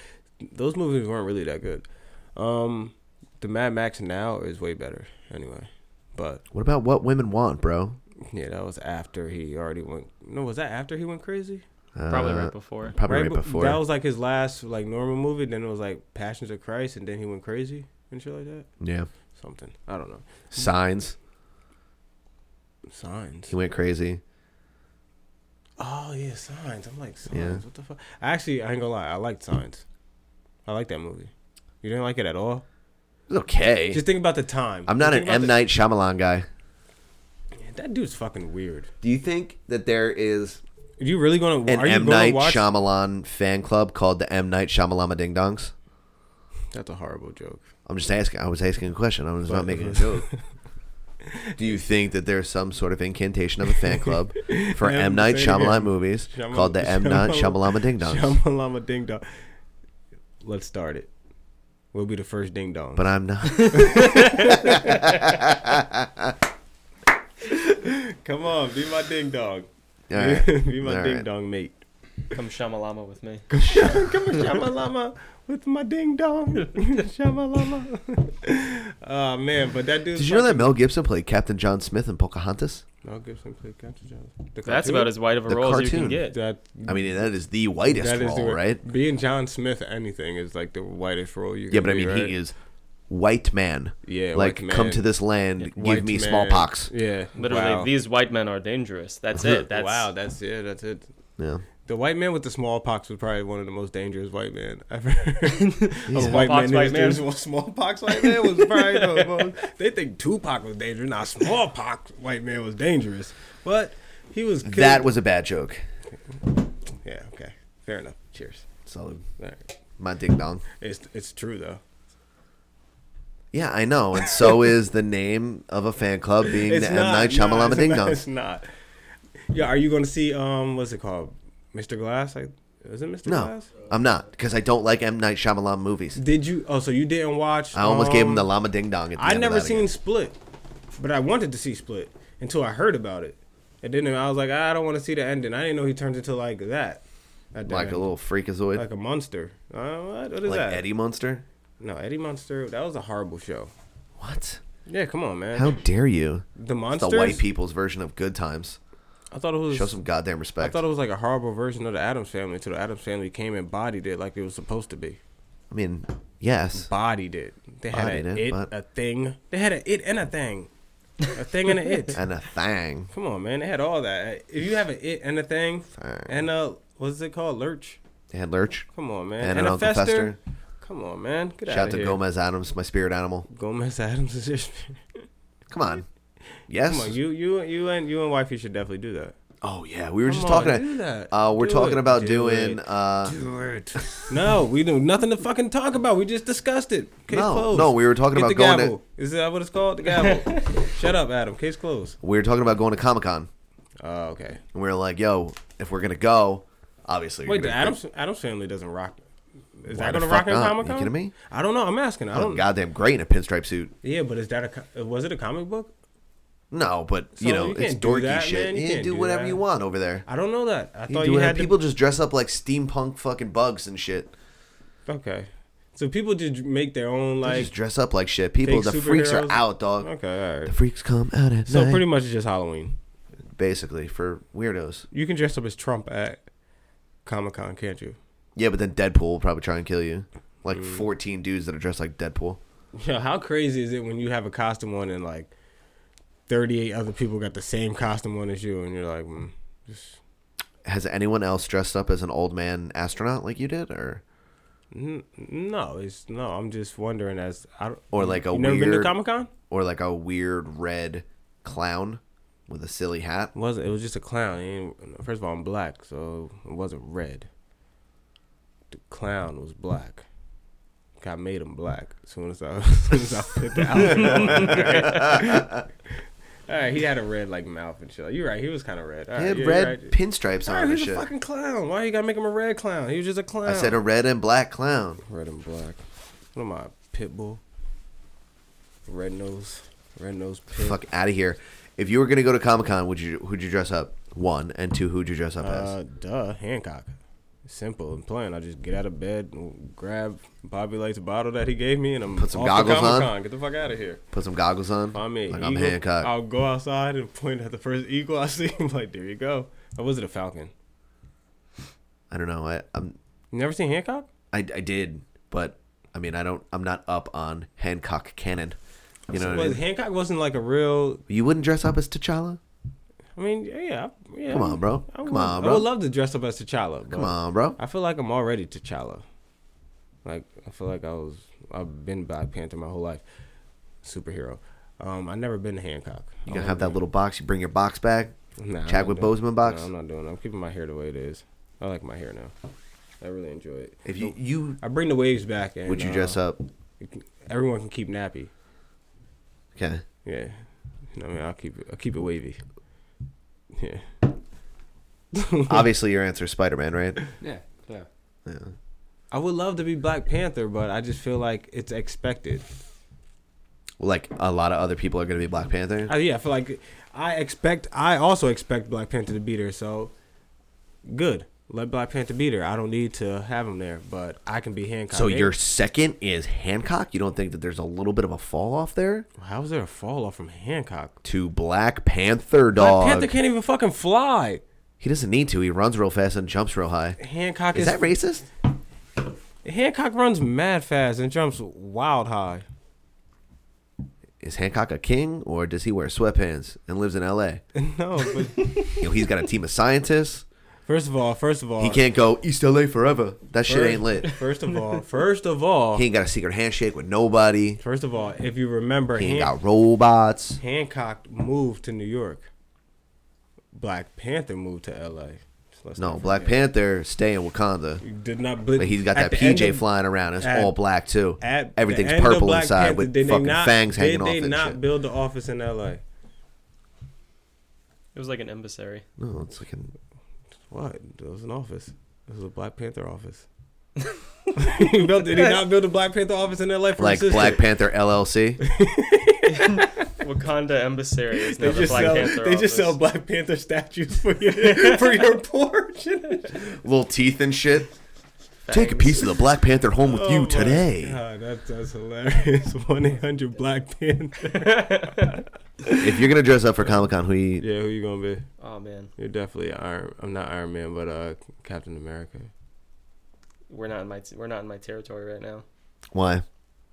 Speaker 11: those movies weren't really that good. Um, the Mad Max now is way better, anyway. But
Speaker 4: What about what women want, bro?
Speaker 11: yeah, that was after he already went. No, was that after he went crazy?
Speaker 10: Probably
Speaker 4: Uh,
Speaker 10: right before.
Speaker 4: Probably right,
Speaker 11: be-
Speaker 4: before.
Speaker 11: That was like his last like normal movie. Then it was like Passions of Christ, and then he went crazy and shit like that.
Speaker 4: yeah.
Speaker 11: Something I don't know.
Speaker 4: Signs.
Speaker 11: Signs.
Speaker 4: He went crazy.
Speaker 11: Oh yeah, Signs. I'm like Signs.
Speaker 4: Yeah.
Speaker 11: What the fuck? Actually, I ain't gonna lie. I liked Signs. I like that movie. You didn't like it at all.
Speaker 4: It's okay.
Speaker 11: Just think about the time.
Speaker 4: I'm not an
Speaker 11: Just think about
Speaker 4: M
Speaker 11: the-
Speaker 4: Night Shyamalan guy.
Speaker 11: That dude's fucking weird.
Speaker 4: Do you think that there is
Speaker 11: Are you really gonna?
Speaker 4: an
Speaker 11: are you
Speaker 4: M
Speaker 11: gonna
Speaker 4: Night
Speaker 11: watch?
Speaker 4: Shyamalan fan club called the M Night Shyamalama Ding Dongs?
Speaker 11: That's a horrible joke.
Speaker 4: I'm just asking. I was asking a question. I was
Speaker 11: But-
Speaker 4: not making a joke. Do you think that there's some sort of incantation of a fan club for
Speaker 11: Yeah,
Speaker 4: M Night
Speaker 11: say it again.
Speaker 4: Shyamalan movies
Speaker 11: Shyam-
Speaker 4: called the M Night
Speaker 11: Shyam-
Speaker 4: Shyamalama Ding Dongs?
Speaker 11: Shyamalama Ding Dong. Let's start it. We'll be the first ding dong.
Speaker 4: But I'm not.
Speaker 11: Come on, be my ding dong.
Speaker 4: All right.
Speaker 11: be my
Speaker 4: All
Speaker 11: ding
Speaker 4: right.
Speaker 11: dong mate.
Speaker 10: Come shamalama with me.
Speaker 11: Come shamalama with my ding dong. shamalama. oh man, but that dude.
Speaker 4: Did you know that Mel Gibson played Captain John Smith in Pocahontas?
Speaker 11: Mel Gibson played Captain John.
Speaker 10: That's about as white of a
Speaker 4: The
Speaker 10: role as you can
Speaker 4: cartoon.
Speaker 10: get.
Speaker 11: That,
Speaker 4: I mean, that is the whitest
Speaker 11: That is
Speaker 4: role,
Speaker 11: the-
Speaker 4: right?
Speaker 11: Being John Smith, anything is like the whitest role you.
Speaker 4: Yeah, but I
Speaker 11: can be,
Speaker 4: mean,
Speaker 11: right?
Speaker 4: he is white man.
Speaker 11: Yeah,
Speaker 4: like
Speaker 11: white
Speaker 4: come
Speaker 11: man.
Speaker 4: to this land,
Speaker 11: Yeah,
Speaker 4: give
Speaker 11: white
Speaker 4: me
Speaker 11: man.
Speaker 4: smallpox.
Speaker 11: Yeah,
Speaker 10: Literally,
Speaker 11: wow.
Speaker 10: these white men are dangerous. That's it. That's
Speaker 11: wow, that's it. That's it.
Speaker 4: Yeah.
Speaker 11: The white man with the smallpox was probably one of the most dangerous white men ever. A
Speaker 10: Smallpox white man.
Speaker 11: dangerous- well, smallpox white man was probably the most. They think Tupac was dangerous. Now smallpox white man was dangerous, but he was. Killed.
Speaker 4: That was a bad joke.
Speaker 11: yeah okay fair enough. Cheers.
Speaker 4: Solid.
Speaker 11: All right.
Speaker 4: My ding dong.
Speaker 11: It's it's true though.
Speaker 4: Yeah, I know, and so is the name of a fan club being
Speaker 11: It's
Speaker 4: the M Night Shyamalan
Speaker 11: it's
Speaker 4: Ding
Speaker 11: not-
Speaker 4: Dong.
Speaker 11: It's not. Yeah, are you going to see um what's it called, Mr. Glass? Like, is it Mr.
Speaker 4: No,
Speaker 11: Glass?
Speaker 4: I'm not because I don't like M Night Shyamalan movies.
Speaker 11: Did you? Oh, so you didn't watch?
Speaker 4: I almost gave him
Speaker 11: um,
Speaker 4: the llama ding dong. At the
Speaker 11: I
Speaker 4: end of
Speaker 11: never
Speaker 4: that
Speaker 11: seen
Speaker 4: again.
Speaker 11: Split, but I wanted to see Split until I heard about it. And then I was like, "Ah, I don't want to see the ending. I didn't know he turned into like that. At the
Speaker 4: like a
Speaker 11: end.
Speaker 4: little freakazoid,
Speaker 11: like
Speaker 4: like,
Speaker 11: a monster. Uh, what, what is that?
Speaker 4: Eddie Munster.
Speaker 11: No, Eddie Monster. That was a horrible show.
Speaker 4: What?
Speaker 11: Yeah, come on, man.
Speaker 4: How dare you?
Speaker 11: The
Speaker 4: It's
Speaker 11: monsters.
Speaker 4: the white people's version of Good Times.
Speaker 11: I thought it was.
Speaker 4: Show some goddamn
Speaker 11: I
Speaker 4: respect.
Speaker 11: thought it was like a horrible version of the Adams Family until the Adams Family came and bodied it like it was supposed to be.
Speaker 4: I mean, yes.
Speaker 11: Bodied it. They had
Speaker 4: Bodied
Speaker 11: an
Speaker 4: it,
Speaker 11: it,
Speaker 4: but-
Speaker 11: a thing. They had an it and a thing. A thing and an it.
Speaker 4: And a thang.
Speaker 11: Come on, man. They had all that. If you have an it and a thing, and a what's it called, lurch.
Speaker 4: They had Lurch.
Speaker 11: Come on, man.
Speaker 4: And an Uncle Fester.
Speaker 11: Come on, man.
Speaker 4: Shout
Speaker 11: Get out
Speaker 4: out
Speaker 11: of
Speaker 4: to
Speaker 11: here.
Speaker 4: Gomez Adams, my spirit animal.
Speaker 11: Gomez Adams is just.
Speaker 4: Come on. Yes.
Speaker 11: Come on, you, you, you, and you and wifey should definitely do that.
Speaker 4: Oh yeah, we were
Speaker 11: Come
Speaker 4: just
Speaker 11: on,
Speaker 4: talking.
Speaker 11: do that.
Speaker 4: Uh, we're
Speaker 11: Do
Speaker 4: talking
Speaker 11: it.
Speaker 4: about
Speaker 11: Do
Speaker 4: doing.
Speaker 11: it.
Speaker 4: Uh,
Speaker 11: Do it. no, we do nothing to fucking talk about. We just discussed it. Case
Speaker 4: No,
Speaker 11: closed.
Speaker 4: no, we were talking
Speaker 11: Get
Speaker 4: about
Speaker 11: the
Speaker 4: going to-
Speaker 11: gavel. Is that what it's called? The gavel. Shut up, Adam. Case closed.
Speaker 4: we were talking about going to Comic Con,
Speaker 11: Oh, okay.
Speaker 4: and we were like, "Yo, if we're gonna go, obviously."
Speaker 11: Wait,
Speaker 4: we're
Speaker 11: the
Speaker 4: gonna
Speaker 11: Adams Adams family doesn't rock. Is
Speaker 4: Why the
Speaker 11: that gonna
Speaker 4: fuck
Speaker 11: rock in
Speaker 4: not? You
Speaker 11: Comic Con?
Speaker 4: kidding me?
Speaker 11: I don't know. I'm asking. I
Speaker 4: Oh,
Speaker 11: don't.
Speaker 4: goddamn great in a pinstripe suit.
Speaker 11: Yeah, but is that a co- was it a comic book?
Speaker 4: No, but
Speaker 11: So
Speaker 4: you know
Speaker 11: you
Speaker 4: it's
Speaker 11: can't do
Speaker 4: dorky
Speaker 11: that,
Speaker 4: shit.
Speaker 11: man. You
Speaker 4: You,
Speaker 11: can't
Speaker 4: can do,
Speaker 11: do
Speaker 4: whatever
Speaker 11: that.
Speaker 4: you want over there.
Speaker 11: I don't know that. I
Speaker 4: You
Speaker 11: thought
Speaker 4: do
Speaker 11: you
Speaker 4: whatever-
Speaker 11: had to-
Speaker 4: people just dress up like steampunk fucking bugs and shit.
Speaker 11: Okay. So people just make their own
Speaker 4: They
Speaker 11: like
Speaker 4: just dress up like shit. People,
Speaker 11: fake
Speaker 4: the freaks are
Speaker 11: superheroes?
Speaker 4: out, dog.
Speaker 11: Okay, all right.
Speaker 4: The freaks come out at
Speaker 11: So
Speaker 4: night.
Speaker 11: pretty much it's just Halloween.
Speaker 4: basically for weirdos.
Speaker 11: You can dress up as Trump at Comic Con, can't you?
Speaker 4: Yeah, but then Deadpool will probably try and kill you. Like
Speaker 11: Mm.
Speaker 4: fourteen dudes that are dressed like Deadpool.
Speaker 11: Yeah, how crazy is it when you have a costume on and like 38 other people got the same costume on as you and you're like, mm, just
Speaker 4: Has anyone else dressed up as an old man astronaut like you did, or
Speaker 11: n- no, it's no, I'm just wondering as I don't,
Speaker 4: or like a
Speaker 11: you
Speaker 4: weird
Speaker 11: never been to Comic Con?
Speaker 4: or like a weird red clown with a silly hat?
Speaker 11: Wasn't it was just a clown. It ain't- First of all, I'm black, so it wasn't red. The clown was black. I made him black as soon as I, as soon as I put the outfit on. All right, he had a red like mouth and shit. You're right, he was kind of red. All
Speaker 4: He
Speaker 11: right,
Speaker 4: had
Speaker 11: yeah,
Speaker 4: red
Speaker 11: you're right.
Speaker 4: pinstripes
Speaker 11: All
Speaker 4: on
Speaker 11: right,
Speaker 4: and
Speaker 11: he's a
Speaker 4: shit.
Speaker 11: fucking clown. Why you gotta make him a red clown? He was just a clown.
Speaker 4: I said a red and black clown.
Speaker 11: red and black. What am I, pit bull? Red nose, red nose pit.
Speaker 4: Fuck out of here. If you were gonna go to Comic Con, would you who'd you dress up? One and two, who'd you dress up
Speaker 11: Uh,
Speaker 4: as?
Speaker 11: duh, Hancock. Simple and plain. I just get out of bed, and grab Bobby Light's bottle that he gave me, and I'm
Speaker 4: Put some
Speaker 11: off to
Speaker 4: goggles on.
Speaker 11: Comic-Con. Get the fuck out of here.
Speaker 4: Put some goggles on.
Speaker 11: Find me. an
Speaker 4: like I'm
Speaker 11: eagle.
Speaker 4: Hancock.
Speaker 11: I'll go outside and point at the first eagle I see. I'm like, there you go. Or was it a falcon?
Speaker 4: I don't know. I I'm,
Speaker 11: You never seen Hancock?
Speaker 4: I I did, but I mean I don't. I'm not up on Hancock canon. You know what I
Speaker 11: Was-
Speaker 4: mean?
Speaker 11: Hancock wasn't like a real.
Speaker 4: You wouldn't dress up as T'Challa?
Speaker 11: I mean, yeah, I- yeah.
Speaker 4: Come on, bro.
Speaker 11: I
Speaker 4: Come
Speaker 11: would-
Speaker 4: on,
Speaker 11: I
Speaker 4: bro.
Speaker 11: would love to dress up as T'Challa. but
Speaker 4: Come on, bro.
Speaker 11: I feel like I'm already T'Challa. Like I feel like I was. I've been Black Panther my whole life. Superhero. Um, I never been to Hancock.
Speaker 4: You
Speaker 11: I
Speaker 4: gonna
Speaker 11: wanna
Speaker 4: have that little box? You bring your box back.
Speaker 11: Nah, I'm
Speaker 4: Chadwick
Speaker 11: not doing-
Speaker 4: Boseman box.
Speaker 11: Nah, I'm not doing. it. I'm keeping my hair the way it is. I like my hair now. I really enjoy it.
Speaker 4: If you you
Speaker 11: I bring the waves back, and uh,
Speaker 4: would you dress up?
Speaker 11: Everyone can keep nappy.
Speaker 4: Okay.
Speaker 11: Yeah, you know what I mean. I'll keep it. I'll keep it wavy. Yeah.
Speaker 4: Obviously, your answer is Spider Man, right?
Speaker 11: Yeah. Yeah.
Speaker 4: Yeah.
Speaker 11: I would love to be Black Panther, but I just feel like it's expected.
Speaker 4: Like a lot of other people are gonna be Black Panther.
Speaker 11: I, yeah, I feel like I expect. I also expect Black Panther to be there. So good. Let Black Panther be there. I don't need to have him there, but I can be Hancock.
Speaker 4: So
Speaker 11: Hey,
Speaker 4: your second is Hancock. You don't think that there's a little bit of a fall off there?
Speaker 11: How is there a fall off from Hancock
Speaker 4: to Black Panther?
Speaker 11: Black
Speaker 4: Dog.
Speaker 11: Panther can't even fucking fly.
Speaker 4: He doesn't need to. He runs real fast and jumps real high.
Speaker 11: Hancock
Speaker 4: Is
Speaker 11: is
Speaker 4: that racist?
Speaker 11: Hancock runs mad fast and jumps wild high.
Speaker 4: Is Hancock a king or does he wear sweatpants and lives in L.A.?
Speaker 11: No, but
Speaker 4: You know, he's got a team of scientists.
Speaker 11: first of all, first of all,
Speaker 4: He can't go East L.A. forever. That shit
Speaker 11: First-
Speaker 4: ain't lit.
Speaker 11: First of all, first of all,
Speaker 4: He ain't got a secret handshake with nobody.
Speaker 11: first of all, if you remember,
Speaker 4: He ain't
Speaker 11: Han-
Speaker 4: got robots.
Speaker 11: Hancock moved to New York. Black Panther moved to L.A. So let's
Speaker 4: No,
Speaker 11: not
Speaker 4: Black
Speaker 11: forget.
Speaker 4: Panther stay in Wakanda.
Speaker 11: Did not. But
Speaker 4: Like, he's got
Speaker 11: at
Speaker 4: that
Speaker 11: the end
Speaker 4: PJ
Speaker 11: of-
Speaker 4: flying around. It's
Speaker 11: at-
Speaker 4: all black too.
Speaker 11: at the
Speaker 4: Everything's
Speaker 11: end of
Speaker 4: purple
Speaker 11: Black
Speaker 4: inside
Speaker 11: Panther,
Speaker 4: with
Speaker 11: did they
Speaker 4: fucking
Speaker 11: not-
Speaker 4: fangs hanging
Speaker 11: did
Speaker 4: off
Speaker 11: they
Speaker 4: and
Speaker 11: not
Speaker 4: shit.
Speaker 11: build the office in L.A.?
Speaker 10: It was like an emissary.
Speaker 4: No, it's like an
Speaker 11: What? It was an office. It was a Black Panther office. he built, did he not build a Black Panther office in L.A. for
Speaker 4: like
Speaker 11: his sister?
Speaker 4: Black Panther LLC.
Speaker 10: Wakanda emissary is now
Speaker 11: They
Speaker 10: the
Speaker 11: just
Speaker 10: Black
Speaker 11: sell.
Speaker 10: Panther.
Speaker 11: they just sell
Speaker 10: office.
Speaker 11: Black Panther statues for your for your porch.
Speaker 4: Little teeth and shit. Take a piece of the Black Panther home with
Speaker 11: Oh
Speaker 4: you
Speaker 11: my
Speaker 4: today.
Speaker 11: God, that, that's hilarious. One eight hundred Black Panther.
Speaker 4: If you're gonna dress up for Comic Con, who you
Speaker 11: yeah, who you gonna be?
Speaker 10: Oh man,
Speaker 11: You're definitely Iron. I'm not Iron Man, but uh, Captain America.
Speaker 10: we're not in my we're not in my territory right now.
Speaker 4: why?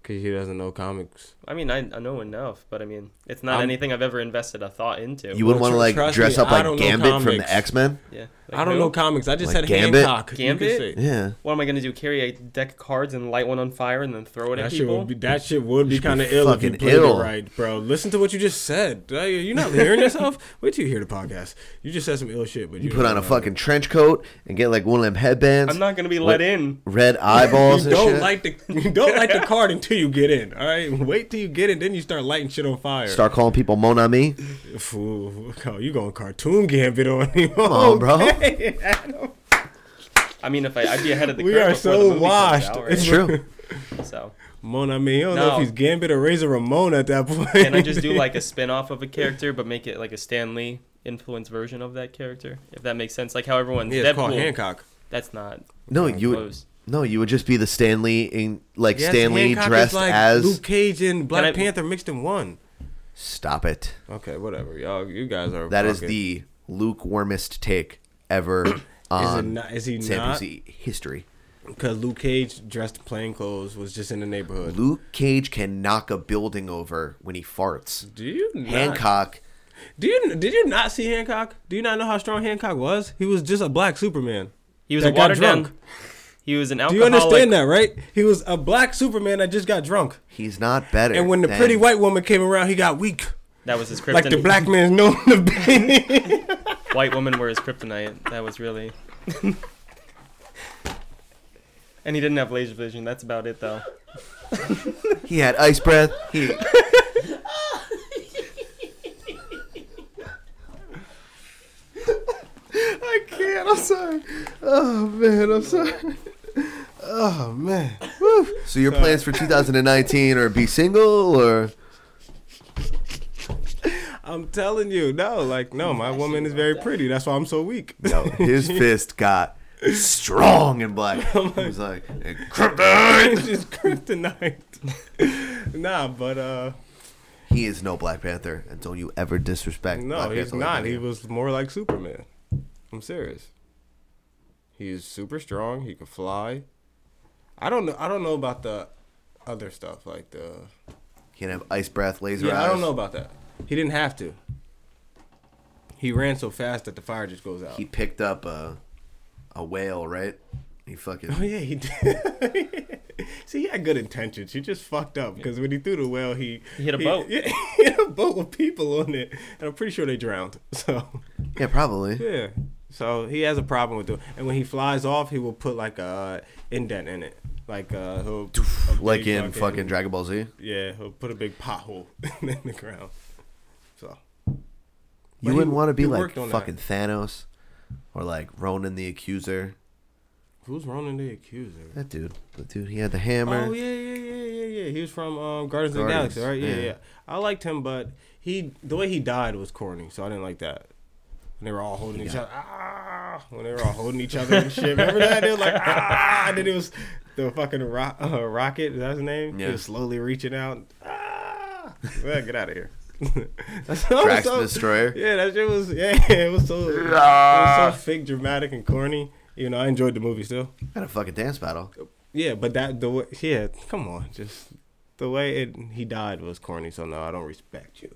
Speaker 11: Cause he doesn't know comics.
Speaker 10: I mean, I, I know enough, but I mean, it's not
Speaker 11: I'm-
Speaker 10: anything I've ever invested a thought into.
Speaker 4: You wouldn't
Speaker 11: Well,
Speaker 4: want to
Speaker 11: tr-
Speaker 4: like
Speaker 11: trust
Speaker 4: dress
Speaker 11: me,
Speaker 4: up
Speaker 11: I
Speaker 4: like
Speaker 11: don't know
Speaker 4: Gambit from
Speaker 11: comics.
Speaker 4: the X Men.
Speaker 10: yeah.
Speaker 11: I don't
Speaker 10: who?
Speaker 11: know comics. I just
Speaker 4: Like
Speaker 11: said
Speaker 4: Gambit?
Speaker 11: Hancock. You could
Speaker 10: Gambit?
Speaker 11: say-
Speaker 4: Yeah,
Speaker 10: What am I gonna do? Carry a deck of cards and light one on fire and then throw it at
Speaker 11: That shit
Speaker 10: people?
Speaker 11: would be that shit would be
Speaker 4: should be
Speaker 11: kind of ill if you
Speaker 4: fucking
Speaker 11: played
Speaker 4: ill.
Speaker 11: it right, bro. Listen to what you just said. Uh, you- You're not hearing yourself. Wait till you hear the podcast. You just said some ill shit, but you,
Speaker 4: you put
Speaker 11: don't
Speaker 4: on a
Speaker 11: know.
Speaker 4: fucking trench coat and get like one of them headbands.
Speaker 10: I'm not gonna be
Speaker 4: with
Speaker 10: let in.
Speaker 4: Red eyeballs
Speaker 11: You
Speaker 4: and
Speaker 11: don't
Speaker 4: shit.
Speaker 11: like the you don't like the card until you get in. All right, wait till you get in, then you start lighting shit on fire.
Speaker 4: Start calling people Mon Ami.
Speaker 11: Fool, oh, you going cartoon gambit on me? Come
Speaker 4: on, bro.
Speaker 10: I mean, if I, I'd be ahead of the
Speaker 11: We
Speaker 10: curve.
Speaker 11: are
Speaker 10: before
Speaker 11: so
Speaker 10: the movie comes
Speaker 11: washed.
Speaker 10: out,
Speaker 4: It's true.
Speaker 10: right? So,
Speaker 11: Mon Ami, I don't know
Speaker 10: No.
Speaker 11: if he's Gambit or Razor Ramon at that point.
Speaker 10: can I just do like a spin off of a character, but make it like a Stan Lee influenced version of that character? If that makes sense, like how everyone's
Speaker 11: yeah, it's called
Speaker 10: Deadpool.
Speaker 11: Hancock?
Speaker 10: That's not
Speaker 4: No, you would.
Speaker 10: close.
Speaker 4: No, you would just be the Stanley in like
Speaker 11: Yes,
Speaker 4: Stanley
Speaker 11: Hancock is
Speaker 4: dressed
Speaker 11: like
Speaker 4: as.
Speaker 11: Luke Cage and Black
Speaker 10: I-
Speaker 11: Panther mixed in one.
Speaker 4: Stop it.
Speaker 11: Okay, whatever, y'all. You guys are
Speaker 4: That is
Speaker 11: fucking-
Speaker 4: the lukewarmest take ever on
Speaker 11: not- is he
Speaker 4: um, Sam
Speaker 11: not?
Speaker 4: PC history.
Speaker 11: Because Luke Cage dressed plain clothes was just in the neighborhood.
Speaker 4: Luke Cage can knock a building over when he farts.
Speaker 11: do you not,
Speaker 4: Hancock,
Speaker 11: Do you did you not see Hancock? Do you not know how strong Hancock was? He was just a black Superman.
Speaker 10: He was
Speaker 11: That
Speaker 10: a
Speaker 11: got
Speaker 10: watered
Speaker 11: drunk.
Speaker 10: down. He was an
Speaker 11: Do
Speaker 10: alcoholic.
Speaker 11: you understand that, right? He was a black Superman that just got drunk.
Speaker 4: he's not better.
Speaker 11: And when the
Speaker 4: than-
Speaker 11: pretty white woman came around, he got weak.
Speaker 10: That was his kryptonite.
Speaker 11: Like the black man's known to be.
Speaker 10: white women were his kryptonite. That was really. and he didn't have laser vision. That's about it, though.
Speaker 4: he had ice breath, he
Speaker 11: I can't. I'm sorry. Oh man, I'm sorry. Oh man.
Speaker 4: So your plans for 2019 are be single or
Speaker 11: I'm telling you, no, like no, my woman is very pretty. That's why I'm so weak.
Speaker 4: no? His fist got strong and black.
Speaker 11: Oh
Speaker 4: He was like,
Speaker 11: kryptonite. just kryptonite. nah, but uh,
Speaker 4: he is no Black Panther, and don't you ever disrespect.
Speaker 11: no,
Speaker 4: Black
Speaker 11: he's
Speaker 4: Panther like
Speaker 11: not.
Speaker 4: that
Speaker 11: He
Speaker 4: again.
Speaker 11: was more like Superman. I'm serious. He's super strong. He could fly. I don't know. I don't know about the other stuff like the.
Speaker 4: He can have ice breath, laser
Speaker 11: Yeah,
Speaker 4: eyes.
Speaker 11: I don't know about that. He didn't have to. He ran so fast that the fire just goes out.
Speaker 4: He picked up a a whale, right? He fucking.
Speaker 11: Oh yeah, he did. See, he had good intentions. He just fucked up because when he threw the well, he,
Speaker 10: He hit a boat.
Speaker 11: Yeah, he hit a boat with people on it, and I'm pretty sure they drowned. So
Speaker 4: Yeah, probably.
Speaker 11: yeah, so he has a problem with it. And when he flies off, he will put like a indent in it, like uh, he'll a big
Speaker 4: Like in fucking Dragon Ball Z.
Speaker 11: yeah, he'll put a big pothole in the ground. So
Speaker 4: You
Speaker 11: he-
Speaker 4: wouldn't want to be
Speaker 11: he
Speaker 4: like
Speaker 11: worked on that.
Speaker 4: fucking Thanos or like Ronan the Accuser.
Speaker 11: who's Ronan the Accuser?
Speaker 4: That dude. The dude, he had the hammer.
Speaker 11: Oh yeah, yeah, yeah, yeah, yeah. He was from um,
Speaker 4: Guardians,
Speaker 11: Guardians, of the Galaxy, right? Yeah,
Speaker 4: yeah.
Speaker 11: yeah, I liked him, but he the way he died was corny, so I didn't like that. And they were all holding each other. Ah, ah, when they were all holding each other and shit. Remember that? They were like, ah, and then it was the fucking ro- uh, rocket. Is that his name? He
Speaker 4: Yeah.
Speaker 11: was slowly reaching out. Ah, well, get out of here.
Speaker 4: Drax the Destroyer? Ah.
Speaker 11: Yeah, that shit was. Yeah, it was so. It was so fake, dramatic, and corny. You know, I enjoyed the movie still.
Speaker 4: Had a fucking dance battle.
Speaker 11: Yeah, but that the way, yeah, come on, just the way it he died was corny. So no, I don't respect you.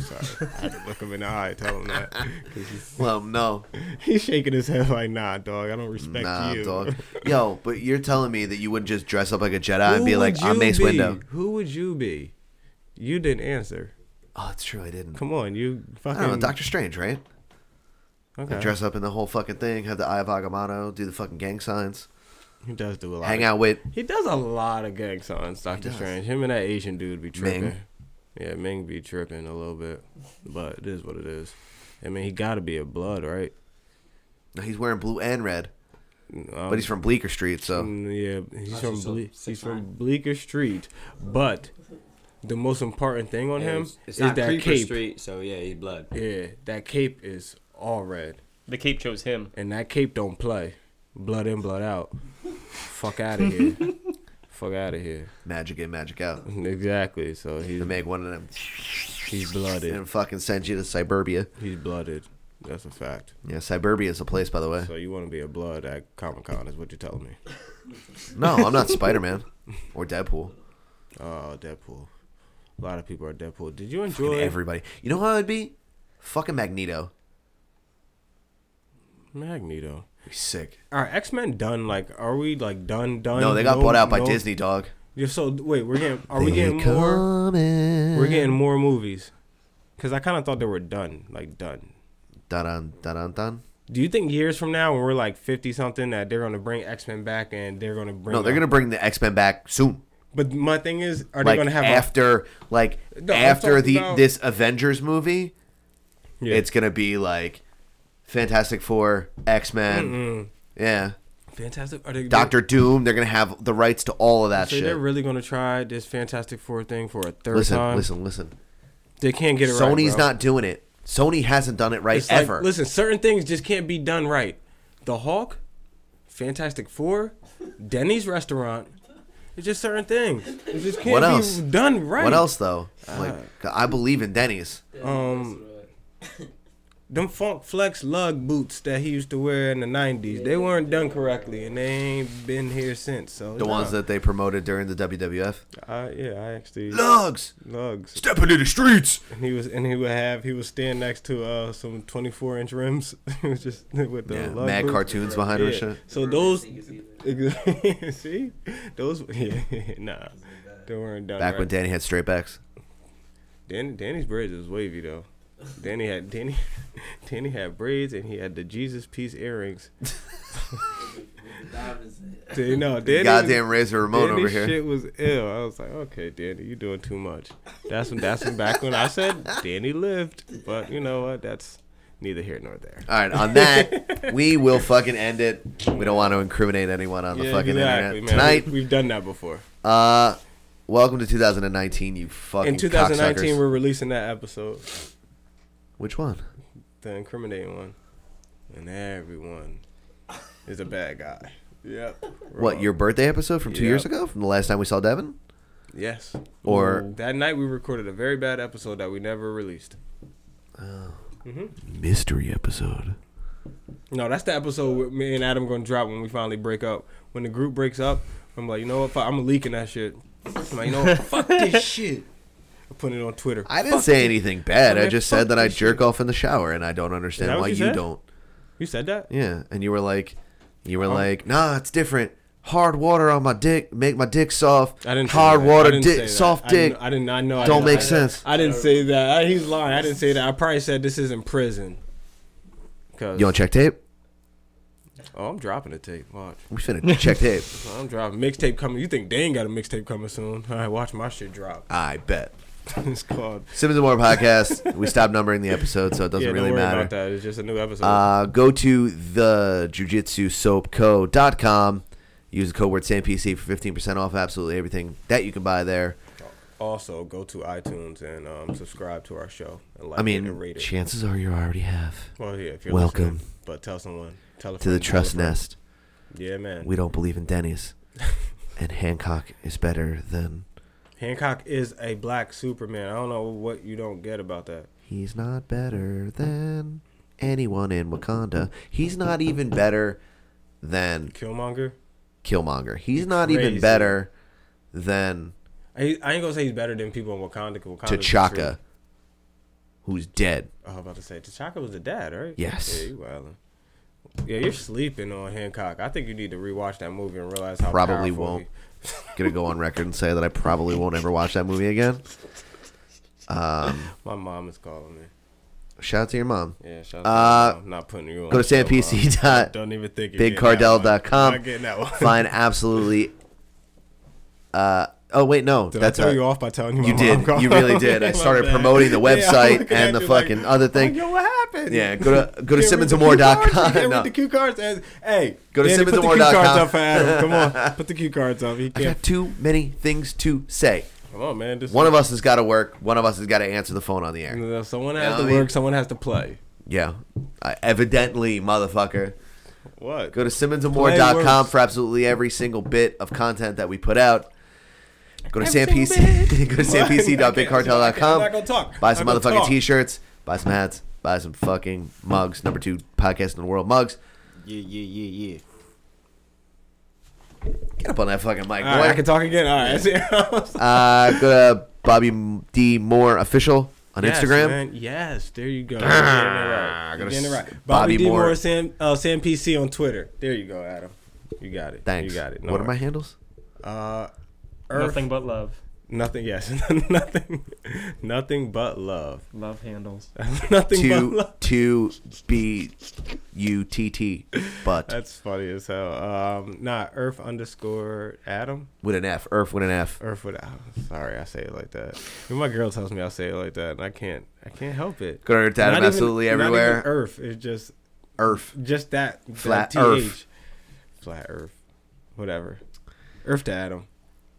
Speaker 11: Sorry, I had to look him in the eye, and tell him that. 'cause he's-
Speaker 4: Well, no.
Speaker 11: he's shaking his head like, nah, dog, I don't respect
Speaker 4: Nah,
Speaker 11: you.
Speaker 4: dog. Yo, but you're telling me that you wouldn't just dress up like a Jedi and be
Speaker 11: Who
Speaker 4: like,
Speaker 11: would
Speaker 4: I'm
Speaker 11: you
Speaker 4: Mace
Speaker 11: be?
Speaker 4: Windu.
Speaker 11: Who would you be? You didn't answer.
Speaker 4: Oh, it's true, I didn't.
Speaker 11: Come on, you
Speaker 4: I
Speaker 11: fucking
Speaker 4: don't know, Doctor Strange, right?
Speaker 11: Okay.
Speaker 4: I dress up in the whole fucking thing, have the Eye of Agamotto, do the fucking gang signs.
Speaker 11: He does do a lot.
Speaker 4: Hang
Speaker 11: of-
Speaker 4: out with
Speaker 11: He does a lot of gang signs, Doctor
Speaker 4: does.
Speaker 11: Strange. Him and that Asian dude be tripping.
Speaker 4: Ming.
Speaker 11: Yeah, Ming be tripping a little bit, but it is what it is. I mean, he got to be a blood, right?
Speaker 4: No, he's wearing blue and red.
Speaker 11: Um,
Speaker 4: but he's from Bleecker Street, so
Speaker 11: Mm, Yeah, he's
Speaker 12: That's
Speaker 11: from
Speaker 12: what's up.
Speaker 11: Ble- he's
Speaker 12: Six
Speaker 11: from Bleecker Street, but the most important thing on
Speaker 13: Yeah,
Speaker 11: him
Speaker 13: it's- it's
Speaker 11: is
Speaker 13: not
Speaker 11: that
Speaker 13: Creeper
Speaker 11: cape.
Speaker 13: Street, so yeah, he's blood.
Speaker 11: Yeah, that cape is all red.
Speaker 10: The cape chose him,
Speaker 11: and that cape don't play. Blood in, blood out. Fuck out of here. Fuck out of here.
Speaker 4: magic in, magic out.
Speaker 11: Exactly. So he's
Speaker 4: to make one of them.
Speaker 11: He's blooded.
Speaker 4: And fucking send you to Cyberbia.
Speaker 11: He's blooded. That's a fact.
Speaker 4: Yeah, Cyberbia is a place, by the way.
Speaker 11: So you want to be a blood at Comic Con is what you're telling me.
Speaker 4: No, I'm not Spider Man or Deadpool.
Speaker 11: Oh, Deadpool. A lot of people are Deadpool. Did you
Speaker 4: Fucking
Speaker 11: enjoy
Speaker 4: everybody. You know how I'd be? Fucking Magneto.
Speaker 11: Magneto?
Speaker 4: He's sick.
Speaker 11: Are X Men done? Like, are we like done? Done?
Speaker 4: No, they got
Speaker 11: No-
Speaker 4: bought out by
Speaker 11: no-
Speaker 4: Disney, dog.
Speaker 11: Yeah, so wait, we're getting are we
Speaker 4: They
Speaker 11: getting more?
Speaker 4: coming.
Speaker 11: We're getting more movies. Cause I kind of thought they were done, like done.
Speaker 4: Dun dun dun dun dun.
Speaker 11: Do you think years from now, when we're like fifty something, that they're gonna bring X Men back and they're gonna bring?
Speaker 4: No, they're
Speaker 11: out-
Speaker 4: gonna bring the X Men back soon.
Speaker 11: But my thing is, are
Speaker 4: like
Speaker 11: they gonna have a-
Speaker 4: after like
Speaker 11: No, I'm
Speaker 4: after
Speaker 11: talking
Speaker 4: the
Speaker 11: about-
Speaker 4: this Avengers movie?
Speaker 11: Yeah.
Speaker 4: It's gonna be like Fantastic Four, X Men, yeah,
Speaker 11: Fantastic? Are they
Speaker 4: Doctor Doom. They're gonna have the rights to all of that
Speaker 11: so
Speaker 4: shit.
Speaker 11: they're really gonna try this Fantastic Four thing for a third
Speaker 4: Listen,
Speaker 11: time?
Speaker 4: listen, listen.
Speaker 11: They can't get it right.
Speaker 4: Sony's
Speaker 11: bro.
Speaker 4: not doing it. Sony hasn't done it right
Speaker 11: It's like,
Speaker 4: ever.
Speaker 11: listen, certain things just can't be done right. The Hulk, Fantastic Four, Denny's restaurant. It's just certain things. It just can't
Speaker 4: what
Speaker 11: be
Speaker 4: else?
Speaker 11: done right. Uh,
Speaker 4: What else though? Like I believe in Denny's.
Speaker 11: Um, them Funk Flex lug boots that he used to wear in the '90s, they weren't done correctly, and they ain't been here since. So
Speaker 4: The ones that they promoted during the WWF.
Speaker 11: I, yeah, I actually
Speaker 4: Lugs!
Speaker 11: lugs.
Speaker 4: Step into the streets.
Speaker 11: And he was, and he would have, he would stand next to uh, some 24 inch rims. it was just with the
Speaker 4: Yeah,
Speaker 11: lug
Speaker 4: mad
Speaker 11: boots.
Speaker 4: cartoons behind him and shit.
Speaker 11: So those, see, those, yeah, nah, they weren't done.
Speaker 4: Back
Speaker 11: right.
Speaker 4: when Danny had straight backs.
Speaker 11: Dan, Danny's braids was wavy though. Danny had Danny, Danny had braids and he had the Jesus piece earrings. Danny, no, Danny
Speaker 4: Goddamn Razor Ramon
Speaker 11: Danny's
Speaker 4: over here.
Speaker 11: Shit was ill. I was like, okay, Danny, you doing too much. That's when that's when back when I said Danny lived, but you know what? That's neither here nor there.
Speaker 4: All right, on that, we will fucking end it. We don't want to incriminate anyone on the
Speaker 11: Yeah,
Speaker 4: fucking
Speaker 11: exactly,
Speaker 4: internet
Speaker 11: man.
Speaker 4: tonight.
Speaker 11: We- we've done that before.
Speaker 4: Uh, welcome to 2019, you fucking
Speaker 11: In 2019,
Speaker 4: cocksuckers.
Speaker 11: we're releasing that episode,
Speaker 4: Which one?
Speaker 11: the incriminating one, and everyone is a bad guy. Yep.
Speaker 4: What your birthday episode from two years
Speaker 11: Yep.
Speaker 4: ago? From the last time we saw Devin?
Speaker 11: Yes. Mm-hmm.
Speaker 4: Or-
Speaker 11: that night we recorded a very bad episode that we never released.
Speaker 4: Mystery episode.
Speaker 11: No, that's the episode where me and Adam gonna drop when we finally break up. When the group breaks up, I'm like, you know what? Fuck, I'm leaking that shit. I'm like, you know what? Fuck this shit. I'm putting it on Twitter.
Speaker 4: I didn't say anything bad. I just said that I jerk off in the shower, and I don't understand
Speaker 11: that what
Speaker 4: why
Speaker 11: you
Speaker 4: you
Speaker 11: said?
Speaker 4: don't.
Speaker 11: You said that?
Speaker 4: Yeah, and you were like, you were
Speaker 11: Oh.
Speaker 4: like, nah, it's different. Hard water on my dick make my dick soft.
Speaker 11: I didn't. say
Speaker 4: Hard
Speaker 11: that. I
Speaker 4: water,
Speaker 11: didn't say
Speaker 4: dick,
Speaker 11: that.
Speaker 4: soft
Speaker 11: I
Speaker 4: dick.
Speaker 11: Didn't, I did not know. I
Speaker 4: Don't
Speaker 11: didn't-
Speaker 4: make
Speaker 11: I-
Speaker 4: sense.
Speaker 11: I didn't say that. I, he's lying. I didn't say that. I probably said this isn't prison. Cause
Speaker 4: You want check tape?
Speaker 11: Oh, I'm dropping a tape. Watch.
Speaker 4: We finna check tape.
Speaker 11: I'm dropping mixtape coming. You think Dane got a mixtape coming soon? All right, watch my shit drop.
Speaker 4: I bet.
Speaker 11: it's called.
Speaker 4: Simmons and More podcast. we stopped numbering the episode, so it doesn't
Speaker 11: yeah,
Speaker 4: really
Speaker 11: don't worry
Speaker 4: matter.
Speaker 11: about that. It's just a new episode.
Speaker 4: Uh, go to the jujitsusoapco.com. Use the code word SAMPC for 15% off absolutely everything that you can buy there.
Speaker 11: also go to iTunes and um, subscribe to our show. And
Speaker 4: I mean,
Speaker 11: it and rate it.
Speaker 4: chances are you already have.
Speaker 11: Well, yeah, if you're
Speaker 4: Welcome
Speaker 11: listening, but tell someone. Tell a
Speaker 4: to the
Speaker 11: friend, tell a
Speaker 4: trust
Speaker 11: friend.
Speaker 4: nest.
Speaker 11: Yeah, man.
Speaker 4: We don't believe in Denny's, and Hancock is better than
Speaker 11: Hancock is a black Superman. I don't know what you don't get about that.
Speaker 4: He's not better than anyone in Wakanda. He's not even better than
Speaker 11: Killmonger.
Speaker 4: Killmonger. He's not even
Speaker 11: Crazy.
Speaker 4: better than
Speaker 11: I, I ain't gonna say he's better than people in Wakanda. 'cause Wakanda's the truth.
Speaker 4: T'Chaka, who's dead.
Speaker 11: I was about to say T'Chaka was the dad, right?
Speaker 4: Yes.
Speaker 11: Yeah, you wildin'. Yeah, you're sleeping on Hancock. I think you need to rewatch that movie and realize how
Speaker 4: Probably
Speaker 11: powerful
Speaker 4: won't. Gonna go on record and say that I probably won't ever watch that movie again. Um,
Speaker 11: he- My mom is calling me.
Speaker 4: shout out to your mom.
Speaker 11: Yeah, shout out to
Speaker 4: uh,
Speaker 11: your mom. Not putting you on
Speaker 4: Go to
Speaker 11: the show,
Speaker 4: sampc.
Speaker 11: Mom.
Speaker 4: dot
Speaker 11: Don't even think you're getting that one. Not getting that
Speaker 4: bigcardell.com.
Speaker 11: one.
Speaker 4: Find absolutely. Uh, oh wait, no,
Speaker 11: Did I
Speaker 4: that's
Speaker 11: throw
Speaker 4: a-
Speaker 11: you off by telling you my
Speaker 4: you
Speaker 11: mom
Speaker 4: did.
Speaker 11: called?
Speaker 4: You really did. I
Speaker 11: My
Speaker 4: started
Speaker 11: bad.
Speaker 4: promoting the
Speaker 11: Yeah, I'm
Speaker 4: website
Speaker 11: looking
Speaker 4: and
Speaker 11: at
Speaker 4: the
Speaker 11: you like,
Speaker 4: fucking other thing.
Speaker 11: Yo, what happened?
Speaker 4: Yeah, go to go to
Speaker 11: Can't read the cue cards? You
Speaker 4: simmonsandmore.com.
Speaker 11: can't read
Speaker 4: No,
Speaker 11: the cue cards. As, hey,
Speaker 4: Go to
Speaker 11: Danny, put the cue
Speaker 4: simmonsandmore.com.
Speaker 11: cards up for Adam. Come on, put the cue cards up. He
Speaker 4: I
Speaker 11: can't.
Speaker 4: got too many things to say.
Speaker 11: Come on, man. This
Speaker 4: One of us has got to work. One of us has got to answer the phone on the air.
Speaker 11: No, Someone
Speaker 4: You
Speaker 11: has
Speaker 4: know
Speaker 11: to
Speaker 4: what I mean?
Speaker 11: work. Someone has to play.
Speaker 4: Yeah, I, evidently, motherfucker.
Speaker 11: What?
Speaker 4: Go to
Speaker 11: Play
Speaker 4: simmonsandmore.com
Speaker 11: works.
Speaker 4: for absolutely every single bit of content that we put out. Go to
Speaker 11: Every
Speaker 4: sampc. go to
Speaker 11: I'm not gonna
Speaker 4: sampc.bigcartel.com.
Speaker 11: talk.
Speaker 4: Buy some
Speaker 11: I'm not gonna
Speaker 4: motherfucking
Speaker 11: talk.
Speaker 4: t-shirts. Buy some hats. Buy some fucking mugs. Number two podcast in the world mugs.
Speaker 12: Yeah, yeah, yeah, yeah.
Speaker 4: Get up on that fucking mic, boy.
Speaker 11: All right, I can talk again. All right. that's it.
Speaker 4: uh, go to Bobby D Moore official on
Speaker 11: Yes,
Speaker 4: Instagram.
Speaker 11: man. Yes, there you go. You're getting it right.
Speaker 4: I
Speaker 11: You're
Speaker 4: gotta
Speaker 11: getting it
Speaker 4: s-
Speaker 11: right.
Speaker 4: Bobby
Speaker 11: Bobby, D. Moore,
Speaker 4: Moore.
Speaker 11: Sam, uh, Sam PC on Twitter. There you go, Adam. You got it.
Speaker 4: Thanks.
Speaker 11: You got it.
Speaker 4: what are my
Speaker 11: worries.
Speaker 4: handles?
Speaker 11: Uh, Earth,
Speaker 10: Nothing but love.
Speaker 11: Nothing. Yes. nothing. Nothing but love.
Speaker 10: Love handles.
Speaker 11: nothing but
Speaker 4: Two
Speaker 11: love.
Speaker 4: two B U T T but
Speaker 11: That's funny as hell. Um, nah, Earth underscore Adam.
Speaker 4: with an F. Earth with an F.
Speaker 11: Earth with. I'm sorry, I say it like that. And my girl tells me I say it like that, and I can't. I can't help it.
Speaker 4: Go to Earth Adam
Speaker 11: Not even-
Speaker 4: absolutely
Speaker 11: not even
Speaker 4: everywhere.
Speaker 11: Earth is just
Speaker 4: Earth.
Speaker 11: just that that
Speaker 4: Flat Earth.
Speaker 11: flat Earth, whatever. Earth to Adam.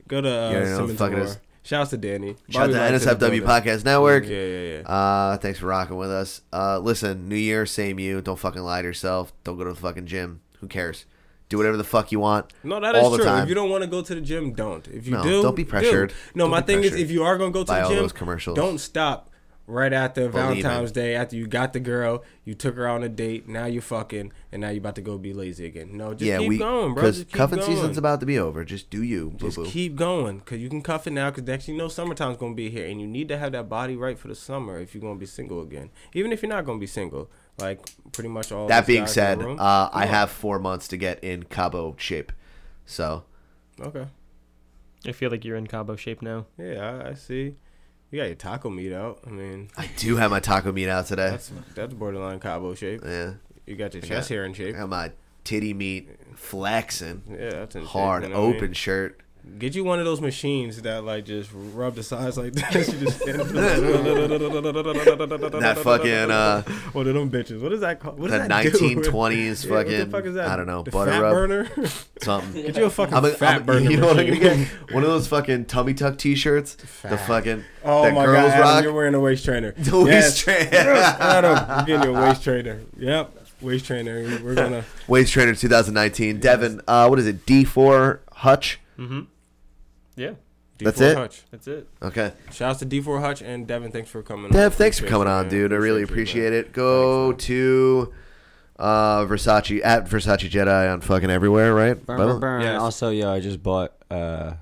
Speaker 11: Go to uh,
Speaker 4: You know,
Speaker 11: Simmons
Speaker 4: fuck it
Speaker 11: Moore.
Speaker 4: is.
Speaker 11: Shouts to Danny.
Speaker 4: Shout
Speaker 11: Bobby Light
Speaker 4: out to
Speaker 11: the
Speaker 4: NSFW
Speaker 11: building.
Speaker 4: Podcast Network.
Speaker 11: Yeah, yeah, yeah.
Speaker 4: Uh, thanks for rocking with us. Uh, listen, New Year, same you. Don't fucking lie to yourself. Don't go to the fucking gym. Who cares? Do whatever the fuck you want.
Speaker 11: No, that is
Speaker 4: all the
Speaker 11: true.
Speaker 4: Time.
Speaker 11: If you don't want to go to the gym, don't. If you
Speaker 4: No,
Speaker 11: do,
Speaker 4: don't be
Speaker 11: do.
Speaker 4: pressured.
Speaker 11: No,
Speaker 4: Don't
Speaker 11: my
Speaker 4: be
Speaker 11: thing
Speaker 4: pressured
Speaker 11: is, if you are gonna go to
Speaker 4: by
Speaker 11: the
Speaker 4: all
Speaker 11: gym,
Speaker 4: those commercials.
Speaker 11: don't stop right after
Speaker 4: Believe it.
Speaker 11: Valentine's Day. After you got the girl, you took her on a date. Now you're fucking, and now you're about to go be lazy again. No, just
Speaker 4: yeah,
Speaker 11: keep
Speaker 4: we
Speaker 11: going, bro.
Speaker 4: because
Speaker 11: Just keep
Speaker 4: cuffing
Speaker 11: going.
Speaker 4: season's about to be over. Just do you, boo
Speaker 11: Just
Speaker 4: boo.
Speaker 11: keep going, cause you can cuff it now, cause actually you know summertime's gonna be here, and you need to have that body right for the summer if you're gonna be single again. Even if you're not gonna be single, like pretty much all.
Speaker 4: That
Speaker 11: these
Speaker 4: being
Speaker 11: guys in the
Speaker 4: said,
Speaker 11: room-
Speaker 4: uh, I
Speaker 11: Come on.
Speaker 4: have four months to get in Cabo shape. So
Speaker 11: Okay.
Speaker 10: I feel like you're in Cabo shape now.
Speaker 11: Yeah, I, I see. You got your taco meat out. I mean,
Speaker 4: I do have my taco meat out today.
Speaker 11: that's that's borderline Cabo shape.
Speaker 4: yeah,
Speaker 11: You got your
Speaker 4: I
Speaker 11: chest
Speaker 4: got-
Speaker 11: hair in shape.
Speaker 4: I got my titty meat flexing.
Speaker 11: Yeah, that's in shape,
Speaker 4: hard
Speaker 11: you know what I
Speaker 4: open
Speaker 11: mean?
Speaker 4: shirt.
Speaker 11: Get you one of those machines that like just rub the sides like this. You just
Speaker 4: That
Speaker 11: that
Speaker 4: fucking, uh,
Speaker 11: one of them bitches. What is that called? What does
Speaker 4: the
Speaker 11: that do?
Speaker 4: 1920s
Speaker 11: Yeah, what the
Speaker 4: fucking-
Speaker 11: fuck is that?
Speaker 4: I don't know,
Speaker 11: The
Speaker 4: butter
Speaker 11: fat
Speaker 4: rub?
Speaker 11: burner.
Speaker 4: Something.
Speaker 11: Get you a fucking
Speaker 4: I'm a,
Speaker 11: fat
Speaker 4: I'm a-
Speaker 11: burner.
Speaker 4: You know what I'm gonna
Speaker 11: machine.
Speaker 4: get? One of those fucking tummy tuck T-shirts. The
Speaker 11: Fat.
Speaker 4: fucking
Speaker 11: Oh
Speaker 4: that
Speaker 11: my god,
Speaker 4: girls
Speaker 11: Adam,
Speaker 4: rock.
Speaker 11: you're wearing a waist trainer.
Speaker 4: The waist trainer.
Speaker 11: Yes, Adam, you're getting your waist trainer. Yep, waist trainer. We- We're gonna.
Speaker 4: Waist Trainer 2019. Devin, uh, what is it? D4 Hutch.
Speaker 10: Mm-hmm. Yeah,
Speaker 4: That's
Speaker 11: D4
Speaker 4: it?
Speaker 11: Hutch.
Speaker 10: that's it.
Speaker 4: Okay.
Speaker 11: Shouts to D4 Hutch and Devin. Thanks for coming.
Speaker 4: Dev,
Speaker 11: on.
Speaker 4: thanks for
Speaker 11: Appreciate
Speaker 4: coming
Speaker 11: you,
Speaker 4: on,
Speaker 11: man.
Speaker 4: dude. I really
Speaker 11: you,
Speaker 4: appreciate
Speaker 11: man.
Speaker 4: it. Go to uh, Versace at Versace Jedi on fucking everywhere, right? Bubba?
Speaker 11: Yes.
Speaker 13: Also, yo, I just bought uh,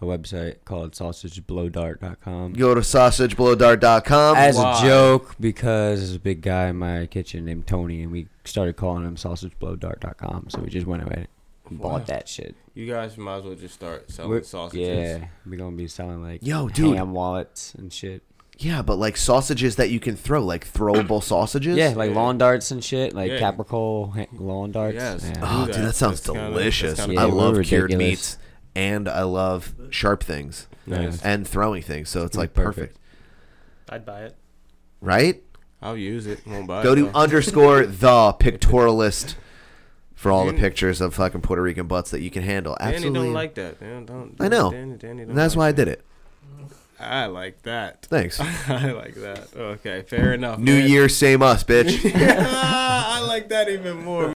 Speaker 13: a website called sausageblowdart.com.
Speaker 4: Go to sausageblowdart.com.
Speaker 13: As
Speaker 4: Why?
Speaker 13: a joke, because Uh, there's a big guy in my kitchen named Tony, and we started calling him sausageblowdart.com. So we just went away and
Speaker 11: Wow.
Speaker 13: bought that shit.
Speaker 11: You guys might as well just start selling
Speaker 13: We're-
Speaker 11: sausages.
Speaker 13: Yeah, we're gonna be selling like
Speaker 4: Yo, dude.
Speaker 13: ham wallets and shit.
Speaker 4: Yeah, but like sausages that you can throw, like throwable sausages.
Speaker 13: Yeah, like lawn darts and shit, like
Speaker 11: Yeah.
Speaker 13: capricola ha- lawn darts.
Speaker 11: Yes.
Speaker 13: Yeah.
Speaker 4: Oh,
Speaker 11: Do
Speaker 4: dude,
Speaker 11: that.
Speaker 4: that sounds
Speaker 11: That's kinda- that's
Speaker 4: delicious.
Speaker 11: kinda
Speaker 4: I
Speaker 13: cool.
Speaker 4: love
Speaker 13: Yeah,
Speaker 4: cured
Speaker 13: ridiculous.
Speaker 4: meats and I love sharp things
Speaker 11: Nice.
Speaker 4: and throwing things. So it's like perfect,
Speaker 13: perfect.
Speaker 10: I'd buy it.
Speaker 4: right?
Speaker 11: I'll use it. Won't buy
Speaker 4: Go
Speaker 11: it,
Speaker 4: to
Speaker 11: though.
Speaker 4: underscore the pictorialist for all the
Speaker 11: Danny-
Speaker 4: pictures of fucking Puerto Rican butts that you can handle.
Speaker 11: Danny
Speaker 4: Absolutely.
Speaker 11: don't like that. Danny don't,
Speaker 4: I know.
Speaker 11: Danny, Danny don't
Speaker 4: and that's
Speaker 11: like
Speaker 4: why I
Speaker 11: that.
Speaker 4: did it.
Speaker 11: I like that.
Speaker 4: Thanks.
Speaker 11: I like that. Okay, fair enough.
Speaker 4: New
Speaker 11: man.
Speaker 4: year, same us, bitch.
Speaker 11: I like that even more.